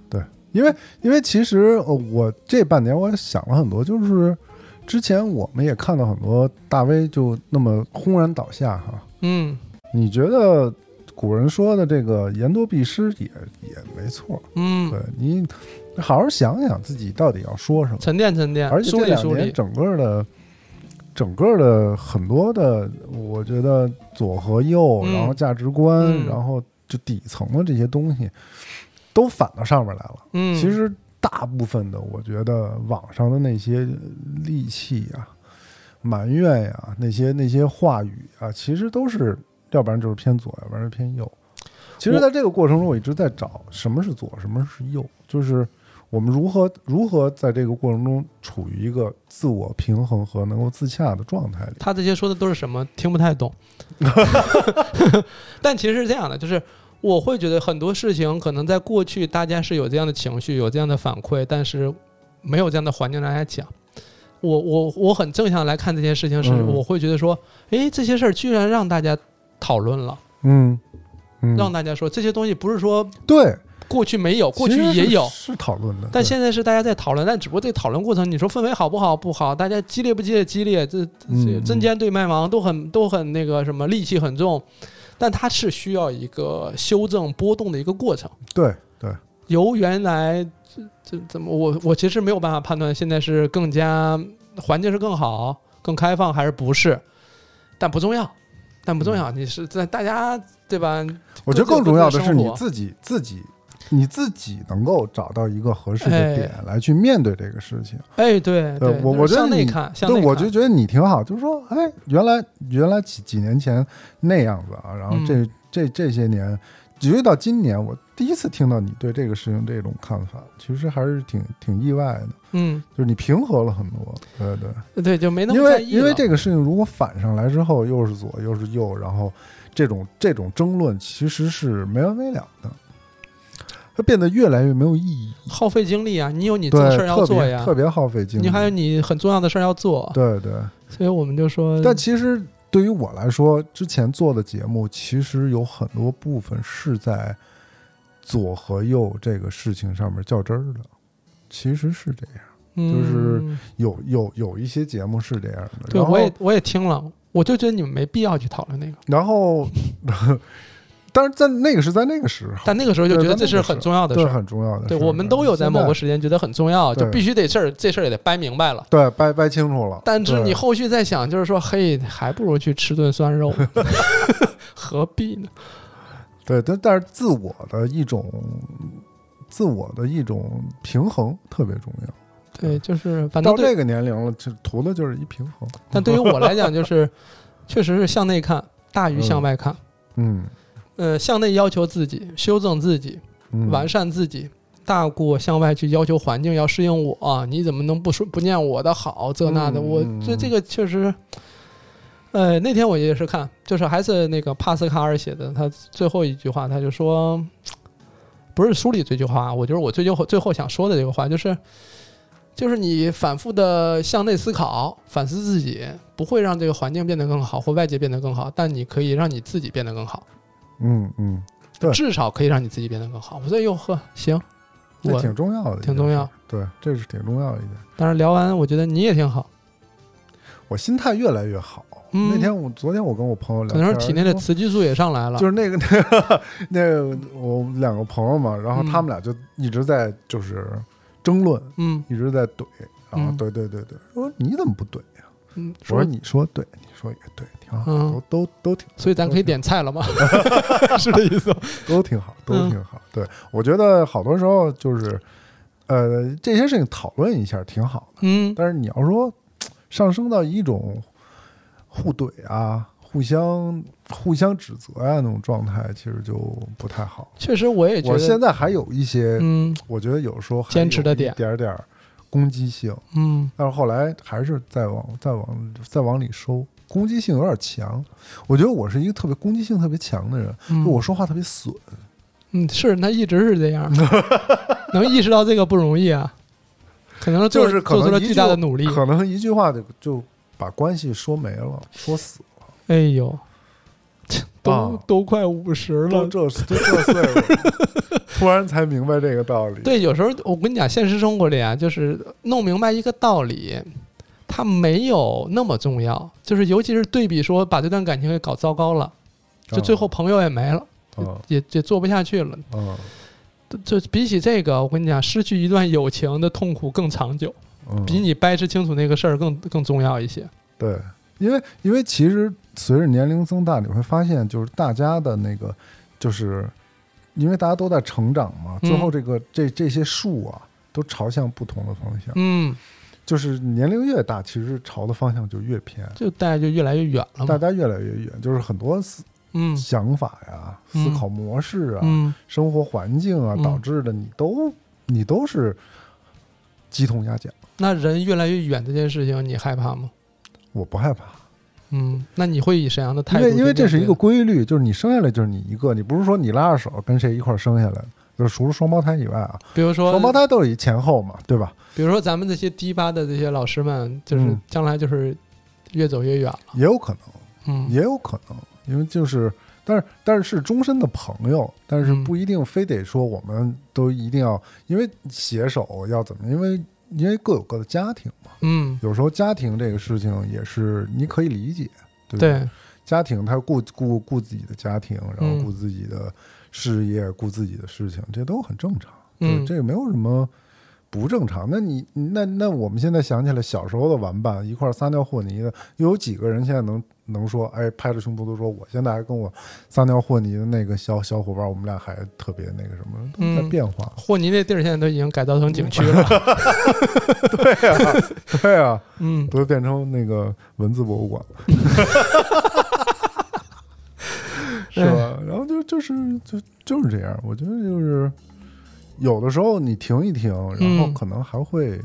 A: 因为因为其实呃我这半年我想了很多，就是之前我们也看到很多大 V 就那么轰然倒下哈。
B: 嗯
A: 你觉得古人说的这个“言多必失也”也没错，
B: 嗯，
A: 对你好好想想自己到底要说什么。
B: 沉淀沉淀
A: 而，且
B: 梳
A: 这
B: 理
A: 两
B: 梳
A: 年
B: 理。
A: 整个的。整个的很多的，我觉得左和右，
B: 嗯
A: 然后价值观，
B: 嗯
A: 然后就底层的这些东西，都反到上面来了。
B: 嗯，
A: 其实大部分的，我觉得网上的那些戾气呀、埋怨呀、那些那些话语啊，其实都是，要不然就是偏左，要不然是偏右。其实，
B: 我
A: 在这个过程中，我一直在找什么是左，什么是右，就是我们如何如何在这个过程中处于一个自我平衡和能够自洽的状态里。
B: 他这些说的都是什么？听不 太懂。但其实是这样的，就是我会觉得很多事情可能在过去大家是有这样的情绪，有这样的反馈，但是没有这样的环境让大家讲。我我我很正向来看这件事情是，
A: 嗯
B: 我会觉得说，诶，这些事儿居然让大家讨论了，
A: 嗯嗯，
B: 让大家说这些东西不是说
A: 对，
B: 过去没有，过
A: 其
B: 去
A: 实是
B: 也有，
A: 是讨论的，
B: 但
A: 对
B: 现在是大家在讨论，但只不过这个讨论过程，你说氛围好不好？不好，大家激烈不激烈？激烈，这这
A: 嗯
B: 针尖对麦芒都很都很那个什么，戾气很重，但它是需要一个修正波动的一个过程。
A: 对对，
B: 由原来这这怎么我我其实没有办法判断现在是更加环境是更好、更开放还是不是，但不重要，但不重
A: 嗯
B: 要，你是在大家对吧？
A: 我觉得更重要的是
B: 各自有
A: 你
B: 各
A: 自己自己你自己能够找到一个合适
B: 哎
A: 的点来去面对这个事情。
B: 哎，对
A: 对我
B: 就是
A: 我觉得
B: 向内
A: 你
B: 看，向内
A: 对，
B: 看，
A: 我就觉得你挺好，就是说，哎，原来原来几几年前那样子啊，然后这、
B: 嗯
A: 这这些年，直到今年，我第一次听到你对这个事情这种看法，其实还是挺挺意外的，
B: 嗯，
A: 就是你平和了很多。对对。
B: 对，就没那
A: 因
B: 么在
A: 为
B: 意
A: 因为
B: 了
A: 这个事情如果反上来之后，又是左又是右，然后这种这种争论其实是没完没了的，它变得越来越没有意义。
B: 耗费精力啊，你有你
A: 对
B: 正事儿，要
A: 特
B: 做
A: 别
B: 呀
A: 特，别耗费精力。
B: 你还有你很重要的事儿要做，
A: 对对，
B: 所以我们就说，
A: 但其实对于我来说，之前做的节目其实有很多部分是在左和右这个事情上面较真儿的，其实是这样。就是
B: 嗯、
A: 有有有一些节目是这样的，
B: 对，
A: 然后
B: 我也我也听了，我就觉得你们没必要去讨论那个，
A: 然后， 但是在那个是在那个时候，
B: 但那个时候就觉得这是很重要的事
A: 对
B: 儿，
A: 很重要的事
B: 对
A: 儿。
B: 我们都有在某个
A: 现
B: 时间觉得很重要，就
A: 对
B: 必须得事儿这事儿也得掰明白了。
A: 在对掰掰清楚了。
B: 但是
A: 对
B: 你后续再想，就是说，嘿，还不如去吃顿酸 肉，何必呢？
A: 对，但但是自我的一种自我的一种平衡特别重要。
B: 对，就是反正
A: 嗯到
B: 对
A: 这个年龄了，就图的就是一平衡。
B: 但对于我来讲，就是确实是向内看大于向
A: 嗯
B: 外看。
A: 嗯
B: 呃，向内要求自己，修正自己，
A: 嗯，
B: 完善自己，大过向外去要求环境要适应我、你怎么能不说不念我的好？这那的，
A: 嗯
B: 我
A: 嗯
B: 这
A: 嗯
B: 这个确实。呃，那天我也是看，就是还是那个帕斯卡尔写的，他最后一句话，他就说，不是书里这句话，我就是我最后最后想说的这个话，就是，就是你反复的向内思考，反思自己，不会让这个环境变得更好或外界变得更好，但你可以让你自己变得更好。
A: 嗯嗯，对
B: 至少可以让你自己变得更好。我说哟呵，行，
A: 这
B: 我
A: 挺重要的，
B: 挺重要。
A: 对，这是挺重要的一点。
B: 当然聊完，我觉得你也挺好，
A: 我心态越来越好。
B: 嗯
A: 那天我昨天我跟我朋友聊
B: 可
A: 天
B: 能
A: 儿，
B: 是体内的
A: 说
B: 雌激素也上来了。
A: 就是那个那个 那个我们两个朋友嘛，然后
B: 嗯
A: 他们俩就一直在就是争论，
B: 嗯
A: 一直在怼，然后
B: 嗯
A: 怼怼怼怼，说你怎么不怼呀、
B: 嗯，
A: 我说
B: 说，
A: 你说对，你说也对，挺好，
B: 嗯
A: 都都都挺
B: 所以咱可以点菜了 吗？是这意思吗？
A: 都挺好，都
B: 嗯
A: 挺好。对我觉得好多时候就是，呃，这些事情讨论一下挺好的，
B: 嗯
A: 但是你要说上升到一种互怼啊。互相互相指责啊，那种状态其实就不太好。
B: 确实我也觉
A: 我现
B: 得，
A: 在还有一些
B: 嗯
A: 我觉得有时候还
B: 坚持的
A: 有一
B: 点
A: 点儿点儿攻击性，
B: 嗯
A: 但是后来还是再往再往再往里收，攻击性有点强。我觉得我是一个特别攻击性特别强的人，
B: 嗯，
A: 就我说话特别损，
B: 嗯，是他一直是这 样，能意识到这个不容易啊，可能做
A: 就是可
B: 做出
A: 能
B: 了
A: 一
B: 巨
A: 句
B: 大的努力。
A: 可能一句话就就把关系说没了，说死了，
B: 哎呦，都、
A: 啊
B: 都快五十
A: 都这
B: 了。
A: 都这岁数 了，突然才明白这个道理。
B: 对，有时候我跟你讲，现实生活里啊，就是弄明白一个道理，它没有那么重要。就是尤其是对比说，把这段感情给搞糟糕了，
A: 啊，
B: 就最后朋友也没了，
A: 啊
B: 也也做不下去了。
A: 啊
B: 就比起这个，我跟你讲，失去一段友情的痛苦更长久，
A: 嗯啊
B: 比你掰扯清楚那个事儿更更重要一些。
A: 对，因为因为其实随着年龄增大，你会发现就是大家的那个就是。因为大家都在成长嘛，
B: 嗯
A: 最后这个、这这些树啊，都朝向不同的方向。
B: 嗯，
A: 就是年龄越大，其实朝的方向就越偏，
B: 就大家就越来越远了
A: 大
B: 嘛。
A: 家越来越远，就是很多思
B: 嗯
A: 想法呀、
B: 嗯
A: 思考模式啊、
B: 嗯，
A: 生活环境啊
B: 嗯
A: 导致的，你都你都是鸡同鸭讲。
B: 那人越来越远这件事情，你害怕吗？
A: 我不害怕，
B: 嗯，那你会以怎样的态
A: 因
B: 度去
A: 为
B: 面对？
A: 因为这是一个规律，就是你生下来就是你一个，你不是说你拉着手跟谁一块儿生下来的，就是除了双胞胎以外啊，
B: 比如说
A: 双胞胎都是一前后嘛，对吧？
B: 比如说咱们这些低八的这些老师们，就是
A: 嗯
B: 将来就是越走越远了。
A: 也有可能，
B: 嗯，
A: 也有可能，因为就是，但是但是是终身的朋友，但是
B: 嗯
A: 不一定非得说我们都一定要，因为携手要怎么，因为因为各有各的家庭嘛，
B: 嗯，
A: 有时候家庭这个事情也是你可以理解，对不对？
B: 对，
A: 家庭他顾顾顾自己的家庭，然
B: 嗯
A: 后顾自己的事业，顾自己的事情，这都很正常，
B: 嗯
A: 对，这个没有什么。不正常，那你那那我们现在想起来小时候的玩伴，一块儿撒尿和泥的，又有几个人现在能能说，哎，拍着胸脯都说，我现在还跟我撒尿和泥的那个小小伙伴，我们俩还特别那个什么，都在
B: 嗯
A: 变化。
B: 霍尼那地儿现在都已经改造成景区了。
A: 对啊，
B: 嗯，
A: 都变成那个文字博物馆 了，是吧？然后就就是就就是这样，我觉得就是有的时候你停一停，然后
B: 嗯
A: 可能还会、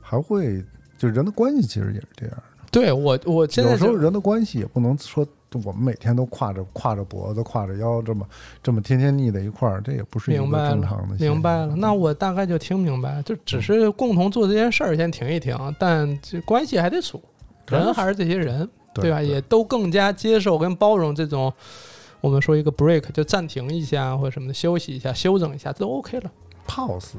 A: 还会，就人的关系其实也是这样。
B: 对我我现在
A: 有时候
B: 就
A: 人的关系也不能说我们每天都挎着挎着脖子、挎着腰这么这么天天腻在一块儿，这也不是一
B: 明白
A: 个
B: 了
A: 正常的嗯现象。
B: 明白了，那我大概就听明白，就只是共同做这件事儿先停一停，但这关系还得处，
A: 当然
B: 人还是这些人，
A: 对
B: 吧？啊也都更加接受跟包容这种。我们说一个 break 就暂停一下或者什么的，休息一下、休整一下，这都 OK 了。
A: pose。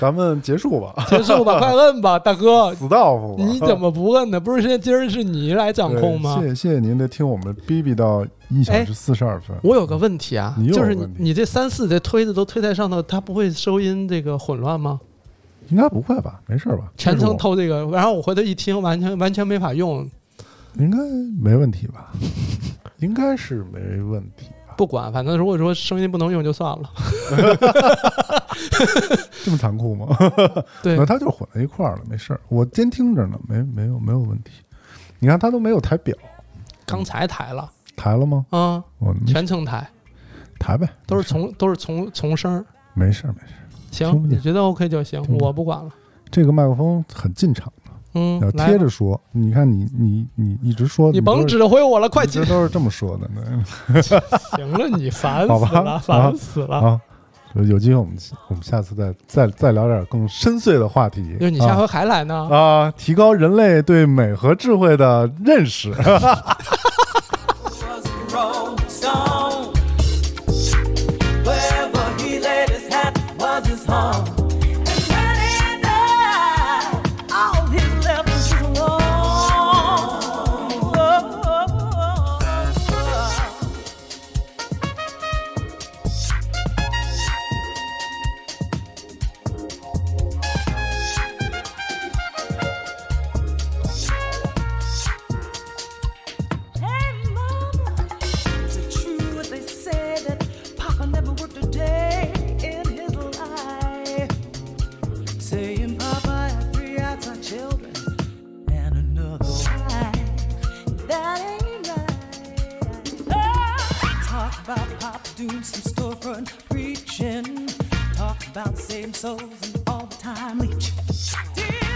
A: 咱们结束吧，
B: 结束吧，快摁吧，大哥，
A: 死道夫吧。
B: 你 怎么不摁呢？不是现在今儿是你来掌控吗
A: 对？谢谢谢谢您的听我们逼逼到一小时四十二分。
B: 我有个问题啊
A: 你，有个
B: 就是你
A: 问题
B: 你这三四这推的都推在上头，它不会收音这个混乱吗？
A: 应该不会吧？没事儿吧？
B: 全
A: 这是
B: 程
A: 我
B: 偷这个，然后我回头一听，完全完全没法用。
A: 应该没问题 吧？应该是没问题吧？
B: 不管，反正如果说声音不能用就算了。
A: 这么残酷吗？
B: 对
A: 那，它就混在一块儿了，没事儿。我监听着呢，没没有没有问题。你看它都没有抬表，
B: 刚才抬了
A: 抬了吗？
B: 啊，
A: 我
B: 全程抬，
A: 抬呗，
B: 都是从都是从从声儿。
A: 没事儿没事儿。听
B: 行，
A: 不见
B: 你觉得 OK 就行，
A: 听不见
B: 我不管了。
A: 这个麦克风很进场，
B: 嗯
A: 要，
B: 来
A: 贴
B: 吧，
A: 着说。你看你你你一直说，
B: 你
A: 都
B: 甭
A: 是
B: 指挥我了，快
A: 一
B: 进
A: 直。都是这么说的呢。
B: 行了，你烦
A: 好
B: 死
A: 吧
B: 了，
A: 啊
B: 烦死了。
A: 啊，有机会我们我们下次再再再聊点更深邃的话题。
B: 就是你下回还来呢
A: 啊，啊，提高人类对美和智慧的认识。
C: was a rolling stone. Wherever he laid his hat was his home. And when he died, all he left was his home. Oh, Hey, mama, is it true what they say that Papa never worked a day in his life? Saying Papa had three outside children and another wife. That ain't right. Oh, talk about Pop doing some storefront preaching. Talk about saving souls and all the time leeching.